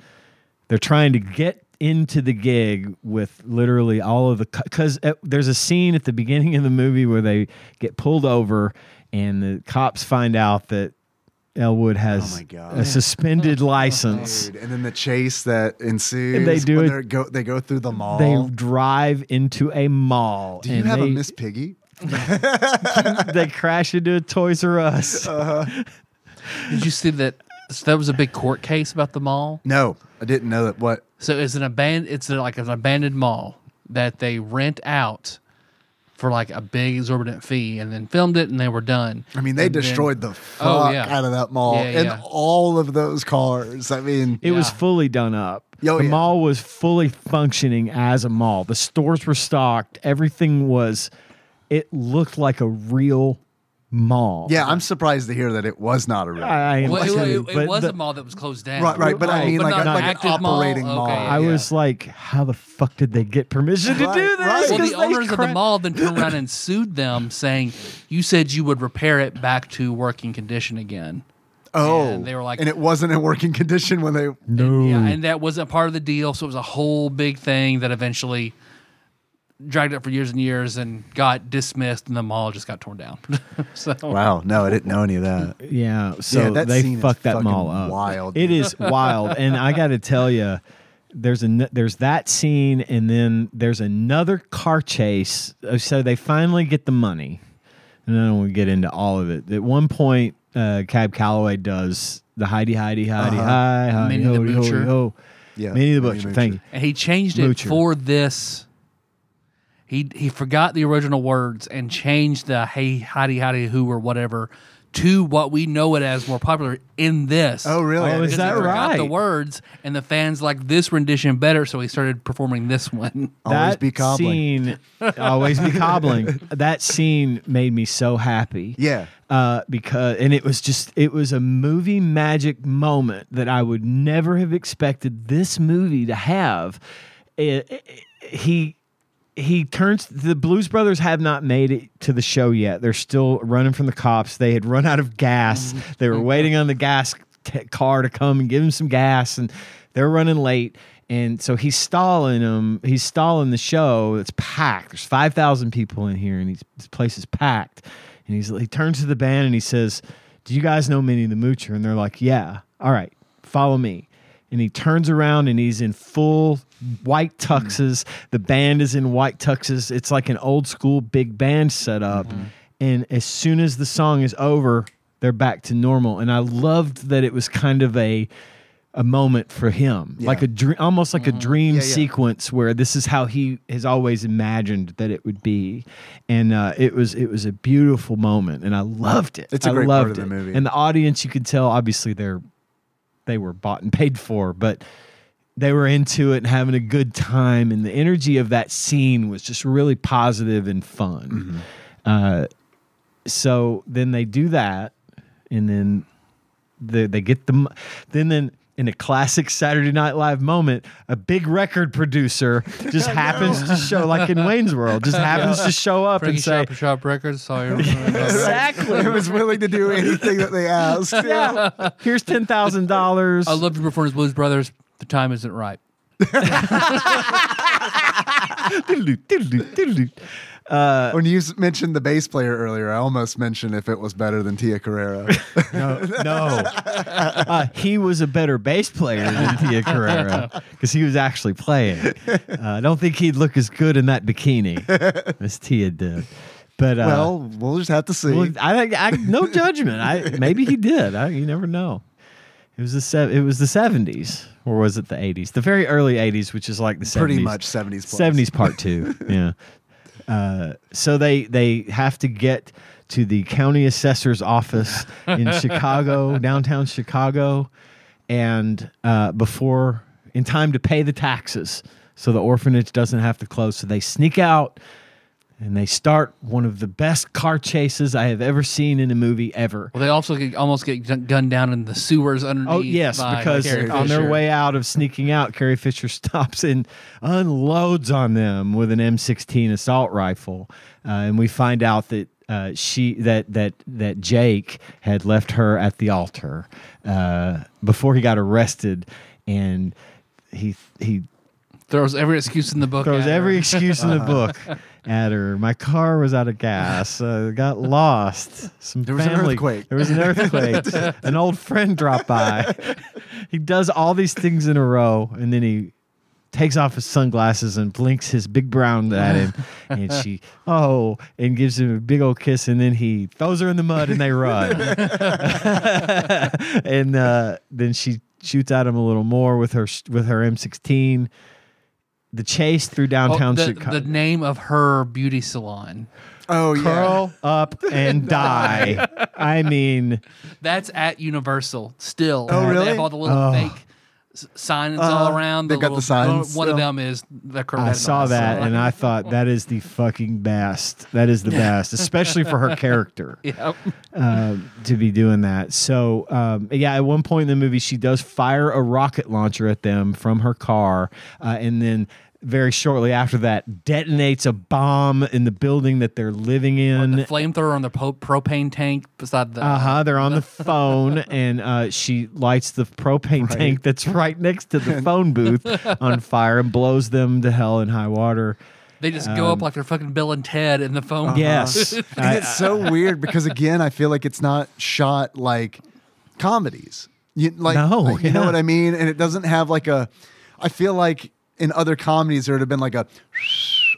B: they're trying to get into the gig with literally all of the because there's a scene at the beginning of the movie where they get pulled over and the cops find out that Elwood
D: Oh
B: has
D: my God.
B: a suspended license.
D: Dude, and then the chase that ensues.
B: And they do
D: when
B: it-
D: they're Go, they go through the mall.
B: They drive into a mall.
D: do you
B: and
D: have
B: they,
D: a Miss Piggy?
B: they crash into a Toys R Us.
C: Did you see that? So that was a big court case about the mall.
D: No, I didn't know that. What?
C: So it's an abandoned. It's like an abandoned mall that they rent out for like a big exorbitant fee, and then filmed it, and they were done.
D: I mean, they
C: And then-
D: destroyed the fuck
C: Oh, yeah.
D: out of that mall
C: Yeah,
D: and
C: yeah.
D: all of those cars. I mean,
B: It was
C: Yeah.
B: fully done up.
D: Oh,
B: the
D: yeah.
B: mall was fully functioning as a mall. The stores were stocked. Everything was. It looked like a real mall.
D: yeah, I'm surprised to hear that it was not a real.
B: I, I am
C: Well, it,
B: kidding,
C: it- it
B: but
C: was
B: the-
C: a mall that was closed down. Oh,
D: Right, right, but I mean, like,
C: not
D: like an
C: active
D: operating mall.
C: Okay,
B: I
C: yeah.
B: was like, how the fuck did they get permission to
D: Right,
B: do this?
D: right.
C: Well,
B: 'Cause
C: the
B: they
C: owners of the
B: cra-
C: mall then turned around and sued them, saying, "You said you would repair it back to working condition again."
D: oh,
C: and they were like-
D: and it wasn't in working condition when they.
B: No.
C: Yeah, and that wasn't part of the deal, so it was a whole big thing that eventually dragged up for years and years and got dismissed, and the mall just got torn down. so
D: Wow, no, I didn't know any of that.
B: Yeah, so
D: that
B: they
D: scene is
B: fucked that
D: fucking
B: mall up.
D: wild,
B: It
D: dude.
B: is wild, and I got to tell you, there's an there's that scene, and then there's another car chase. Uh, So they finally get the money, and I don't want to get into all of it. At one point, uh, Cab Calloway does the Heidi Heidi Heidi hi hi
C: Minnie
B: ho,
C: the
B: ho,
C: Butcher.
B: ho.
D: Uh-huh. Yeah,
B: Minnie the
D: Minnie
B: Butcher.
D: Butcher.
B: Thank you.
C: and he changed it
B: Moocher.
C: for this. He he forgot the original words and changed the "Hey Howdy Howdy Who" or whatever to what we know it as more popular in this.
D: Oh, really?
B: Oh,
D: I
B: is
D: didn't
B: that
D: know
C: He forgot The
B: right?
C: words and the fans liked this rendition better, so he started performing this one.
D: Always
B: that
D: be cobbling.
B: Scene, always be cobbling. That scene made me so happy.
D: Yeah.
B: Uh, because and it was just it was a movie magic moment that I would never have expected this movie to have. It- it- he he turns the Blues Brothers have not made it to the show yet. They're still running from the cops. They had run out of gas. They were waiting on the gas t- car to come and give them some gas, and they're running late. And so he's stalling them. He's stalling the show. It's packed. There's five thousand people in here, and he's, this place is packed. And he's he turns to the band and he says, "Do you guys know Minnie the Moocher?" And they're like, "Yeah." All right, follow me and he turns around and he's in full white tuxes. The band is in white tuxes. It's like an old school big band setup.
D: Mm-hmm.
B: And as soon as the song is over, they're back to normal. And I loved that it was kind of a a moment for him, like a dream, almost like a dream
D: Mm-hmm. Yeah, yeah.
B: sequence where this is how he has always imagined that it would be, and uh, it was it was a beautiful moment, and I loved it.
D: It's a
B: I
D: great part
B: loved
D: of the
B: it.
D: movie.
B: and the audience you could tell obviously they're they were bought and paid for, but they were into it and having a good time. And the energy of that scene was just really positive and fun.
D: Mm-hmm.
B: Uh, so then they do that, and then the, they get the mo- then then. In a classic Saturday Night Live moment, a big record producer just happens to show, like in Wayne's World, just happens to show up
C: Frankie
B: and say,
C: Shop, Shop Records, saw your
B: "Exactly,
D: I was willing to do anything that they asked.
B: yeah, here's ten thousand dollars."
C: I love your performance, Blues Brothers. The time isn't right.
D: When you s- mentioned the bass player earlier, I almost mentioned if it was better than Tia Carrera.
B: No, no. Uh, he was a better bass player than Tia Carrera because he was actually playing. Uh, I don't think he'd look as good in that bikini as Tia did. But uh,
D: well, we'll just have to see.
B: well, I, I, no judgment. I maybe he did. I, you never know. It was the sev- it was the seventies or was it the eighties? The very early eighties, which is like the 70s,
D: Pretty much 70s plus.
B: seventies part two. yeah. Uh, so they they have to get to the county assessor's office in Chicago, downtown Chicago, and uh, before in time to pay the taxes, so the orphanage doesn't have to close. So they sneak out and they start one of the best car chases I have ever seen in a movie ever.
C: Well, they also get, almost get gun- gunned down in the sewers underneath.
B: Oh yes,
C: by
B: because
C: Carrie
B: on their
C: Fisher.
B: way out of sneaking out, Carrie Fisher stops and unloads on them with an M16 assault rifle, uh, and we find out that. Uh, she that that that Jake had left her at the altar uh, before he got arrested, and he he
C: throws every excuse in the book.
B: throws
C: at her.
B: every excuse in the book at her. My car was out of gas. Uh, got lost. Some
D: There was an
B: family,
D: earthquake.
B: There was an earthquake. an old friend dropped by. he does all these things in a row, and then he takes off his sunglasses and blinks his big brown at him, and she oh, and gives him a big old kiss, and then he throws her in the mud, and they run. and uh, then she shoots at him a little more with her with her M16. The chase through
C: Oh,
B: downtown
C: the,
B: Chicago.
C: the name of her beauty salon.
D: Oh yeah.
B: Curl up and die. I mean,
C: That's at Universal still.
D: Oh,
C: They
D: really?
C: have all the little fake s- signs all
D: Uh,
C: around.
D: they got the
C: little-
D: signs
C: One of
D: still.
C: them is the Corvette.
B: I saw that and I thought that is the fucking best. That is the best, especially for her character.
C: Yep.
B: um, to be doing that. So, um, yeah, at one point in the movie, she does fire a rocket launcher at them from her car. Uh, and then very shortly after that, detonates a bomb in the building that they're living in.
C: the flamethrower on the po- propane tank beside the.
B: Uh huh. They're on the phone, and uh, she lights the propane tank that's right next to the phone booth on fire and blows them to hell in high water.
C: They just
B: um,
C: go up like they're fucking Bill and Ted in the phone. booth.
B: Yes.
D: And
B: I-
D: it's so weird because again, I feel like it's not shot like comedies. You like,
B: No,
D: like, you know
B: yeah.
D: what I mean? And it doesn't have like a I feel like in other comedies there would have been like a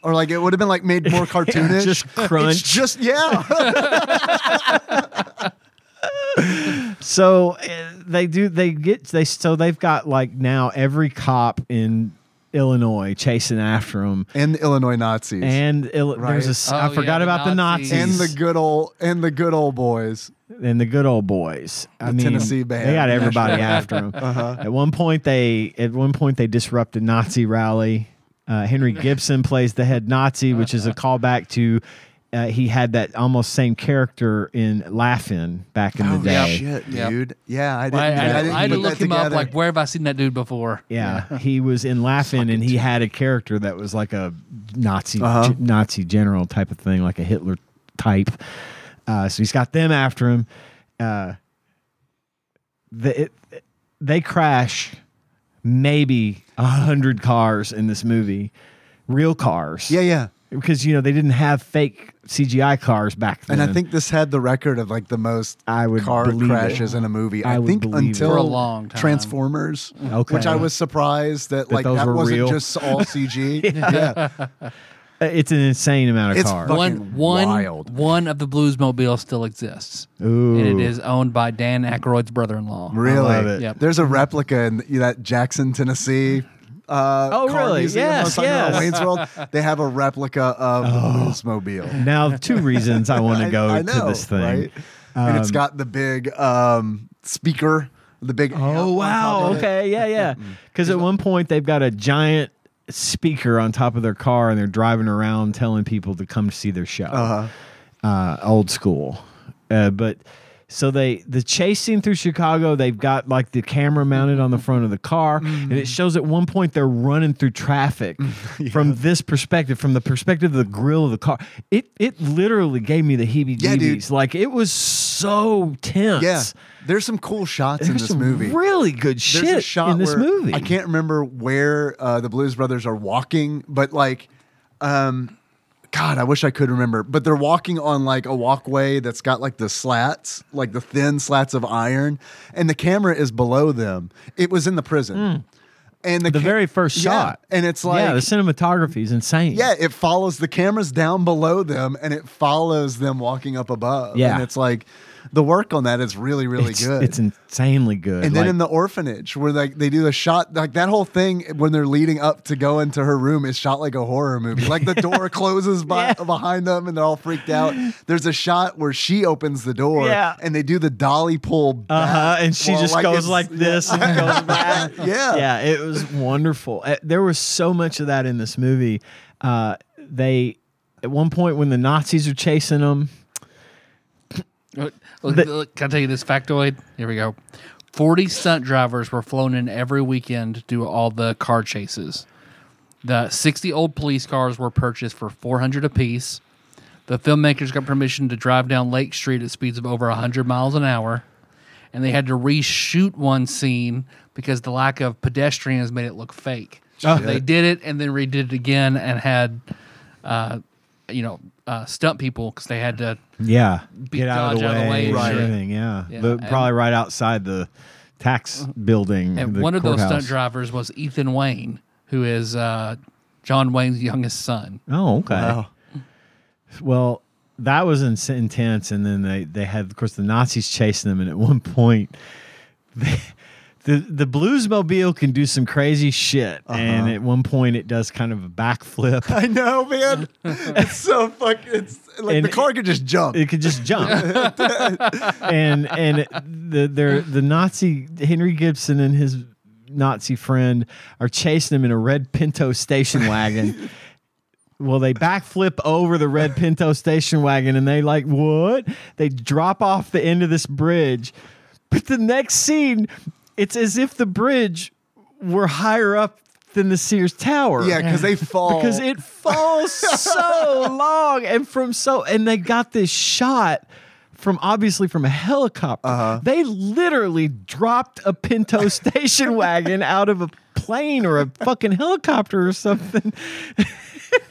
D: or like it would have been like made more cartoonish.
B: just crunch.
D: It's just yeah.
B: So uh, they do. They get. They so they've got like now every cop in Illinois chasing after them.
D: and the Illinois Nazis.
B: And Ill-
D: Right.
B: there's a s- I
C: Oh,
B: forgot
C: yeah, the
B: about the
C: Nazis.
B: Nazis
D: And the good old and the good old boys.
B: and the good old boys. I
D: The
B: mean,
D: Tennessee band. Uh-huh.
B: They got everybody after them. At one point, they at one point they disrupt a Nazi rally. Uh, Henry Gibson plays the head Nazi, which is a callback to. Uh, he had that almost same character in Laughing back in the
D: yeah,
B: day.
D: Oh, shit,
C: Yep.
D: dude. Yeah, I didn't.
C: Well, I, I,
D: I, didn't
C: I had to
D: put
C: look
D: that
C: him up.
D: together.
C: Like, where have I seen that dude before?
B: Yeah, he was in Laughing, and he had a character that was like a Nazi
D: Uh-huh.
B: g- Nazi general type of thing, like a Hitler type. Uh, so he's got them after him. Uh, the, it, they crash maybe a hundred cars in this movie, real cars.
D: yeah, yeah.
B: because you know they didn't have fake CGI cars back then.
D: And I think this had the record of like the most
B: I would
D: car
B: believe
D: crashes
B: it.
D: in a movie.
B: I
D: I,
B: would
D: think
B: believe it.
D: until
C: For a long time.
D: Transformers,
B: Okay.
D: which I was surprised that,
B: That
D: like
B: those
D: that
B: were
D: wasn't
B: real.
D: just all CG. yeah.
B: Uh, it's an insane amount of
D: It's
B: cars.
D: fucking
C: One, one,
D: wild.
C: one of the Bluesmobile still exists,
B: Ooh,
C: and it is owned by Dan Aykroyd's brother-in-law.
D: really.
B: love it.
C: Yep.
D: There's a replica in that Jackson, Tennessee. Uh,
B: Oh,
D: car
B: really?
D: Museum I
B: Yes,
D: was talking about
B: yes.
D: Wayne's World. They have a replica of
B: Oh.
D: the Oldsmobile.
B: Now, two reasons I want to go
D: I
B: to
D: know,
B: this thing.
D: right? and it's got the big um, speaker, the big. amp on
B: Oh
D: top
B: wow!
D: of it. Mm.
B: Okay, yeah, yeah. Because at one point they've got a giant speaker on top of their car, and they're driving around telling people to come see their show. uh
D: Uh-huh.
B: old school, uh, but so they the chase scene through Chicago. They've got like the camera mounted on the front of the car, and
D: Mm.
B: it shows at one point they're running through traffic from this perspective, from the perspective of the grill of the car. It it literally gave me the
D: Yeah, dude.
B: heebie-jeebies. like it was so tense.
D: Yeah, there's some cool shots in
B: There's
D: this
B: some
D: movie.
B: Really good shit
D: There's a shot
B: in this
D: where
B: movie.
D: I can't remember where uh, the Blues Brothers are walking, but like, um, God, I wish I could remember. But they're walking on like a walkway that's got like the slats, like the thin slats of iron, and the camera is below them. It was in the prison, and the,
B: Hmm. the
D: ca-
B: very first
D: Yeah,
B: shot.
D: and it's like.
B: yeah, the cinematography is insane.
D: yeah, it follows the cameras down below them and it follows them walking up above.
B: Yeah.
D: And it's like the work on that is really, really
B: it's,
D: good.
B: It's insanely good.
D: And then
B: Like,
D: in the orphanage, where like they do the shot, like that whole thing when they're leading up to go into her room is shot like a horror movie. Like the door closes by, behind them, and they're all freaked out. There's a shot where she opens the door,
B: Yeah.
D: and they do the dolly pull.
B: uh huh, and she
D: Well,
B: just
D: like
B: goes
D: it's-
B: like this and goes back.
D: Yeah.
B: yeah, it Eh, was wonderful. Uh, There was so much of that in this movie. Uh, they at one point when the Nazis are chasing them.
C: Look, look, look, can I tell you this factoid? Here we go. 40 stunt drivers were flown in every weekend to do all the car chases. The 60 old police cars were purchased for 400 apiece. The filmmakers got permission to drive down Lake Street at speeds of over 100 miles an hour. And they had to reshoot one scene because the lack of pedestrians made it look fake. So they did it and then redid it again and had, uh, you know, uh, stunt people because they had to
B: Yeah,
C: Be-
B: get out of the
C: dodge
B: way,
C: out of the way
B: and
C: and shit.
B: everything. Yeah,
C: Yeah,
B: The-
C: and- Uh,
B: probably right outside the tax building.
C: And
B: the
C: one of those stunt
B: courthouse.
C: drivers was Ethan Wayne, who is uh, John Wayne's youngest son.
B: Oh, okay.
D: Wow.
B: Well, that was ins- intense, and then they they had, of course, the Nazis chasing them, and at one point, they, the the Bluesmobile can do some crazy shit, and at one point, it does kind of a backflip.
D: Uh-huh. I know, man. it's so fuck. It's like
B: And
D: the car could just jump.
B: It could just jump, and and the their the Nazi Henry Gibson and his Nazi friend are chasing him in a red Pinto station wagon. Well, they backflip over the red Pinto station wagon and they like, what? They drop off the end of this bridge. But the next scene, it's as if the bridge were higher up than the Sears Tower.
D: yeah, because they fall.
B: Because it falls so long and from so and they got this shot from obviously from a helicopter. They literally dropped a Pinto station wagon out of a plane or a fucking helicopter or something.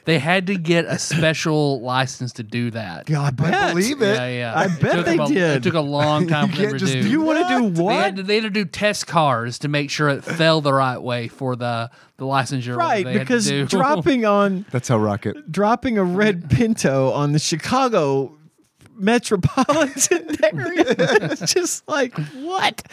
C: They had to get a special license to do that.
B: God,
D: I believe it.
C: Yeah, yeah.
B: I
C: It
B: bet
C: took
B: they
C: them a,
B: did.
C: It took a long time for
D: can't
C: them to
D: just
C: do.
B: You want to do
C: They
B: what?
C: had, to, they had to do test cars to make sure it fell the right way for the the licensure. or
B: right,
C: whatever they had to
B: because
C: do.
B: dropping on
D: That's how rocket.
B: dropping a
D: Mm.
B: red Pinto on the Chicago metropolitan area. It's just like what?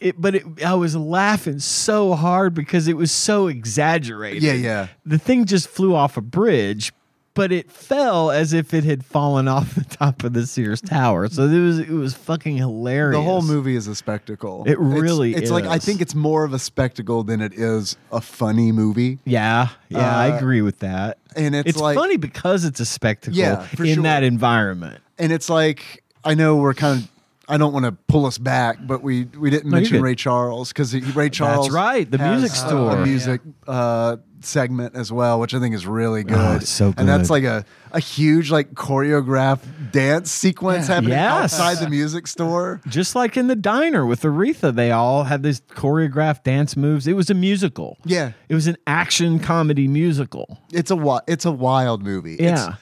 B: It, but it, I was laughing so hard because it was so exaggerated.
D: Yeah, yeah.
B: The thing just flew off a bridge, but it fell as if it had fallen off the top of the Sears Tower. So it was it was fucking hilarious.
D: The whole movie is a spectacle.
B: It
D: It's-
B: really
D: It's like I
B: is.
D: think it's more of a spectacle than it is a funny movie.
B: Yeah, yeah, I
D: Uh,
B: agree with that.
D: and it's like-
B: funny because it's a spectacle
D: Yeah, for
B: in
D: sure.
B: that environment.
D: and it's like I know we're kind of I don't want to pull us back, but we we didn't
B: No, you're
D: mention
B: good.
D: Ray Charles because Ray Charles
B: right, the music
D: has
B: store.
D: a music uh, segment as well, which I think is really good.
B: Oh, it's so
D: and that's
B: good.
D: like a a huge like choreographed dance sequence happening
B: Yes.
D: outside the music store.
B: Just like in the diner with Aretha, they all had these choreographed dance moves. It was a musical.
D: Yeah.
B: It was an action comedy musical.
D: It's a wi- it's a wild movie.
B: Yeah.
D: It's,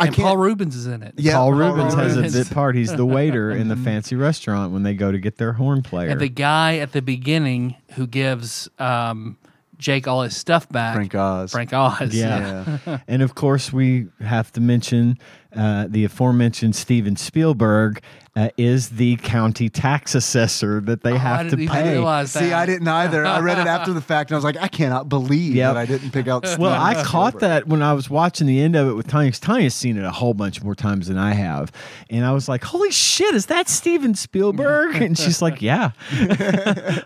D: I
C: and Paul
D: can't.
C: Rubens is in it.
D: Yeah,
B: Paul
D: Paul
B: Rubens Mm-hmm. has a
C: Rubens.
B: bit part. He's the waiter in the fancy restaurant when they go to get their horn player.
C: And the guy at the beginning who gives um, Jake all his stuff back,
D: Frank Oz.
C: Frank Oz.
B: yeah. and of course, we have to mention uh, the aforementioned Steven Spielberg uh, is the county tax assessor that they
C: Oh, I
B: have to
C: didn't even
B: pay.
C: realize
D: See,
C: that.
D: I didn't either. I read it after the fact, and I was like, I cannot believe
B: Yep.
D: that I didn't pick out.
B: Well,
D: Steven
B: I caught
D: Spielberg.
B: that when I was watching the end of it with Tanya. 'cause Tanya's seen it a whole bunch more times than I have, and I was like, "Holy shit, is that Steven Spielberg?" And she's like, "Yeah."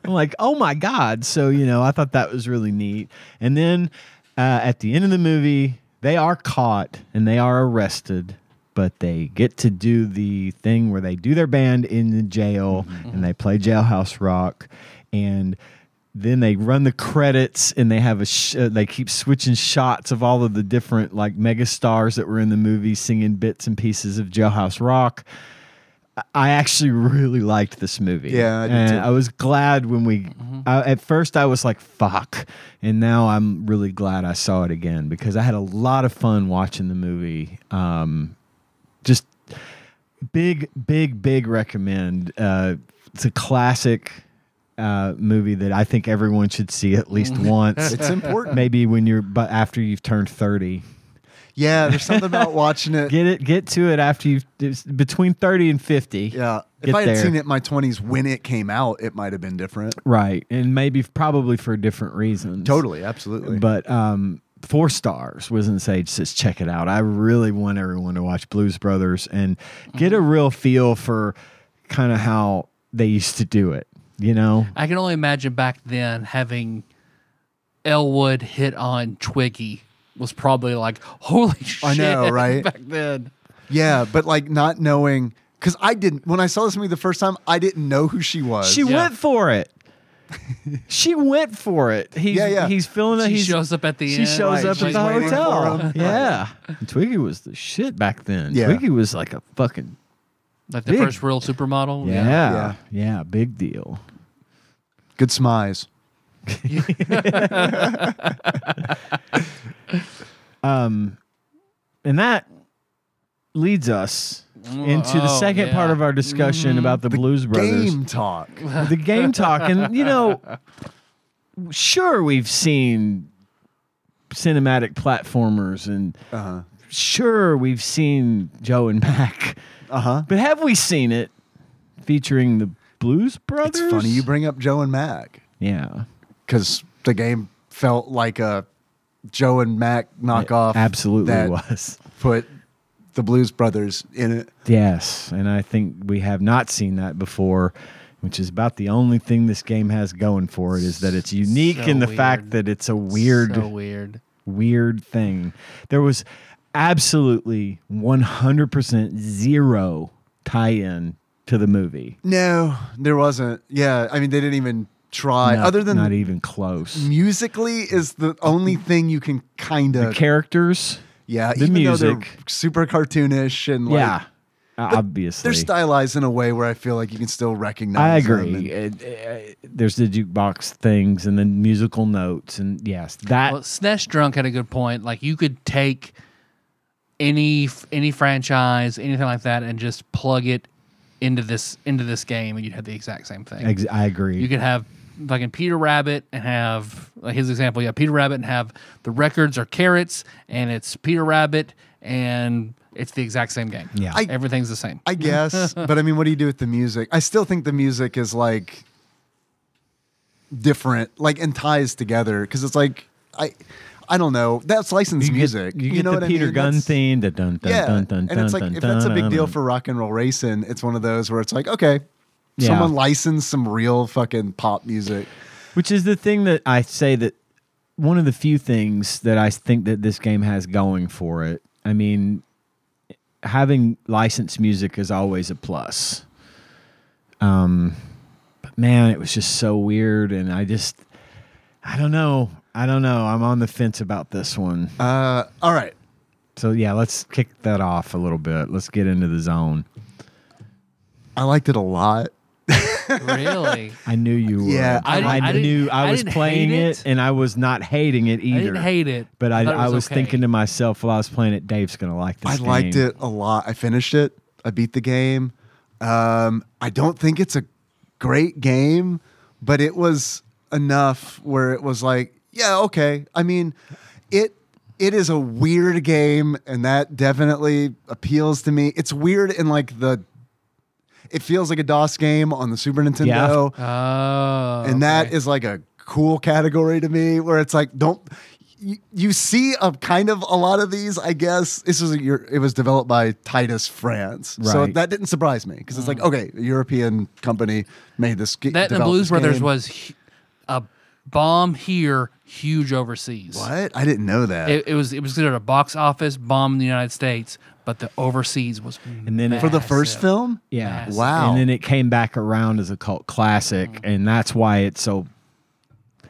B: I'm like, "Oh my god!" So you know, I thought that was really neat. And then uh, at the end of the movie, they are caught and they are arrested. But they get to do the thing where they do their band in the jail and they play jailhouse rock, and then they run the credits and they have a sh- uh, they keep switching shots of all of the different like mega stars that were in the movie singing bits and pieces of jailhouse rock I- i actually really liked this movie
D: Yeah, I did
B: and
D: too.
B: i was glad when we I, at first i was like fuck and now i'm really glad i saw it again because i had a lot of fun watching the movie um just big, big, big recommend. Uh, it's a classic uh, movie that I think everyone should see at least once.
D: It's important.
B: Maybe when you're, but after you've turned thirty,
D: Yeah, there's something about watching it.
B: get it, get to it after you've it's between thirty and fifty.
D: yeah.
B: Get
D: If I had
B: there.
D: seen it in my 20s when it came out, it might have been different.
B: right, and maybe probably for different reasons.
D: Totally, absolutely.
B: But um, four stars. Wisdom Sage says, check it out. I really want everyone to watch Blues Brothers and get a
D: Mm-hmm.
B: real feel for kind of how they used to do it. You know,
C: I can only imagine back then having Elwood hit on Twiggy was probably like, holy shit.
D: I know, right?
C: Back then.
D: Yeah, but like not knowing because I didn't when I saw this movie the first time, I didn't know who she was.
B: She
C: Yeah.
B: went for it. she went for it. He's,
D: Yeah, yeah.
B: He's feeling that
C: She
B: he's,
C: shows up at the
B: she
C: end.
B: shows
D: Right,
B: up at
D: she's
B: the
D: waiting for
B: hotel.
D: him.
B: Yeah. And Twiggy was the shit back then.
D: Yeah.
B: Twiggy was like a fucking
C: Like the
B: Big.
C: first real supermodel.
B: yeah, yeah,
D: Yeah.
B: big deal.
D: Good smize.
B: And that leads us into the
C: Oh,
B: second
C: yeah.
B: part of our discussion about the, Blues Brothers.
D: Mm-hmm. Game talk.
B: the game talk and you know sure we've seen cinematic platformers and
D: Uh-huh.
B: sure we've seen joe and mac
D: Uh-huh.
B: but have we seen it featuring the blues brothers
D: It's funny you bring up Joe and Mac
B: yeah
D: because the game felt like a Joe and Mac knockoff.
B: absolutely
D: that
B: was
D: Put the Blues Brothers in it.
B: yes and i think we have not seen that before which is about the only thing this game has going for it is that it's unique
C: So
B: in the
C: weird.
B: fact that it's a weird
C: So weird.
B: weird thing. There was absolutely 100% zero tie in to the movie.
D: No, there wasn't. Yeah, I mean they didn't even try.
B: Not-
D: Other than
B: not even close.
D: musically is the only thing you can kind
B: The
D: of
B: characters,
D: yeah.
B: the
D: even though they're
B: music.
D: super cartoonish and like,
B: yeah, o- obviously.
D: they're stylized in a way where I feel like you can still
B: I
D: recognize. them
B: agree. It-
D: and-
B: it- there's the jukebox things and the musical notes, and yes, that
C: Well, Snesh Drunk had a good point. Like you could take any f- any franchise, anything like that, and just plug it into this into this game, and you'd have the exact same thing.
B: ex- I agree.
C: You could have fucking Peter Rabbit and have like his example, yeah, Peter Rabbit and have the records are carrots, and it's Peter Rabbit, and it's the exact same game.
B: Yeah.
D: I-
C: everything's the same.
D: I guess, but I mean, what do you do with the music? I still think the music is like different, like and ties together because it's like I, I don't know. That's licensed
B: You get-
D: music.
B: You get the
D: what I
B: Peter
D: mean?
B: Gunn
D: That's-
B: theme. The dun dun
D: yeah,
B: dun dun
D: and
B: dun
D: it's like
B: dun
D: if that's a big
B: dun.
D: deal for rock and roll racing, it's one of those where it's like okay,
B: Yeah.
D: someone licensed some real fucking pop music.
B: Which is the thing that I say that one of the few things that I think that this game has going for it. I mean, having licensed music is always a plus. Um, but man, it was just so weird, and I just, I don't know, I don't know. I'm on the fence about this one.
D: Uh, all right,
B: so yeah, let's kick that off a little bit. Let's get into the zone.
D: I liked it a lot.
C: really,
B: I knew you were.
D: Yeah,
C: I didn't-
B: I,
C: I didn't-
B: knew I,
C: I
B: was
C: didn't
B: playing
C: hate
B: it.
C: it.
B: and I was not hating it either.
C: I didn't hate it,
B: But I,
C: thought it
B: I was
C: okay.
B: thinking to myself while I was playing it, Dave's gonna like this.
D: I liked
B: game.
D: it a lot. I finished it. I beat the game. Um, I don't think it's a great game, but it was enough where it was like, yeah, okay. I mean, it it is a weird game, and that definitely appeals to me. It's weird in like the it feels like a DOS game on the Super Nintendo
C: oh,
D: and that is like a cool category to me where it's like don't you, you see a kind of a lot of these i guess this was your it was developed by titus france so
B: Right.
D: that didn't surprise me because it's like okay a european company made this ge-
C: that and the
D: developed
C: Blues
D: this
C: Brothers
D: game.
C: was hu- a bomb here, huge overseas.
D: what i didn't know that
C: It, it was it was considered a box office bomb in the United States, but the overseas was
B: and then it-
D: for the first
C: massive.
D: film
B: yeah,
C: Massive.
D: Wow.
B: And then it came back around as a cult classic,
C: Mm.
B: and that's why it's so.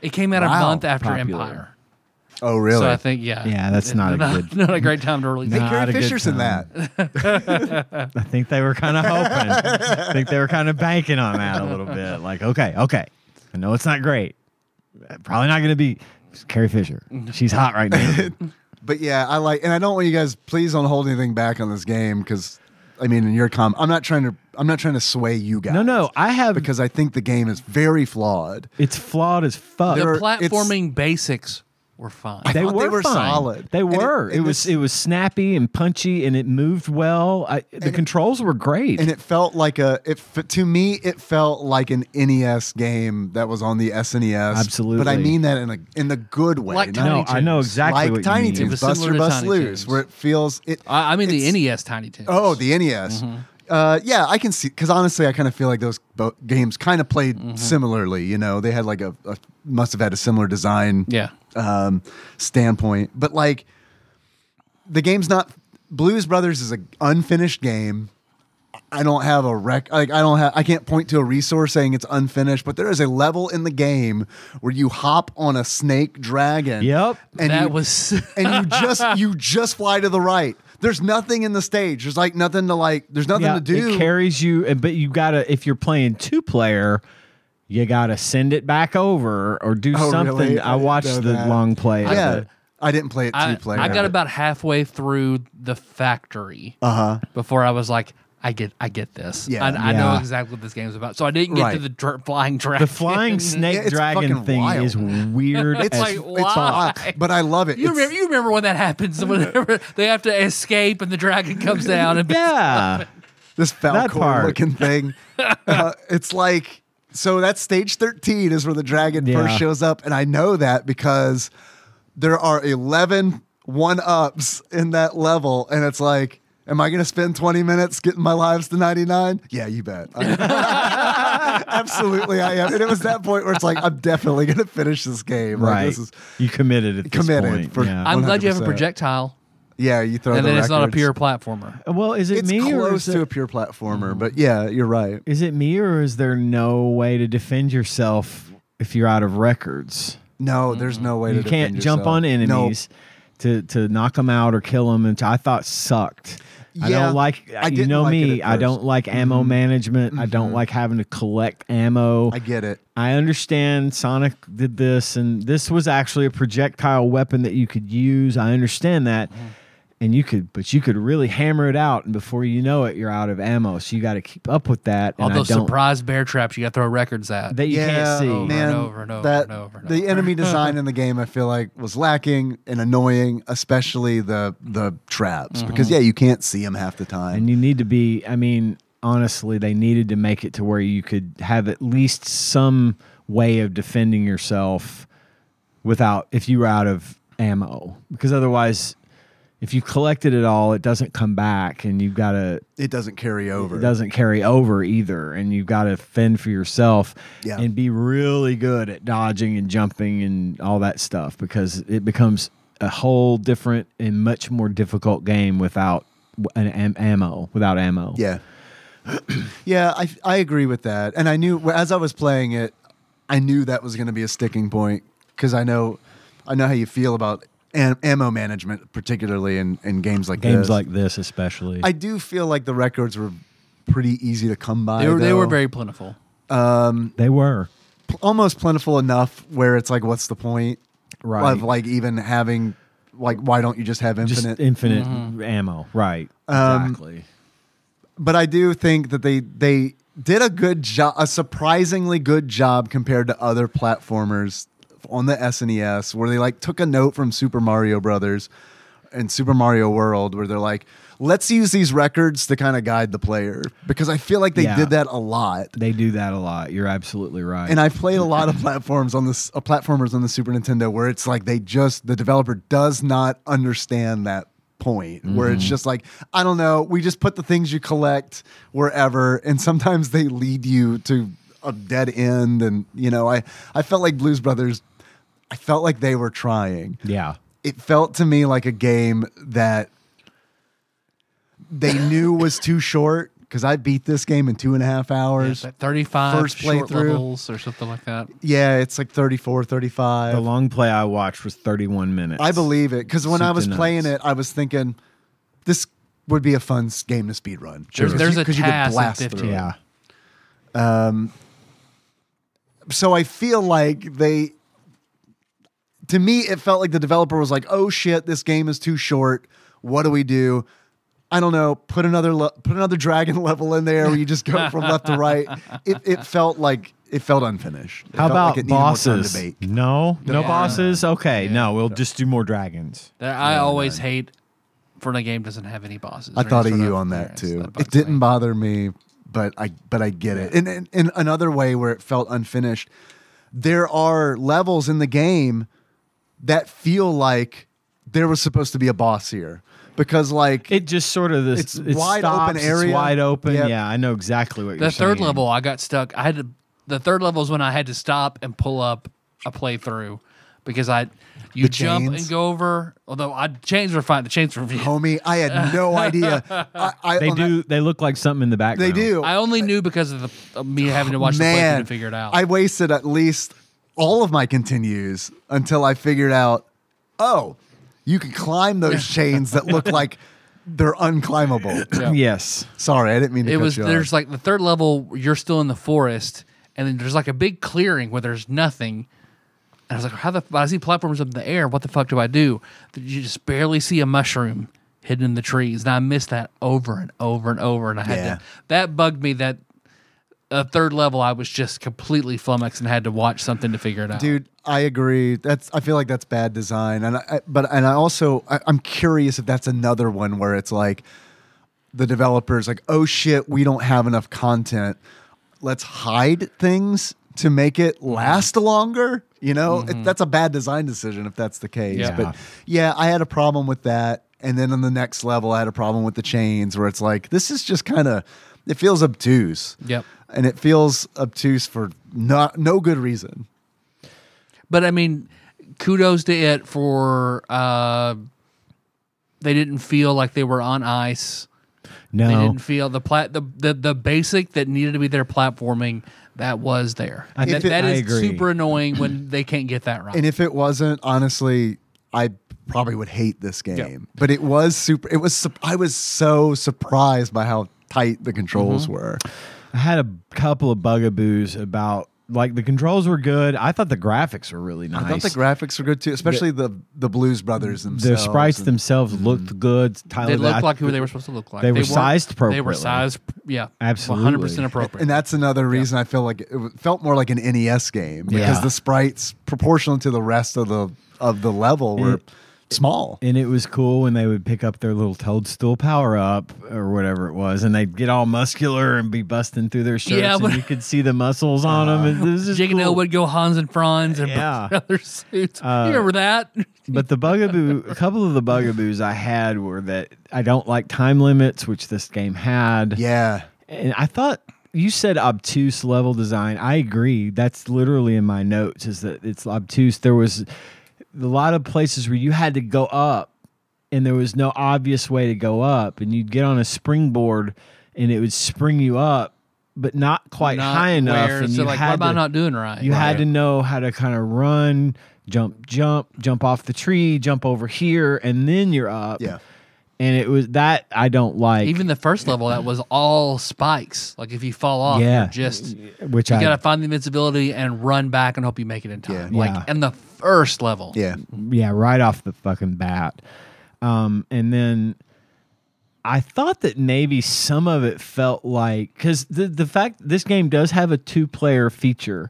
C: It came out a
D: Wow,
C: month after
B: popular.
C: Empire,
D: oh really
C: so I think yeah,
B: Yeah, that's not a good-
C: not a great time to release.
D: Hey,
C: it.
B: Nah. not
D: Carrie
B: a good
D: Fisher's in
B: time.
D: that.
B: I think they were kind of hoping. I think they were kind of banking on that a little bit. Like, okay, okay, I know it's not great. Probably not gonna be Carrie Fisher. She's hot right now.
D: But yeah, I like, and I don't want you guys. Please don't hold anything back on this game because, I mean, in your com, I'm not trying to. I'm not trying to sway you guys.
B: No, no, I have.
D: because I think the game is very flawed.
B: it's flawed as fuck.
C: The
D: There are-
C: platforming basics were fine.
D: I
B: they
D: thought
B: were,
D: they were
B: fine.
D: solid.
B: They
D: And it-
B: were. it,
D: and
B: was
D: this-
B: it was snappy and punchy, and it moved well. I, the controls were great.
D: and it felt like a it f- to me it felt like an NES game that was on the SNES.
B: Absolutely.
D: but I mean that in a in the good way,
C: Like
D: not
C: Tiny
B: no, I know
C: Toons.
B: exactly
D: like
B: what
D: Tiny
B: you mean.
D: Toons,
C: It was similar to
D: Buster Bust
C: Tiny Uh,
D: Loose,
C: Toons.
D: where it feels it.
C: I, I mean the
D: it's-
C: NES Tiny Toons.
D: Oh, the NES.
C: Mm-hmm.
D: Uh, yeah, I can see because honestly, I kind of feel like those bo- games kind of played
C: Mm-hmm.
D: similarly. You know, they had like a, a must have had a similar design
C: yeah,
D: um, standpoint, but like the game's not Blues Brothers is an unfinished game. I don't have a rec. Like I don't have. I can't point to a resource saying it's unfinished. But there is a level in the game where you hop on a snake dragon.
B: Yep.
D: and
C: that
D: you-
C: was
D: and you just you just fly to the right. There's nothing in the stage. There's like nothing to like. There's nothing
B: Yeah,
D: to do.
B: It carries you, and- but you gotta if you're playing two player, you gotta send it back over or do
D: Oh,
B: something.
D: really? I
B: I
D: didn't
B: watched
D: know
B: the
D: that.
B: long play. of
D: yeah,
B: it.
D: I didn't play it
C: I,
D: two player.
C: I got about halfway through the factory before I was like, I get, I get this.
D: Uh-huh. Yeah.
C: I, I know
B: Yeah.
C: exactly what this game's about. So I didn't get to
D: Right.
C: the dr- flying dragon.
B: the flying snake
D: Yeah, it's
B: dragon
D: fucking
B: thing
D: wild.
B: is weird.
D: It's
B: as
C: like,
D: it's wild,
C: why?
D: but I love it.
C: You
D: It's-
C: remember, you remember when that happens? Whenever they have to escape and the dragon comes down and
B: yeah.
D: this falcor
B: part.
D: looking thing. Uh, it's like so that's stage 13 is where the dragon
B: Yeah.
D: first shows up and I know that because there are 11 one ups in that level and it's like am I going to spend 20 minutes getting my lives to 99? Yeah, you bet. I- Absolutely I am. And it was that point where it's like I'm definitely going to finish this game. Like,
B: Right.
D: this is
B: you committed at this
D: Committed
B: point.
D: for-
B: yeah.
C: I'm glad you have a
D: 100%.
C: projectile,
D: yeah, you throw
C: and
D: the
C: then it's not a
D: records.
C: pure platformer.
B: well, is it
D: It's
B: me or
D: close
B: is
D: to
B: it, Mm.
D: a pure platformer, but yeah, you're right.
B: is it me or is there no way to defend yourself if you're out of records?
D: No, there's no way
B: You
D: to
B: can't
D: defend
B: jump
D: yourself.
B: on
D: No.
B: enemies to to knock them out or kill them, which I thought sucked. I
D: Yeah,
B: don't like.
D: I
B: you
D: didn't
B: know
D: like it
B: me.
D: at
B: I don't
D: first. Mm-hmm.
B: like ammo management. I don't like having to collect ammo.
D: I get it.
B: I understand Sonic did this, and this was actually a projectile weapon that you could use. I understand that.
D: Mm-hmm.
B: And you could, but you could really hammer it out, and before you know it, you're out of ammo. So you got to keep up with that. And
C: All
B: I
C: those
B: don't-
C: surprise bear traps you got to throw records at.
B: that you
D: yeah,
B: can't see.
D: oh, man,
C: over and over
D: that
C: and over and
D: the
C: over.
D: enemy design in the game I feel like was lacking and annoying, especially the the traps
C: Mm-hmm.
D: because yeah, you can't see them half the time.
B: And you need to be, I mean, honestly, they needed to make it to where you could have at least some way of defending yourself without, if you were out of ammo. Because otherwise, if you collected it all, it doesn't come back and you've got to,
D: it doesn't carry over.
B: it doesn't carry over either. And you've got to fend for yourself
D: Yeah.
B: and be really good at dodging and jumping and all that stuff because it becomes a whole different and much more difficult game without an am- ammo, without ammo.
D: Yeah, yeah, I I agree with that. And I knew as I was playing it, I knew that was going to be a sticking point because I know I know how you feel about am- ammo management, particularly in in games like
B: Games
D: this.
B: like this, especially.
D: I do feel like the records were pretty easy to come by.
C: They were, they
D: though.
C: were very plentiful.
B: they were.
D: pl- almost plentiful enough where it's like, what's the point
B: Right.
D: of like even having like why don't you just have
B: Just
D: infinite? Um,
B: infinite, ammo. Right. exactly.
D: but I do think that they they did a good job, a surprisingly good job compared to other platformers on the SNES, where they like took a note from Super Mario Brothers and Super Mario World, where they're like, let's use these records to kind of guide the player because I feel like they
B: Yeah.
D: did that a lot.
B: They do that a lot. You're absolutely right.
D: and I've played a lot of platforms on this uh, platformers on the Super Nintendo where it's like they just the developer does not understand that point where
B: Mm-hmm.
D: it's just like I don't know we just put the things you collect wherever and sometimes they lead you to a dead end and you know I I felt like Blues Brothers I felt like they were trying
B: yeah.
D: it felt to me like a game that they knew was too short because I beat this game in two and a half
C: Yeah,
D: hours
C: like 35
D: first
C: short
D: playthrough.
C: levels or something like that.
D: yeah it's like 34 35
B: The long play I watched was 31 minutes.
D: I believe it because when
B: soup
D: I
B: to
D: was playing
B: nuts.
D: it, I was thinking this would be a fun s- game to speed run.
C: There's, there's a
D: 'Cause you could
C: task at
D: blast through
C: 15.
D: it.
B: Yeah.
D: So I feel like they, to me, it felt like the developer was like, "Oh shit, this game is too short. What do we do?" I don't know. Put another le- put another dragon level in there where you just go from left to right. It, it felt like it felt unfinished. It
B: How
D: felt like
B: about
D: it needed more time to
B: bosses?
D: bake.
B: No, no
C: Yeah.
B: bosses. Okay, no, we'll just do more dragons.
C: That I always hate when a game doesn't have any bosses.
D: I
C: or
D: thought
C: any
D: of
C: sort
D: you on
C: variance.
D: that too.
C: bugs
D: it didn't
C: me.
D: bother me, but I but I get it. And in, in another way where it felt unfinished, there are levels in the game that feel like there was supposed to be a boss here because like
B: It just sort of this.
D: It's
B: it
D: wide open
B: stops, it's
D: area.
B: wide open.
D: Yep.
B: Yeah, I know exactly what
C: The
B: you're
C: third
B: saying.
C: level, I got stuck. I had to, the third level is when I had to stop and pull up a playthrough because I you
D: The
C: jump
D: chains?
C: and go over. Although I chains were fine. The chains were fine.
D: Homie, I had no idea. I, I,
B: They
D: on that-
B: do. they look like something in the background.
D: they do.
C: I only knew because of, the, of me having to watch the playthrough
D: Man,
C: to figure it out.
D: I wasted at least all of my continues until I figured out, oh, you can climb those chains that look like they're unclimbable.
C: Yeah.
B: Yes.
D: Sorry, I didn't mean to
C: it
D: cut
C: was
D: you
C: there's
D: off.
C: like the third level you're still in the forest and then there's like a big clearing where there's nothing and i was like how the i see platforms up in the air what the fuck do i do you just barely see a mushroom hidden in the trees and i missed that over and over and over and i had
D: Yeah.
C: to that bugged me that a third level i was just completely flummoxed and had to watch something to figure it out
D: Dude, I agree. That's I feel like that's bad design, and I, I- but and I also I, I'm curious if that's another one where it's like the developers like, oh shit, we don't have enough content. Let's hide things to make it
C: Mm-hmm.
D: last longer. You know, it, that's a bad design decision if that's the case.
C: Yeah.
D: But yeah, I had a problem with that, and then on the next level, I had a problem with the chains where it's like this is just kind of it feels obtuse.
C: Yep.
D: And it feels obtuse for not no good reason.
C: But I mean, kudos to it for uh, they didn't feel like they were on ice. They
B: No.
C: didn't feel the plat the, the the basic that needed to be their platforming that was there.
B: I
D: think-
C: That- that
B: I
C: is
B: agree.
C: super annoying when they can't get that right.
D: And if it wasn't, honestly, I probably would hate this game. But it was super. It was. sup- I was so surprised by how tight the controls were.
B: I had a couple of bugaboos about like the controls were good. I thought the graphics were really nice.
D: I thought the graphics were good too, especially the the, Blues Brothers themselves.
B: the sprites
D: and-
B: themselves looked good. Tyler,
C: Mm-hmm. they looked
B: I-
C: like who they were supposed to look like.
B: they were
C: weren't-
B: sized
C: They were
B: appropriately.
C: sized, yeah,
B: Absolutely.
C: 100%
D: And
C: appropriate.
D: that's another reason I feel like it w- felt more like an NES game because
B: Yeah.
D: the sprites proportional to the rest of the of the level were
B: It-
D: small.
B: And it was cool when they would pick up their little toadstool power up or whatever it was, and they'd get all muscular and be busting through their shirts,
C: Yeah, but-
B: and you could see the muscles on them. It was just
C: Jake and
B: cool.
C: Elle would go Hans and Franz and
B: Yeah. Uh,
C: other suits. you remember that?
B: But the bugaboo, a couple of the bugaboos I had were that I don't like time limits, which this game had.
D: Yeah,
B: And I thought you said obtuse level design. I agree. That's literally in my notes is that it's obtuse. There was a lot of places where you had to go up and there was no obvious way to go up and you'd get on a springboard and it would spring you up but not quite
C: Not
B: high enough
C: where-
B: and
C: so
B: you
C: like,
B: had
C: what am I
B: to-
C: not doing right?
B: you had to know how to kind of run, jump, jump, jump off the tree, jump over here, and then you're up.
D: yeah.
B: And it was that I don't like.
C: Even the first level, that was all spikes. Like if you fall off, you're
B: Yeah.
C: just
B: which
C: you
B: I
C: gotta find the invincibility and run back and hope you make it in time.
D: Yeah.
C: Like
B: Yeah.
C: in the first level,
D: Yeah,
B: yeah, right off the fucking bat. Um, and then I thought that maybe some of it felt like because the the fact this game does have a two player feature,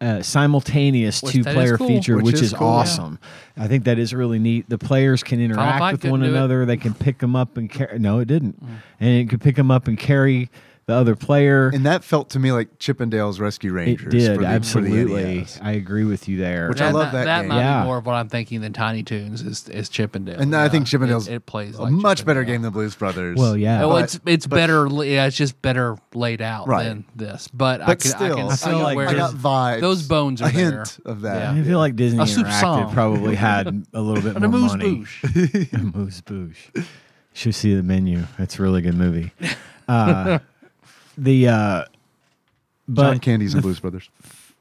B: uh, simultaneous
C: Which
B: two
C: that is
B: player
C: cool.
B: feature,
D: Which
B: which,
D: is
B: is,
D: cool, yeah.
B: awesome. I think that is really neat. The players can
C: Fight
B: interact with
C: couldn't
B: one
C: do it. Mm.
B: another. They can pick them up and carry. No, it didn't, and it could pick them up and carry the other player.
D: and that felt to me like Chippendales Rescue Rangers.
B: it did
D: for the- E for the
B: absolutely.
D: NES.
B: I agree with you there.
D: Which I love that
C: that
D: game.
C: might
B: Yeah.
C: be more of what I'm thinking than Tiny Toons is, is Chippendale.
D: And I think Chippendales
C: it, it plays
D: a
C: like
D: much better
C: Chippendale.
D: game than Blues Brothers.
B: Well, yeah.
C: Oh,
D: but-
C: it's it's
D: but-
C: better. la- Yeah, it's just better laid out
D: Right.
C: than this. But, I
D: But
C: can, I
D: still,
C: can
D: I
C: see
B: feel like
C: where
B: I got
D: vibes,
C: Those bones
D: a
C: are there.
D: hint of that.
B: I feel like Disney
C: A soup
B: Interactive
C: song.
B: probably had a little bit
C: And a
B: more
C: moose
B: money.
C: boosh.
B: A moose boosh. Should see the menu. It's a really good movie. Uh, the uh, but
D: John Candy's and Blues Brothers.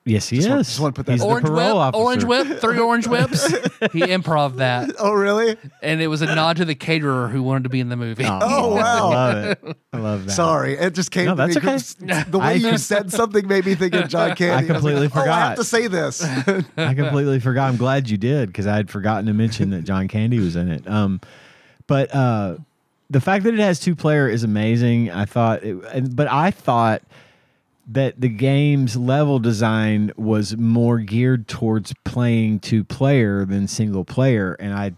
B: yes, he
D: Just
B: is.
D: want- just want to put that-
B: He's the
C: Orange whip,
B: parole officer.
C: orange whip, three orange whips. he improv that,
D: Oh, really?
C: and it was a nod to the caterer who wanted to be in the movie.
D: Oh, wow.
B: I love it. I love that.
D: Sorry, it just came.
B: No,
D: to me
B: that's
D: 'cause
B: okay.
D: The way
B: I
D: you
B: com-
D: said something made me think of John Candy. was like,
B: completely
D: Oh, I
B: forgot.
D: have to say this.
B: I completely forgot. I'm glad you did because I had forgotten to mention that John Candy was in it. Um, but uh, the fact that it has two player is amazing. I thought, it, and, but I thought that the game's level design was more geared towards playing two player than single player, and I,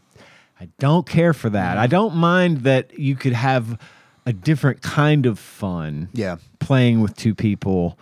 B: I don't care for that. I don't mind that you could have a different kind of fun
D: yeah,
B: playing with two people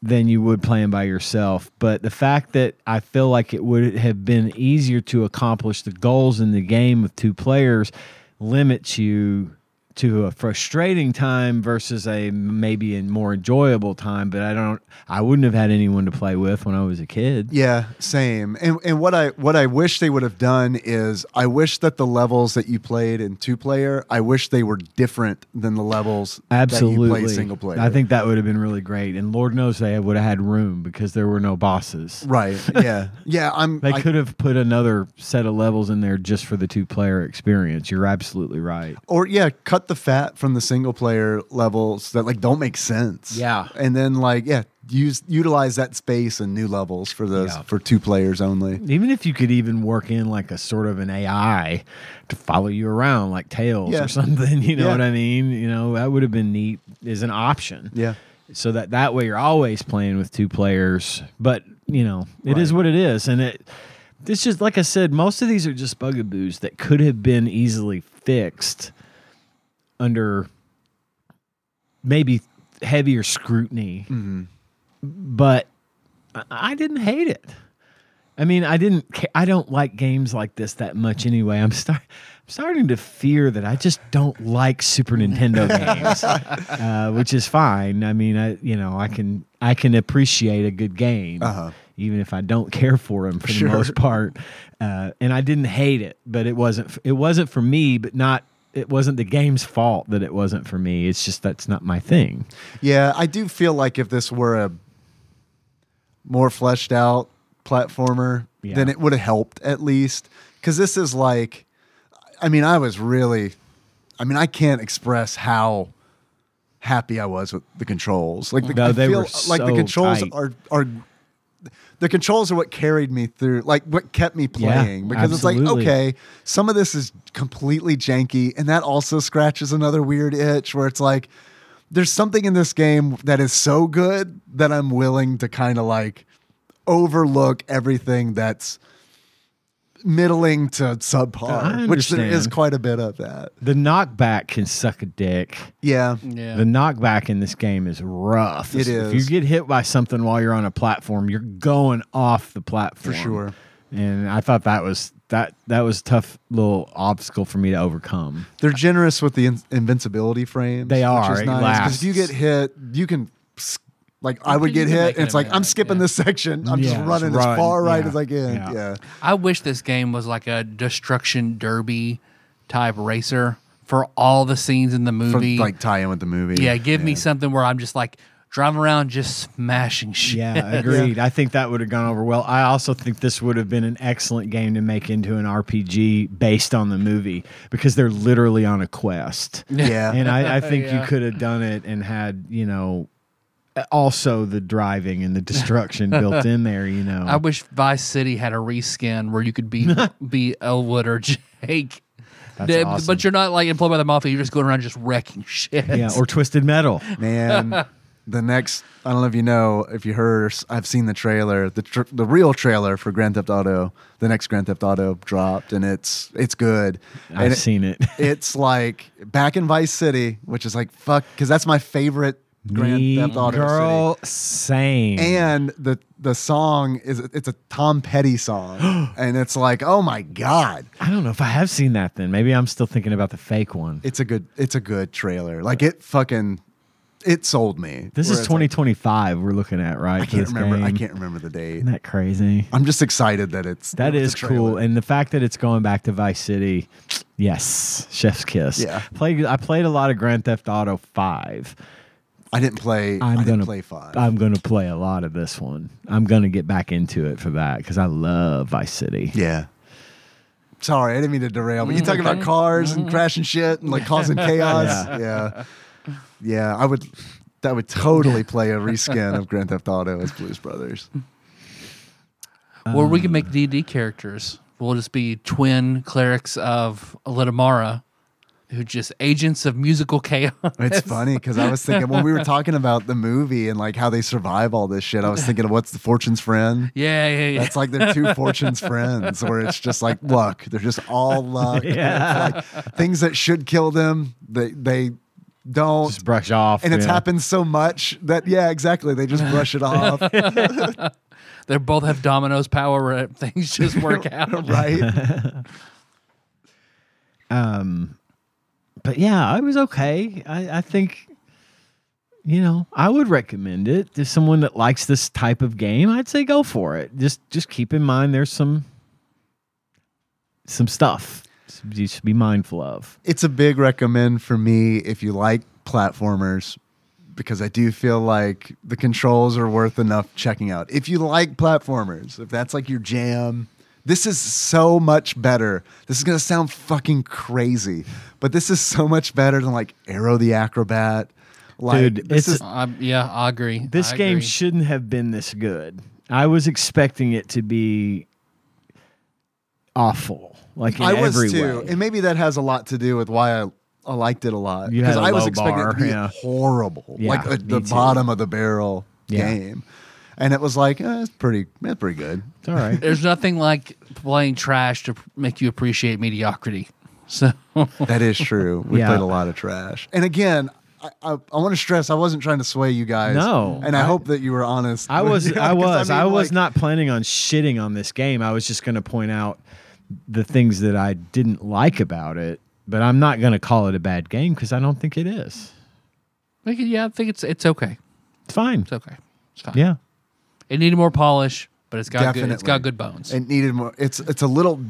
B: than you would playing by yourself. But the fact that I feel like it would have been easier to accomplish the goals in the game with two players limits you to a frustrating time versus a maybe a more enjoyable time. But I don't. I wouldn't have had anyone to play with when I was a kid.
D: Yeah, same. And and what I what I wish they would have done is I wish that the levels that you played in two player, I wish they were different than the levels that
B: Absolutely,
D: you play single player.
B: I think that would have been really great, and Lord knows they would have had room because there were no bosses.
D: right. Yeah. Yeah, I'm
B: They
D: I-
B: could have put another set of levels in there just for the two player experience. You're absolutely right.
D: or yeah, cut the fat from the single player levels that like don't make sense.
B: Yeah.
D: And then like yeah, use utilize that space and new levels for those
B: Yeah.
D: for two players only.
B: Even if you could even work in like a sort of an AI to follow you around, like Tails
D: Yeah.
B: or something, you know
D: Yeah.
B: what I mean? You know, that would have been neat as an option.
D: Yeah.
B: So that that way you're always playing with two players, but you know, it is what it is and it it's just like I said, most of these are just bugaboos that could have been easily fixed under maybe heavier scrutiny. But I- I didn't hate it. I mean, I didn't. ca- I don't like games like this that much anyway. I'm start, I'm starting to fear that I just don't like Super Nintendo games, uh, which is fine. I mean, I you know I can I can appreciate a good game. Even if I don't care for them for
D: Sure.
B: the most part, uh, and I didn't hate it, but it wasn't f- it wasn't for me. But not it wasn't the game's fault that it wasn't for me. It's just that's not my thing.
D: Yeah, I do feel like if this were a more fleshed out platformer,
B: Yeah.
D: then it would have helped at least. Because this is like, I mean, I was really, I mean, I can't express how happy I was with the controls. Like the,
B: No,
D: I
B: they
D: feel
B: were
D: like the
B: so
D: controls
B: tight.
D: are are. The controls are what carried me through, like what kept me
B: Yeah,
D: playing. because it's like,
B: absolutely.
D: okay, some of this is completely janky, and that also scratches another weird itch where it's like, there's something in this game that is so good that I'm willing to kind of like overlook everything that's middling to subpar,
B: I
D: which there is
B: understand.
D: quite a bit of that.
B: The knockback can suck a dick.
D: Yeah.
C: Yeah.
B: The knockback in this game is rough.
D: It
B: If you
D: is.
B: get hit by something while you're on a platform, you're going off the platform
D: sure.
B: And I thought that was that that was a tough little obstacle for me to overcome.
D: They're generous with the in- invincibility frames.
B: They are.
D: Which is
B: It
D: nice. Because if you get
B: lasts.
D: hit, you can. s- Like I would
C: You can
D: get hit,
C: make
D: and
C: it
D: it's
C: a
D: like I'm
C: minute,
D: skipping
C: yeah.
D: this section. I'm
B: Yeah,
D: just
B: just
D: running as
B: run,
D: far right
B: yeah,
D: as I can.
B: yeah.
D: yeah.
C: I wish this game was like a destruction derby type racer for all the scenes in the
D: From,
C: movie.
D: like tie in with the movie.
C: yeah, give me something where I'm just like driving around just smashing shit.
B: Yeah, agreed. I think that would have gone over well. I also think this would have been an excellent game to make into an RPG based on the movie because they're literally on a quest.
D: Yeah.
B: and I, I think
C: Yeah.
B: you could have done it and had you know also the driving and the destruction built in there. You know,
C: I wish Vice City had a reskin where you could be be Elwood or Jake.
B: That's
C: Th-
B: awesome.
C: But you're not like employed by the mafia. You're just going around just wrecking shit.
B: yeah, or twisted metal.
D: Man, the next I don't know if you know if you heard or s- I've seen the trailer, the tr- the real trailer for Grand Theft Auto, the next Grand Theft Auto dropped and it's it's good.
B: I've
D: and
B: seen it.
D: It's like back in Vice City, which is like fuck cuz that's my favorite Grand
B: Me
D: Theft Auto
B: girl,
D: city.
B: same.
D: And the the song is it's a Tom Petty song and it's like, "Oh my god."
B: I don't know if I have seen that. Then maybe I'm still thinking about the fake one.
D: It's a good it's a good trailer. Like it fucking it sold me.
B: This
D: Where
B: is
D: it's like,
B: 2025. we're looking at right.
D: I
B: for
D: can't
B: this
D: remember I
B: game.
D: can't remember the date.
B: Isn't that crazy?
D: I'm just excited that it's
B: That
D: it's
B: is
D: a
B: cool,
D: trailer.
B: and the fact that it's going back to Vice City, yes, Chef's kiss.
D: Yeah.
B: played. I played a lot of Grand Theft Auto Five.
D: I didn't play. I'm I
B: I'm
D: did
B: gonna
D: not play 5
B: I'm gonna play a lot of this one. I'm gonna get back into it for that because I love Vice City.
D: yeah. Sorry, I didn't mean to derail. But you talking about cars and crashing shit and like causing chaos. Yeah.
B: Mm-hmm. Yeah.
D: yeah, I would. That would totally play a reskin of Grand Theft Auto as Blues Brothers.
C: Or we can make D&D characters. We'll just be twin clerics of Litamara, who just agents of musical chaos.
D: It's funny because I was thinking when we were talking about the movie and like how they survive all this shit. I was thinking of what's the fortune's friend.
C: Yeah, yeah, yeah.
D: That's like their two fortunes friends, where it's just like luck. They're just all luck.
B: Yeah.
D: It's like, things that should kill them, they they don't.
B: Just brush off,
D: and it's
B: yeah.
D: happened so much that yeah, exactly. They just brush it off,
C: They both have dominoes power where things just work out.
D: right?
B: Um, but yeah, I was okay. I, I think, you know, I would recommend it to someone that likes this type of game. I'd say go for it. Just just keep in mind there's some some stuff you should be mindful of.
D: it's a big recommend for me if you like platformers because I do feel like the controls are worth enough checking out. If you like platformers, if that's like your jam, this is so much better. This is going to sound fucking crazy, but this is so much better than like Arrow the Acrobat. Like,
B: Dude,
D: this
B: it's-
D: is
C: Um, yeah, I agree.
B: This
C: I
B: game
C: agree.
B: shouldn't have been this good. I was expecting it to be awful. Like in
D: I was
B: every
D: too,
B: way.
D: and maybe that has a lot to do with why I, I liked it a lot
B: You had
D: because
B: a
D: I was
B: low
D: expecting it
B: bar,
D: to be
B: yeah.
D: horrible,
B: Yeah,
D: like the,
B: me
D: the
B: too.
D: bottom of the barrel
B: Yeah.
D: game, and it was like eh, it's pretty, it's pretty good.
B: It's all right.
C: There's nothing like playing trash to make you appreciate mediocrity. So
D: That is true. We
B: Yeah.
D: played a lot of trash, and again. I, I, I want to stress I wasn't trying to sway you guys.
B: No.
D: and I,
B: I-
D: hope that you were honest.
B: I
D: with
B: was,
D: you, 'cause
B: I was,
D: mean,
B: I was
D: like,
B: not planning on shitting on this game. I was just going to point out the things that I didn't like about it, but I'm not going to call it a bad game because I don't think it is.
C: I think- yeah, I think it's it's okay.
B: It's fine.
C: It's okay. It's fine.
B: Yeah,
C: It needed more polish, but it's got good, it's
D: Definitely.
C: got good bones.
D: It needed more. It's it's a little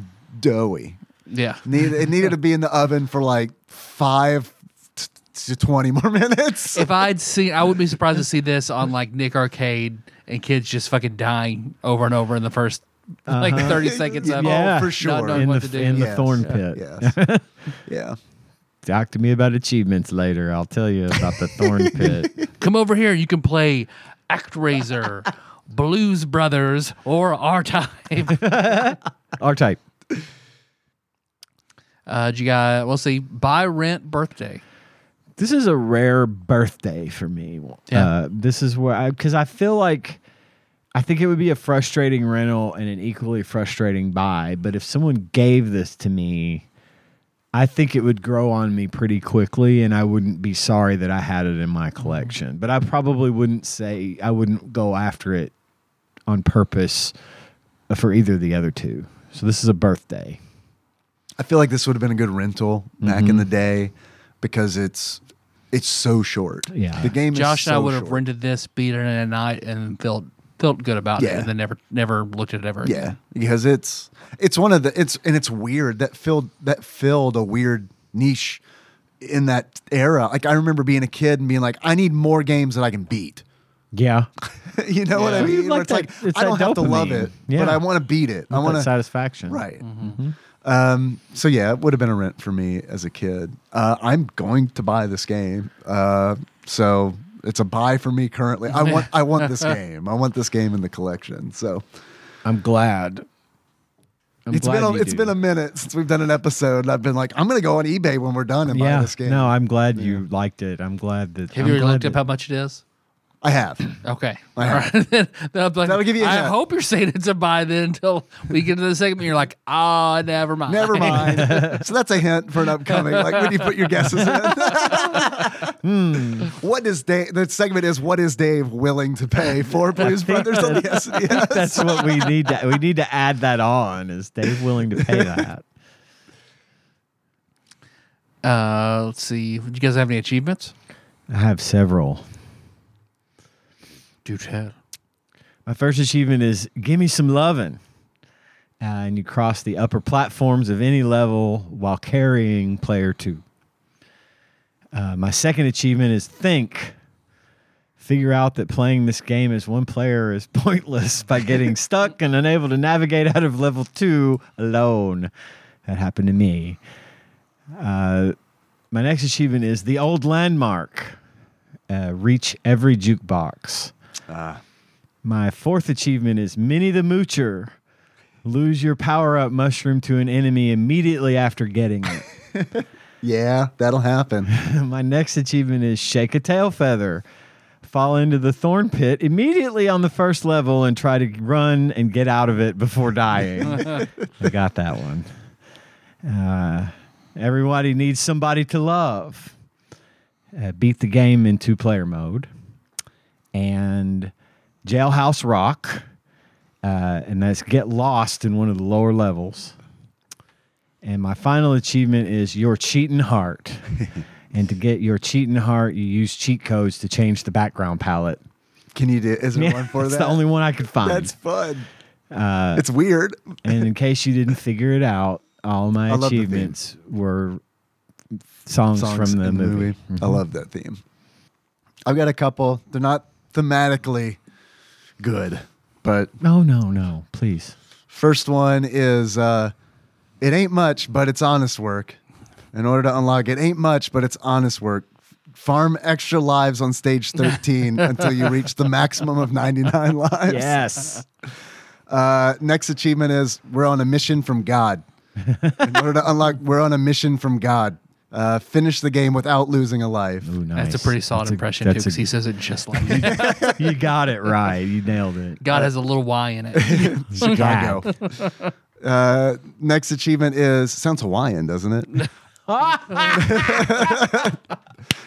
D: doughy.
C: yeah.
D: Needed, it needed to be in the oven for like five t- to twenty more minutes.
C: if I'd seen, I would be surprised to see this on like Nick Arcade and kids just fucking dying over and over in the 1st like thirty seconds of it.
B: Uh-huh. Yeah.
D: Oh,
B: Not
D: for sure.
C: knowing
B: in
C: what
B: the
C: to do.
B: in the
D: Yes. uh,
B: thorn pit.
D: Yes. yeah.
B: Talk to me about achievements later. I'll tell you about the thorn pit.
C: Come over here. You can play ActRaiser, Blues Brothers, or R Type.
B: R type.
C: Uh, you got. We'll see. Buy Rent Birthday.
B: this is a rare birthday for me.
C: Yeah.
B: Uh, this is where I because I feel like I think it would be a frustrating rental and an equally frustrating buy. But if someone gave this to me, I think it would grow on me pretty quickly, and I wouldn't be sorry that I had it in my collection. But I probably wouldn't say I wouldn't go after it on purpose for either of the other two. So this is a birthday.
D: I feel like this would have been a good rental back in the
B: Mm-hmm.
D: day because it's it's so short.
B: Yeah.
D: The game
C: Josh
D: is
C: and I
D: so
C: would have
D: short.
C: rented this, beat it in a night, and felt felt good about it,
D: Yeah.
C: and then never never looked at it ever.
D: Yeah. Because it's it's one of the it's and it's weird that filled that filled a weird niche in that era. Like I remember being a kid and being like, I need more games that I can beat.
B: Yeah,
D: you know what I
B: Well, you
D: mean? Where
B: like
D: it's
B: that-
D: like
B: it's
D: I don't
B: that
D: have to love
B: dopamine.
D: it,
B: Yeah.
D: but I want to beat it. I
B: I
D: want
B: want
D: to
B: satisfaction.
D: Right.
B: Mm-hmm.
D: Um, so yeah, it would have been a rent for me as a kid. Uh, I'm going to buy this game. Uh, so it's a buy for me currently. I want I want this game. I want this game in the collection. So
B: I'm glad. I'm
D: it's been a,
B: you
D: it's
B: do.
D: been a minute since we've done an episode, and I've been like, I'm gonna go on eBay when we're done and buy this game.
B: No, I'm glad you liked it. I'm glad that.
C: Have
B: I'm
C: you ever
B: glad
C: looked up
B: that-
C: how much it is?
D: I have.
C: Okay.
D: I
C: All
D: have.
C: right. then, then I'm like,
D: That'll give you a
C: I
D: hint.
C: hope you're saying it's a buy then until we get to the segment. You're like, ah, never mind.
D: Never mind. so that's a hint for an upcoming. Like when you put your guesses in.
B: Hmm.
D: What is Dave? The segment is what is Dave willing to pay for Blues Brothers on the E SNES?
B: That's what we need. To, we need to add that on. Is Dave willing to pay that?
C: Uh, let's see. Do you guys have any achievements?
B: I have several.
C: Do tell.
B: My first achievement is give me some lovin'. Uh, and you cross the upper platforms of any level while carrying player two. Uh, my second achievement is think. Figure out that playing this game as one player is pointless by getting stuck and unable to navigate out of level two alone. That happened to me. Uh, my next achievement is the old landmark. Uh, reach every jukebox. My fourth achievement is Minnie the Moocher. Lose your power up mushroom to an enemy immediately after getting it.
D: Yeah, that'll happen.
B: My next achievement is Shake a Tail Feather. Fall into the thorn pit immediately on the first level and try to run and get out of it before dying. I got that one. Uh, everybody needs somebody to love. Uh, beat the game in two player mode. And Jailhouse Rock. Uh, and that's Get Lost in one of the lower levels. And my final achievement is your cheating heart. and to get your cheating heart, you use cheat codes to change the background palette.
D: Can you do? Is there one for
B: That's
D: that?
B: the only one Uh, I could find.
D: That's fun. it's weird.
B: and in case you didn't figure it out, all my
D: I love the theme.
B: achievements were songs, from the
D: in
B: movie. Mm-hmm.
D: I love that theme. I've got a couple. They're not thematically good, but
B: No, no, no, please.
D: First one is uh, it ain't much, but it's honest work. In order to unlock it, ain't much, but it's honest work. Farm extra lives on stage 13 until you reach the maximum of 99 lives.
B: Yes.
D: Uh, next achievement is we're on a mission from God. In order to unlock, we're on a mission from God. Uh, finish the game without losing a life.
B: Ooh, nice.
C: That's a pretty solid
B: That's a-
C: impression, too,
B: that's
C: because
B: a-
C: he says it just like that.
B: you got it right. You nailed it.
D: Uh,
C: God has a little Y in it.
D: Chicago. uh, next achievement is sounds Hawaiian, doesn't it?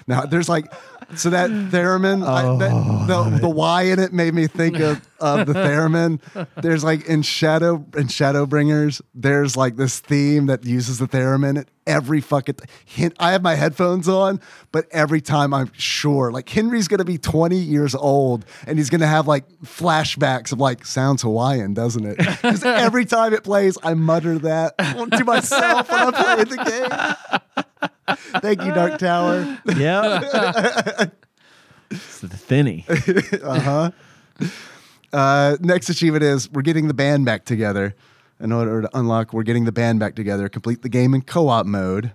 D: now there's like so that theremin, I, that, the the Y in it made me think of, of the theremin. There's like in Shadow in Shadowbringers, there's like this theme that uses the theremin at every fucking hint. I have my headphones on, but every time I'm sure, like Henry's gonna be 20 years old and he's gonna have like flashbacks of like sounds Hawaiian, doesn't it? Because every time it plays, I mutter that to myself when I play the game. Thank you, Dark Tower.
B: Yep. it's the thinny.
D: Uh, next achievement is we're getting the band back together. In order to unlock, we're getting the band back together. Complete the game in co-op mode.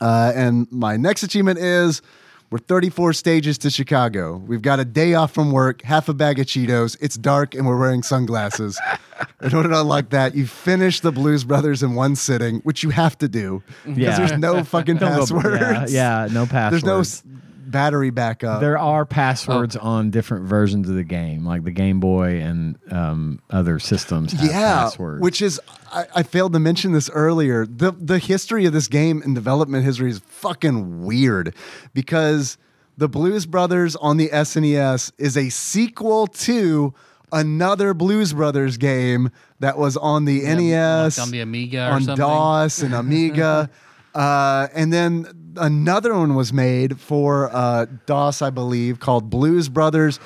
D: Uh, and my next achievement is we're 34 stages to Chicago. We've got a day off from work, half a bag of Cheetos. It's dark, and we're wearing sunglasses. in order to unlock that, you finish the Blues Brothers in one sitting, which you have to do because
B: Yeah.
D: there's no fucking
B: Don't go-
D: passwords.
B: Yeah, yeah, no
D: there's
B: passwords.
D: no s- battery backup.
B: there are passwords
D: Oh.
B: on different versions of the game, like the Game Boy and um, other systems. Have passwords.
D: which is I, I failed to mention this earlier. the The history of this game and development history is fucking weird because the Blues Brothers on the SNES is a sequel to another Blues Brothers game that was on the NES,
C: on the Amiga or
D: E on
C: something.
D: DOS and Amiga. Uh, and then another one was made for uh, DOS, I believe, called Blues Brothers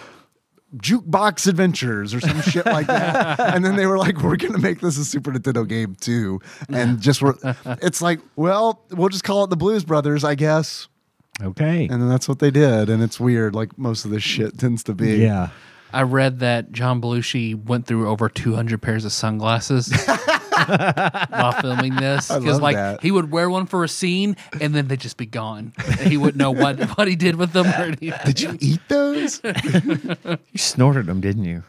D: jukebox adventures or some shit like that. and then they were like, we're gonna make this a Super Nintendo game too. And just were it's like, well, we'll just call it the Blues Brothers, I guess.
B: okay.
D: And then that's what they did. And it's weird, like most of this shit tends to be.
B: yeah.
C: I read that John Belushi went through over 200 pairs of sunglasses while filming this
D: I love
C: like
D: that.
C: he would wear one for a scene and then they'd just be gone. And he wouldn't know what what he did with them or anything.
D: Did you eat those?
B: You snorted them, didn't you?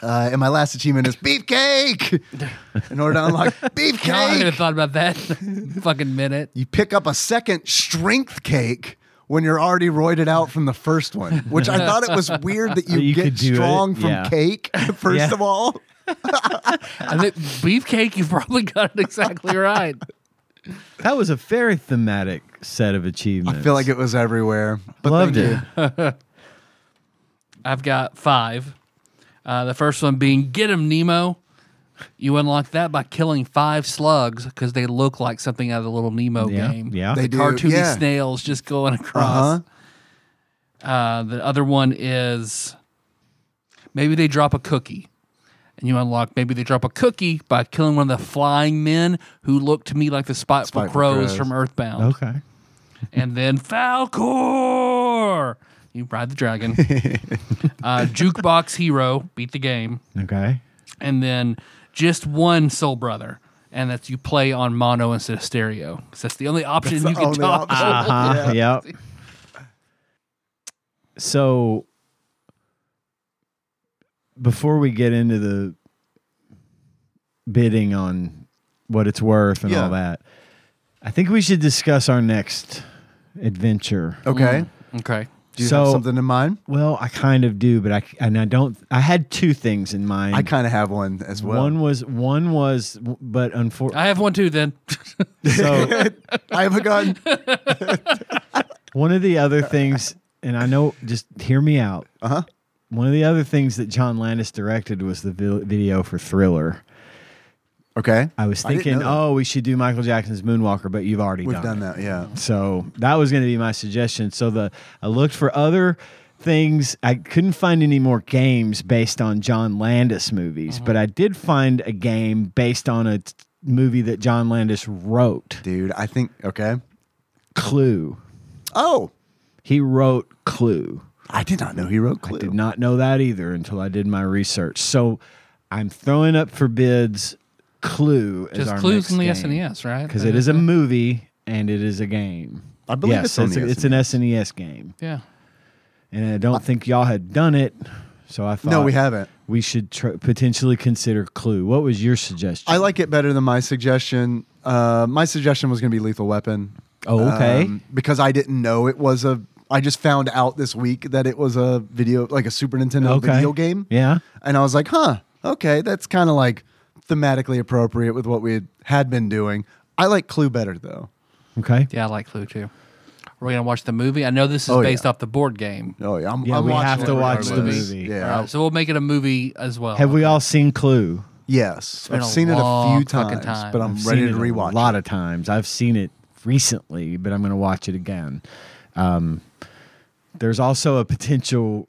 D: Uh, and my last achievement is beefcake. In order to unlock
C: God, I haven't
D: beefcake,
C: thought about that in a fucking minute.
D: you pick up a second strength cake when you're already roided out from the first one, which I thought it was weird that you,
B: You could
D: get
B: do it,
D: strong from
B: yeah.
D: cake, first
B: Yeah.
D: of all.
C: I think beefcake, you probably got it exactly right.
B: That was a very thematic set of achievements.
D: I feel like it was everywhere. But
B: loved
D: thank
B: it.
D: you.
C: I've got five. Uh, the first one being Get Him Nemo. You unlock that by killing five slugs because they look like something out of the Little Nemo
B: Yeah,
C: game.
B: yeah.
D: They
C: the
D: do,
C: cartoony
D: yeah. Uh-huh.
C: snails just going across. Uh, the other one is maybe they drop a cookie. And you unlock maybe they drop a cookie by killing one of the flying men who look to me like the spiteful,
D: Spiteful
C: crows,
D: crows.
C: from Earthbound
B: Okay.
C: and then Falcor. You ride the dragon. uh, jukebox hero beat the game,
B: Okay.
C: and then just one soul brother, and that's you play on mono instead of stereo. 'cause that's the only option
D: the
C: you can
D: only
C: talk.
D: option.
B: Uh-huh. Yep. So before we get into the bidding on what it's worth and
D: Yeah.
B: all that, I think we should discuss our next adventure.
D: Okay.
C: Okay,
D: Do you
B: Mm. So-
D: have something in mind?
B: Well, I kind of do, but I and I don't. I had two things in mind.
D: I kind of have one as well.
B: one was one was, but unfortunately,
C: I have one too. Then
B: so
D: I have a gun.
B: One of the other things, and I know, just hear me out. Uh
D: Uh-huh.
B: huh. One of the other things that John Landis directed was the vil- video for Thriller.
D: Okay.
B: I was
D: I didn't
B: thinking,
D: know that.
B: oh, we should do Michael Jackson's Moonwalker, but you've already
D: We've
B: done,
D: done
B: it.
D: that, yeah.
B: So that was going to be my suggestion. So the I looked for other things. I couldn't find any more games based on John Landis movies,
D: Mm-hmm.
B: but I did find a game based on a t- movie that John Landis wrote,
D: Dude, I think, okay.
B: Clue.
D: Oh,
B: He wrote Clue.
D: I did not know he wrote Clue.
B: Did not know that either until I did my research. So I'm throwing up for bids Clue as
C: Just
B: our
C: clues
B: next
C: on the
B: game.
C: SNES, right?
B: because
C: That
B: it is a movie and it is a game.
D: I believe
B: yes,
D: it's on the E
B: it's an SNES game,
C: Yeah.
B: and I don't think y'all had done it, so I thought
D: No, we haven't.
B: We should tr- potentially consider Clue. What was your suggestion?
D: I like it better than my suggestion. Uh, my suggestion was going to be Lethal Weapon. Um,
B: Oh, okay.
D: because I didn't know it was a. I just found out this week that it was a video, like a Super Nintendo
B: Okay.
D: video game.
B: Yeah.
D: And I was like, huh, okay, that's kind of like thematically appropriate with what we had- had been doing. I like Clue better though.
B: Okay.
C: Yeah, I like Clue too. We're gonna watch the movie. I know this is
D: Oh,
C: based
D: yeah.
C: off the board game.
D: Oh yeah, I'm,
B: Yeah,
D: I'm
B: we
D: watching
B: have
D: it
B: to watch the
D: regardless.
B: movie.
D: Yeah.
C: All right, so we'll make it a movie as well.
B: Have we all seen Clue?
D: yes,
C: been a
D: I've seen it a
C: long
D: few
C: fucking
D: times,
C: time.
D: but I'm
B: I've
D: ready
B: seen
D: to
B: it
D: rewatch.
B: a lot
D: it.
B: of times. I've seen it recently, but I'm going to watch it again. Um, there's also a potential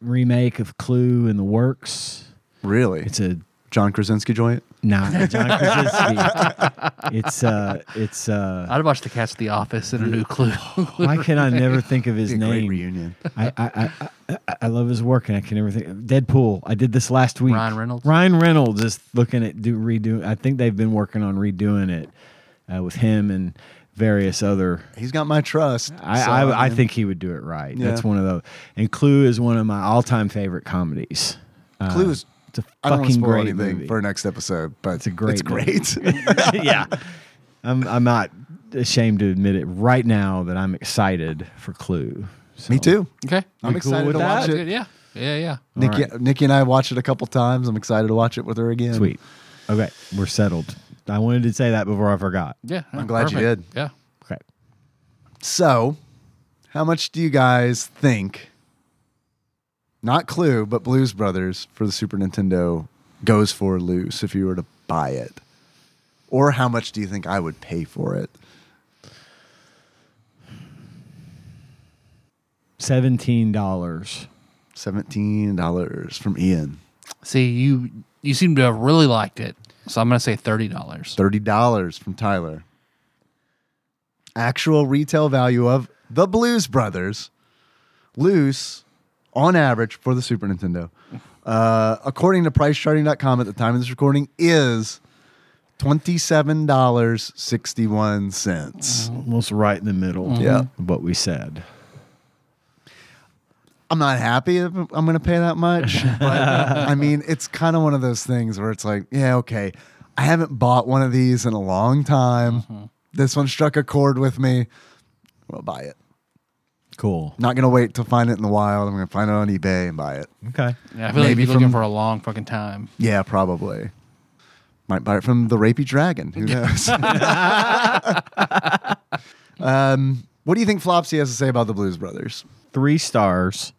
B: remake of Clue in the works.
D: really.
B: It's a
D: John Krasinski joint.
B: Nah, John Krasinski. it's uh, it's uh.
C: I'd watch the cast of The Office in a new Clue.
B: Why can I never think of his
D: Be a great
B: name?
D: reunion.
B: I I, I I I love his work, and I can never think. Deadpool. I did this last week.
C: Ryan Reynolds?
B: Ryan Reynolds is looking at do redo. I think they've been working on redoing it uh, with him and various other.
D: He's got my trust.
B: I,
D: so,
B: I, I
D: mean,
B: think he would do it right. That's
D: Yeah.
B: one of those. And Clue is one of my all-time favorite comedies. Uh,
D: Clue is.
B: it's a
D: I don't want
B: fucking
D: to spoil
B: great
D: anything
B: movie.
D: for next episode, but
B: It's a great
D: It's
B: movie.
D: great.
B: yeah. I'm I'm not ashamed to admit it right now that I'm excited for Clue. So-
D: Me too.
C: okay.
D: I'm
B: We cool
D: excited
B: with
D: to
B: that?
D: watch
C: That's good.
D: it.
C: Yeah. Yeah. Yeah.
D: Nikki,
B: All
D: Nikki and I watched it a couple times. I'm excited to watch it with her again.
B: Sweet. Okay, we're settled. I wanted to say that before I forgot.
C: Yeah.
D: I'm glad you
C: perfect. Yeah.
B: Okay.
D: So, how much do you guys think? Not Clue, but Blues Brothers for the Super Nintendo goes for loose if you were to buy it, or how much do you think I would pay for it?
B: 17 dollars.
D: Seventeen dollars from Ian.
C: See, you you seem to have really liked it, so I'm gonna say thirty dollars.
D: Thirty dollars from Tyler. Actual retail value of the Blues Brothers loose on average for the Super Nintendo, uh, according to PriceCharting.com at the time of this recording, is twenty seven dollars sixty one cents.
B: Almost right in the middle
D: Mm-hmm. Yeah.
B: of what we said.
D: I'm not happy if I'm going to pay that much, but I mean, it's kind of one of those things where it's like, yeah, okay, I haven't bought one of these in a long time. This one struck a chord with me. I'll buy it.
B: Cool.
D: Not going to wait to find it in the wild. I'm going to find it on eBay and buy it.
B: Okay.
C: Yeah, I feel like you've
D: Maybe
C: been looking
D: from-
C: for a long fucking time.
D: Yeah, probably. Might buy it from the rapey dragon. Who knows? um, what do you think Flopsy has to say about the Blues Brothers?
B: 3 stars.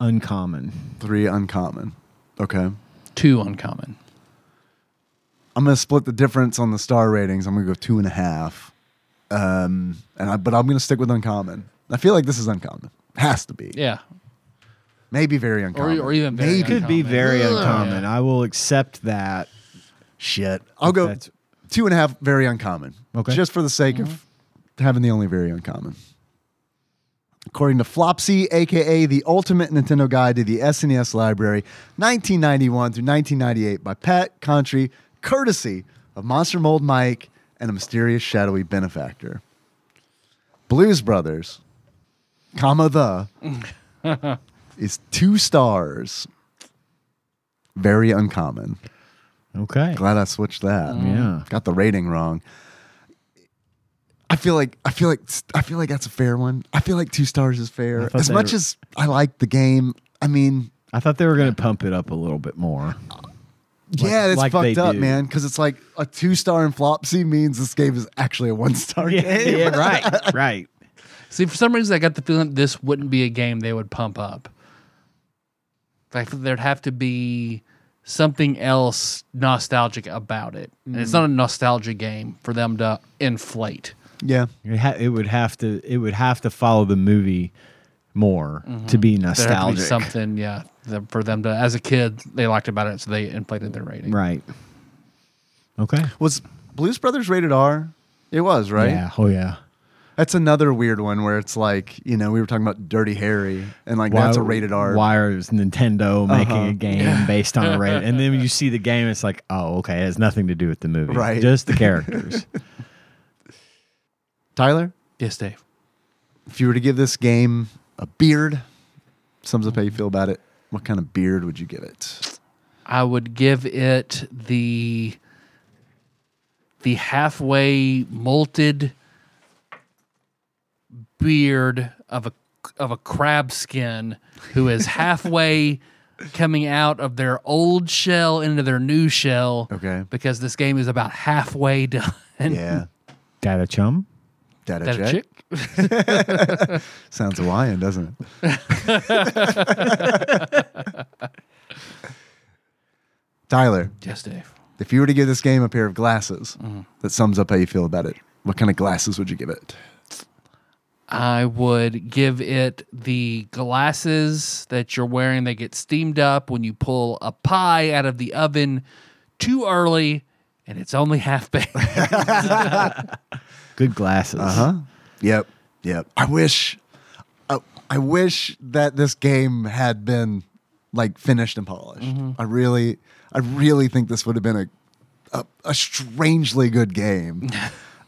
B: Uncommon.
D: Three uncommon. Okay.
C: Too uncommon.
D: I'm gonna split the difference on the star ratings. I'm gonna go two and a half. Um, and I, but I'm gonna stick with uncommon. I feel like this is uncommon. Has to be.
C: Yeah.
D: Maybe very uncommon.
C: or even very
D: maybe.
B: It could be
C: Uncommon.
B: very
C: Ugh.
B: uncommon. I will accept that.
D: Shit. I'll go
B: That's-
D: two and a half. Very uncommon.
B: Okay. Mm-hmm.
D: Just for the sake of having the only very uncommon. According to Flopsy, aka the Ultimate Nintendo Guide to the SNES Library, 1991 through 1998, by Pat Contry, courtesy of Monster Mold Mike and a mysterious shadowy benefactor. Blues Brothers, comma the, is two stars. Very uncommon.
B: Okay.
D: Glad I switched that.
B: Mm. Yeah.
D: Got the rating wrong. I feel like I feel like I feel like that's a fair one. I feel like two stars is fair.
B: thought
D: As
B: they
D: much
B: were-
D: as I like the game, I mean,
B: I thought they were going to pump it up a little bit more.
D: yeah, that's
B: like they
D: fucked up,
B: do.
D: man. Because it's like a two star in Flopsy means this game is actually a one star game.
B: yeah, right. Right.
C: See, for some reason, I got the feeling this wouldn't be a game they would pump up. Like there'd have to be something else nostalgic about it. And it's not a nostalgia game for them to inflate.
D: Yeah.
B: It, ha- it would have to it would have to follow the movie more to be
C: There had to
B: nostalgic.
C: be something, yeah, th- for them to. As a kid, they liked about it, so they inflated their rating.
B: Right. Okay.
D: Was Blues Brothers rated R? It was, right?
B: Yeah. Oh yeah.
D: That's another weird one where it's like, you know, we were talking about Dirty Harry and like that's a rated R.
B: Why is Nintendo making a game based on a rated? And then you see the game, it's like, oh, okay, it has nothing to do with the movie,
D: Right.
B: Just the characters.
D: Tyler,
C: Yes, Dave.
D: if you were to give this game a beard, sums up how you feel about it. What kind of beard would you give it?
C: I would give it the the halfway molted beard of a of a crab skin who is halfway coming out of their old shell into their new shell.
D: Okay.
C: Because this game is about halfway done.
D: Yeah.
B: Got a chum?
D: Data,
C: That a
D: check.
C: chick?
D: Sounds Hawaiian, doesn't it? Tyler,
C: Yes, Dave.
D: if you were to give this game a pair of glasses that sums up how you feel about it, what kind of glasses would you give it?
C: I would give it the glasses that you're wearing that get steamed up when you pull a pie out of the oven too early and it's only half baked.
B: Good glasses.
D: Huh? Yep. Yep. I wish I, I wish that this game had been like finished and polished. I really I really think this would have been a a, a strangely good game.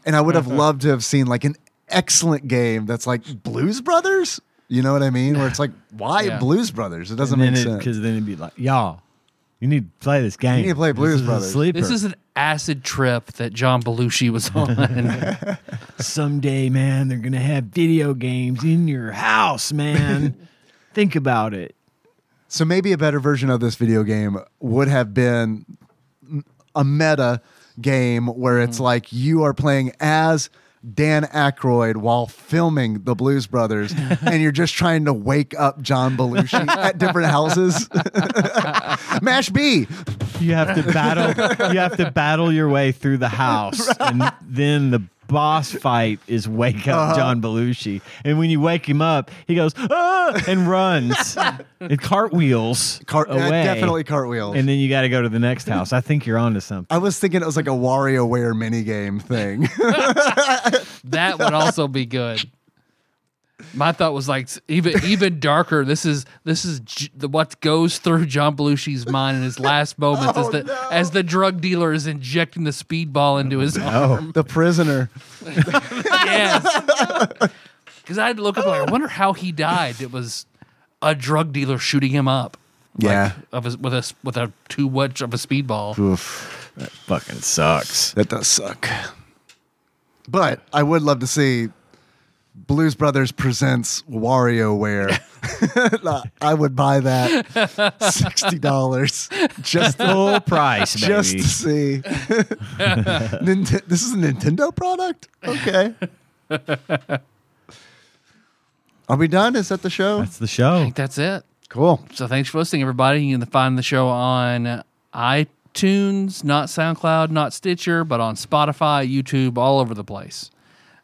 D: and I would have loved to have seen like an excellent game that's like Blues Brothers? You know what I mean? Where it's like, why
C: Yeah.
D: Blues Brothers? It doesn't
B: And then
D: make
B: it,
D: sense.
B: because then it'd be like, y'all, you need to play this game.
D: need to play Blues
B: this is a
D: Brothers.
B: sleeper.
C: this is an acid trip that John Belushi was on.
B: someday, man, they're gonna have video games in your house, man. Think about it.
D: So maybe a better version of this video game would have been a meta game where
B: Mm.
D: it's like you are playing as Dan Aykroyd while filming the Blues Brothers, and you're just trying to wake up John Belushi at different houses. Mash B,
B: You have to battle. you have to battle your way through the house, and then the boss fight is wake up
D: Uh-huh.
B: John Belushi. And when you wake him up, he goes ah! and runs and cartwheels
D: Cart- uh,
B: away.
D: definitely cartwheels.
B: And then you got to go to the next house. I think you're onto something.
D: I was thinking it was like a WarioWare minigame thing.
C: that would also be good. My thought was like even even darker. This is this is j- the, what goes through John Belushi's mind in his last moments as the as the drug dealer is injecting the speedball into his arm.
B: Um,
D: the prisoner.
C: Yes. Because I'd look up like, I wonder how he died. It was a drug dealer shooting him up
D: Yeah.
C: of his, with a with a two much of a speedball.
D: Oof.
B: Fucking sucks.
D: That does suck. But I would love to see Blues Brothers presents WarioWare. I would buy that sixty dollars just to,
B: Full price, baby.
D: just to see. Nint- this is a Nintendo product. Okay. Are we done? Is that the show?
B: That's the
C: I
B: show.
C: think that's it.
D: Cool.
C: So thanks for listening, everybody. You can find the show on iTunes, not SoundCloud, not Stitcher, but on Spotify, YouTube, all over the place.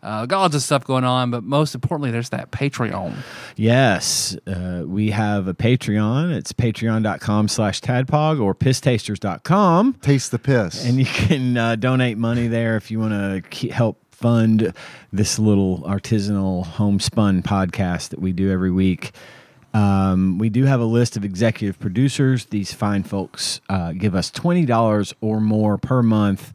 C: Uh, got lots of stuff going on, but most importantly, there's that Patreon.
B: Yes, uh, we have a Patreon. It's patreon.com slash tadpog or pisstasters.com.
D: Taste the piss.
B: And you can uh, donate money there if you want to ke- help fund this little artisanal homespun podcast that we do every week. Um, we do have a list of executive producers. These fine folks uh, give us $20 or more per month.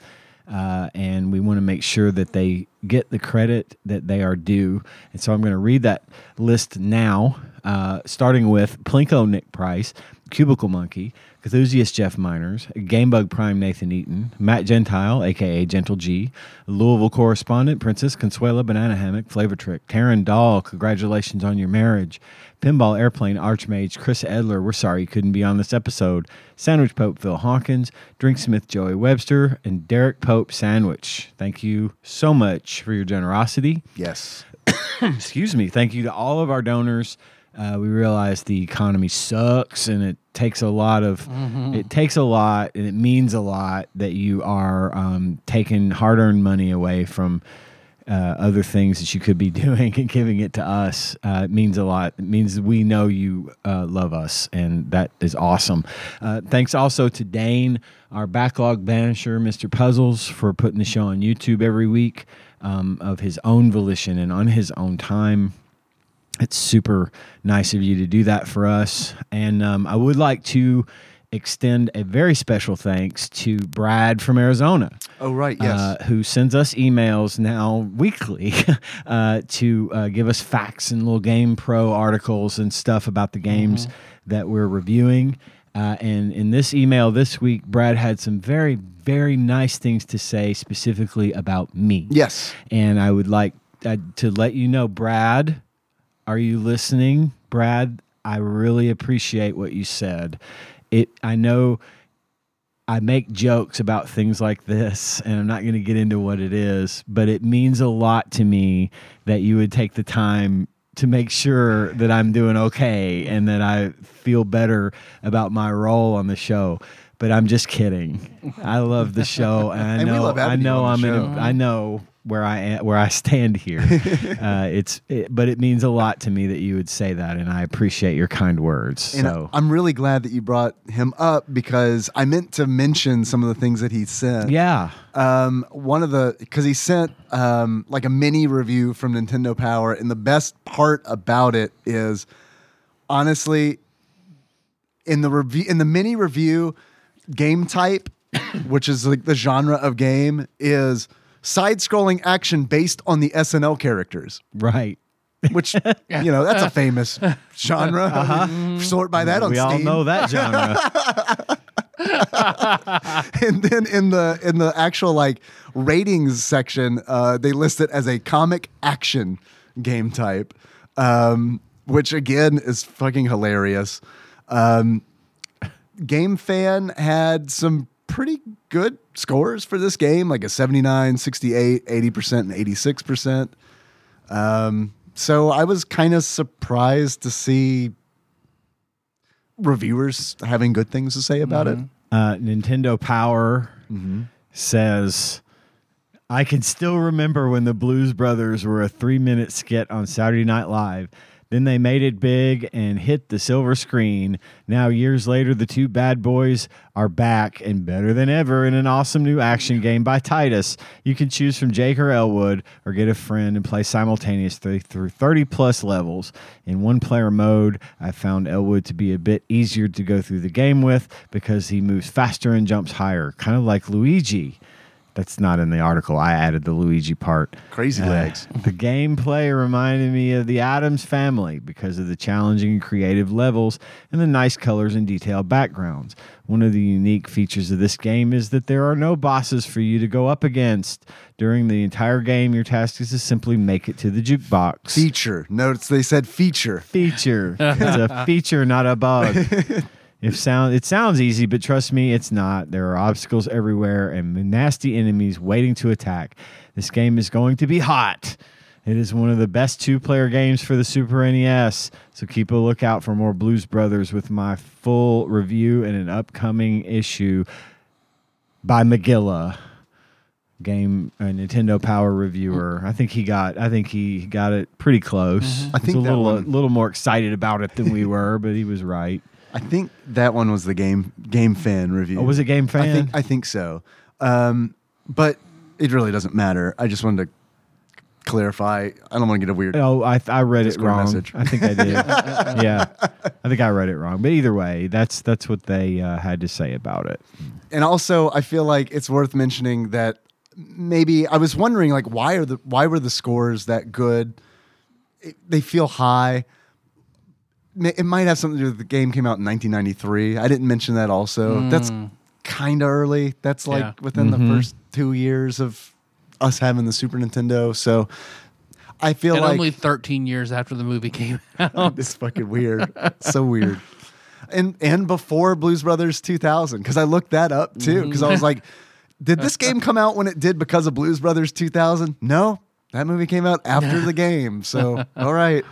B: Uh, and we want to make sure that they get the credit that they are due. And so I'm going to read that list now, uh, starting with Plinko Nick Price, Cubicle Monkey, Enthusiast Jeff Miners, Gamebug Prime Nathan Eaton, Matt Gentile, aka Gentle G, Louisville correspondent Princess Consuela Banana Hammock, Flavor Trick, Taryn Dahl, congratulations on your marriage, Pinball Airplane Archmage, Chris Edler, we're sorry you couldn't be on this episode, Sandwich Pope Phil Hawkins, Drinksmith Joey Webster, and Derek Pope Sandwich. Thank you so much for your generosity
D: yes.
B: excuse me thank you to all of our donors uh, we realize the economy sucks and it takes a lot of it takes a lot and it means a lot that you are um, taking hard-earned money away from uh, other things that you could be doing and giving it to us uh, it means a lot. It means we know you uh, love us, and that is awesome. Uh, thanks also to Dane, our backlog banisher, Mr. Puzzles, for putting the show on YouTube every week um, of his own volition and on his own time it's super nice of you to do that for us. And um, I would like to extend a very special thanks to Brad from Arizona.
D: Oh, right, yes.
B: uh, who sends us emails now weekly uh, to uh, give us facts and little Game Pro articles and stuff about the games that we're reviewing. Uh, and in this email this week, Brad had some very, very nice things to say specifically about me.
D: Yes.
B: And I would like uh, to let you know, Brad, are you listening? Brad, I really appreciate what you said. It I know I make jokes about things like this and I'm not going to get into what it is, but it means a lot to me that you would take the time to make sure that I'm doing okay and that I feel better about my role on the show. But I'm just kidding. I love the show and I
D: And
B: know
D: we love
B: I
D: having you
B: know
D: on
B: I'm
D: the
B: in
D: show.
B: a, I know where I am, where I stand here. uh, it's it, but it means a lot to me that you would say that, and I appreciate your kind words.
D: And
B: So
D: I'm really glad that you brought him up because I meant to mention some of the things that he sent.
B: yeah,
D: Um, one of the because he sent um, like a mini review from Nintendo Power, and the best part about it is honestly in the review in the mini review game type, which is like the genre of game, is side-scrolling action based on the SNL characters
B: right.
D: which you know that's a famous genre. Sort by that
B: Uh-huh. Mm-hmm.
D: on
B: we all
D: Steam.
B: know that genre.
D: And then in the in the actual like ratings section, uh, they list it as a comic action game type, um, which again is fucking hilarious. Um, game fan had some pretty good scores for this game like a 79 68 80% and 86% um, so i was kind of surprised to see reviewers having good things to say about it
B: uh, Nintendo Power
D: Mm-hmm.
B: says. I can still remember when the Blues Brothers were a three minute skit on Saturday Night Live. Then they made it big and hit the silver screen. Now, years later, the two bad boys are back and better than ever in an awesome new action game by Titus. You can choose from Jake or Elwood or get a friend and play simultaneously through 30 plus levels. In one player mode, I found Elwood to be a bit easier to go through the game with because he moves faster and jumps higher, kind of like Luigi. That's not in the article. I added the Luigi part.
D: Crazy legs.
B: The gameplay reminded me of the Adams family because of the challenging and creative levels and the nice colors and detailed backgrounds. One of the unique features of this game is that there are no bosses for you to go up against. During the entire game, your task is to simply make it to the jukebox.
D: feature. Notice they said feature.
B: feature. it's a feature, not a bug. If sound it sounds easy, but trust me, it's not. There are obstacles everywhere and nasty enemies waiting to attack. This game is going to be hot. It is one of the best two-player games for the Super NES, so keep a lookout for more Blues Brothers with my full review and an upcoming issue by McGilla game a Nintendo Power reviewer. I think he got I think he got it pretty close. I
D: think
B: a
D: that
B: little a
D: one-
B: little more excited about it than we were, but he was right.
D: I think that one was the game game fan review.
B: Oh, was it Game Fan?
D: I think I think so. Um, but it really doesn't matter. I just wanted to clarify. I don't want to get a weird.
B: Oh, I, I read it
D: Discord
B: wrong.
D: message.
B: I think I did. yeah, I think I read it wrong. But either way, that's that's what they uh, had to say about it.
D: And also, I feel like it's worth mentioning that maybe I was wondering like why are the why were the scores that good? It, they feel high. Ma- It might have something to do with the game came out in 1993. I didn't mention that also. That's kind of early. That's like
C: Yeah.
D: within the
C: Mm-hmm.
D: first two years of us having the Super Nintendo. So I feel
C: and
D: like
C: only 13 years after the movie came out.
D: it's fucking weird. so weird. And and before Blues Brothers 2000, because I looked that up too, because I was like, did this game come out when it did because of Blues Brothers 2000? No, that movie came out after the game. So all right,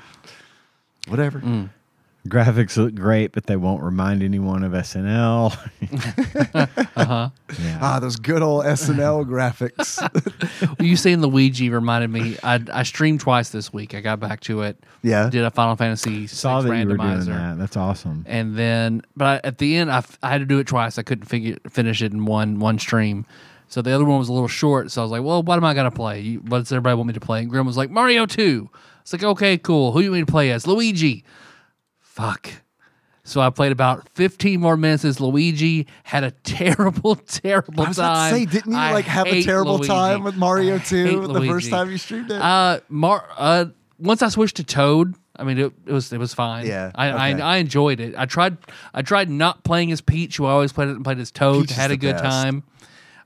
D: Whatever.
B: Graphics look great, but they won't remind anyone of SNL.
C: Uh-huh.
D: Ah, those good old SNL graphics.
C: You saying Luigi reminded me. I, I streamed twice this week. I got back to it.
D: Yeah.
C: Did a Final Fantasy
B: Saw
C: VI
B: that you were doing
C: randomizer.
B: that. That's awesome.
C: and then but I, at the end I, f- I had to do it twice i couldn't figure finish it in one one stream so the other one was a little short so i was like well what am i going to play you, what does everybody want me to play and grim was like mario 2 it's like okay cool who you want me to play as luigi fuck so I played about 15 more minutes as Luigi. Had a terrible, terrible
D: I was about
C: time.
D: to say, didn't you
C: I
D: like have a
C: hate
D: terrible
C: Luigi.
D: time with Mario 2
C: hate
D: the
C: Luigi.
D: first time you streamed it?
C: Uh, Mar- uh, once I switched to Toad, I mean it, it was it was fine.
D: Yeah,
C: I,
D: okay.
C: I I enjoyed it. I tried I tried not playing as Peach, who I always played played as Toad.
D: Peach is
C: had a
D: the
C: good
D: best.
C: time,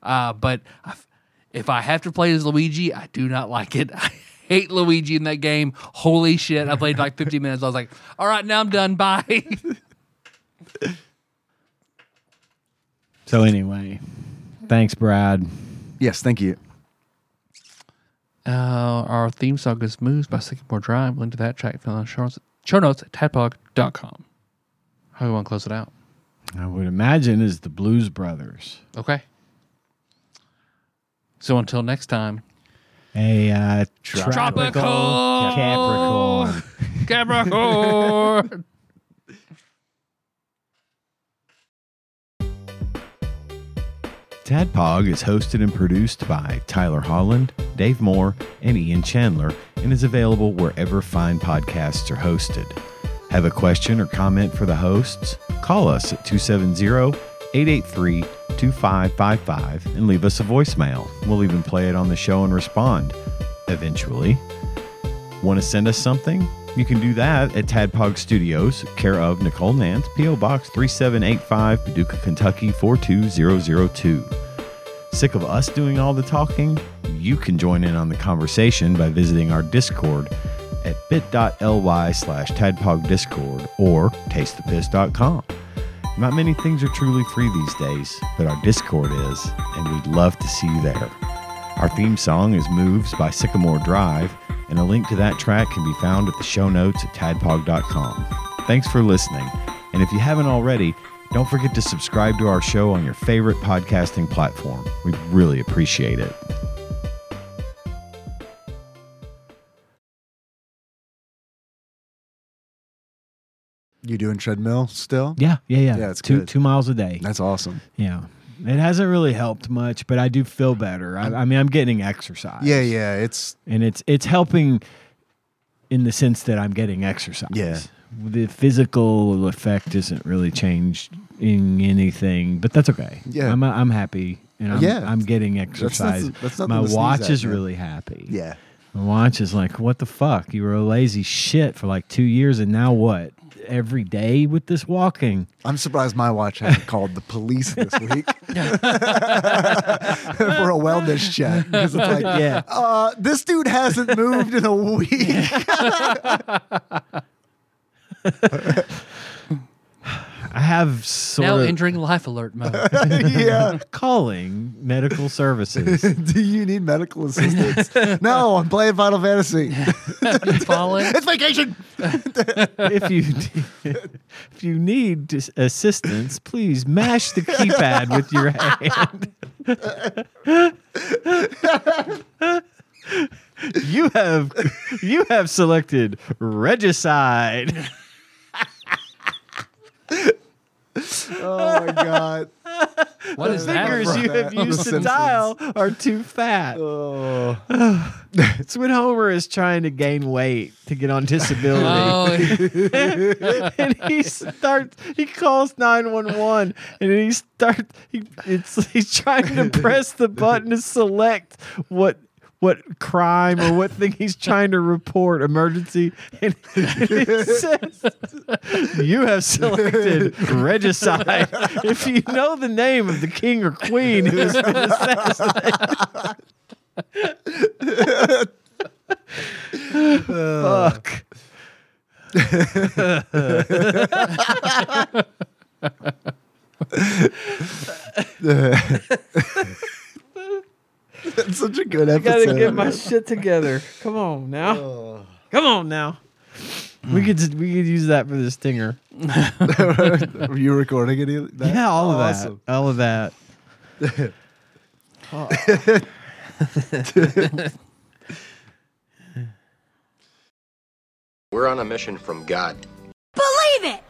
C: uh, but I f if I have to play as Luigi, I do not like it. I hate Luigi in that game. Holy shit! I played like 50 minutes. I was like, all right, now I'm done. Bye.
B: So anyway, thanks, Brad.
D: yes, thank you.
C: Uh, our theme song is Moves by Sycamore Drive. Link to that track from the show notes, show notes at tadpog.com. How do we want to close it out?
B: I would imagine is the Blues Brothers.
C: Okay. So until next time,
B: A uh,
C: Tropical
B: Capricorn.
C: Capricorn.
B: Tadpog is hosted and produced by Tyler Holland, Dave Moore, and Ian Chandler, and is available wherever fine podcasts are hosted. Have a question or comment for the hosts? Call us at 270 883 2555 and leave us a voicemail. We'll even play it on the show and respond eventually. Want to send us something? You can do that at Tadpog Studios, care of Nicole Nance, P.O. Box 3785, Paducah, Kentucky 42002. Sick of us doing all the talking? You can join in on the conversation by visiting our Discord at bit.ly slash tadpogdiscord or tastethepiss.com. Not many things are truly free these days, but our Discord is, and we'd love to see you there. Our theme song is Moves by Sycamore Drive, and a link to that track can be found at the show notes at tadpog.com. Thanks for listening. And if you haven't already, don't forget to subscribe to our show on your favorite podcasting platform. We really appreciate it.
D: You doing treadmill still?
B: Yeah, yeah, yeah.
D: Yeah, it's
B: two
D: good.
B: two miles a day.
D: That's awesome.
B: Yeah. It hasn't really helped much, but I do feel better. I, I mean, I'm getting exercise.
D: Yeah, yeah. It's
B: and it's it's helping in the sense that I'm getting exercise.
D: Yeah.
B: The physical effect isn't really changed in anything, but that's okay.
D: Yeah.
B: I'm I'm happy and I'm,
D: Yeah.
B: I'm getting
D: That's
B: exercise.
D: nothing- that's nothing
B: My
D: to sneeze
B: watch
D: at,
B: is
D: man.
B: really happy.
D: yeah.
B: My watch is like, what the fuck? You were a lazy shit for like two years and now what? Every day with this walking.
D: I'm surprised my watch hasn't called the police this week for a wellness check. 'Cause it's like,
B: Yeah.
D: uh, this dude hasn't moved in a week.
B: I have sort
C: now
B: of
C: entering life alert mode.
D: yeah.
B: calling medical services.
D: Do you need medical assistance? no, I'm playing Final Fantasy.
C: Falling.
D: it's vacation.
B: if you if you need dis- assistance, please mash the keypad with your hand. you have you have selected regicide.
D: Oh my god.
C: What is that?
B: Fingers
C: from?
B: you have
D: that.
B: used
D: The
B: to
D: Simpsons.
B: dial are too fat. it's when Homer is trying to gain weight to get on disability.
C: Oh,
B: and he starts he calls 911 and he starts he, it's he's trying to press the button to select what what crime or what thing he's trying to report emergency and, and it says you have selected regicide if you know the name of the king or queen who has been assassinated fuck
D: That's such a good
B: gotta
D: episode.
B: get my shit together. Come on now. Come on now.
F: We could just- we could use that for the stinger.
D: Were you recording any of that?
F: Yeah, all of
D: Awesome.
F: that. All of that.
B: We're on a mission from God.
G: Believe it!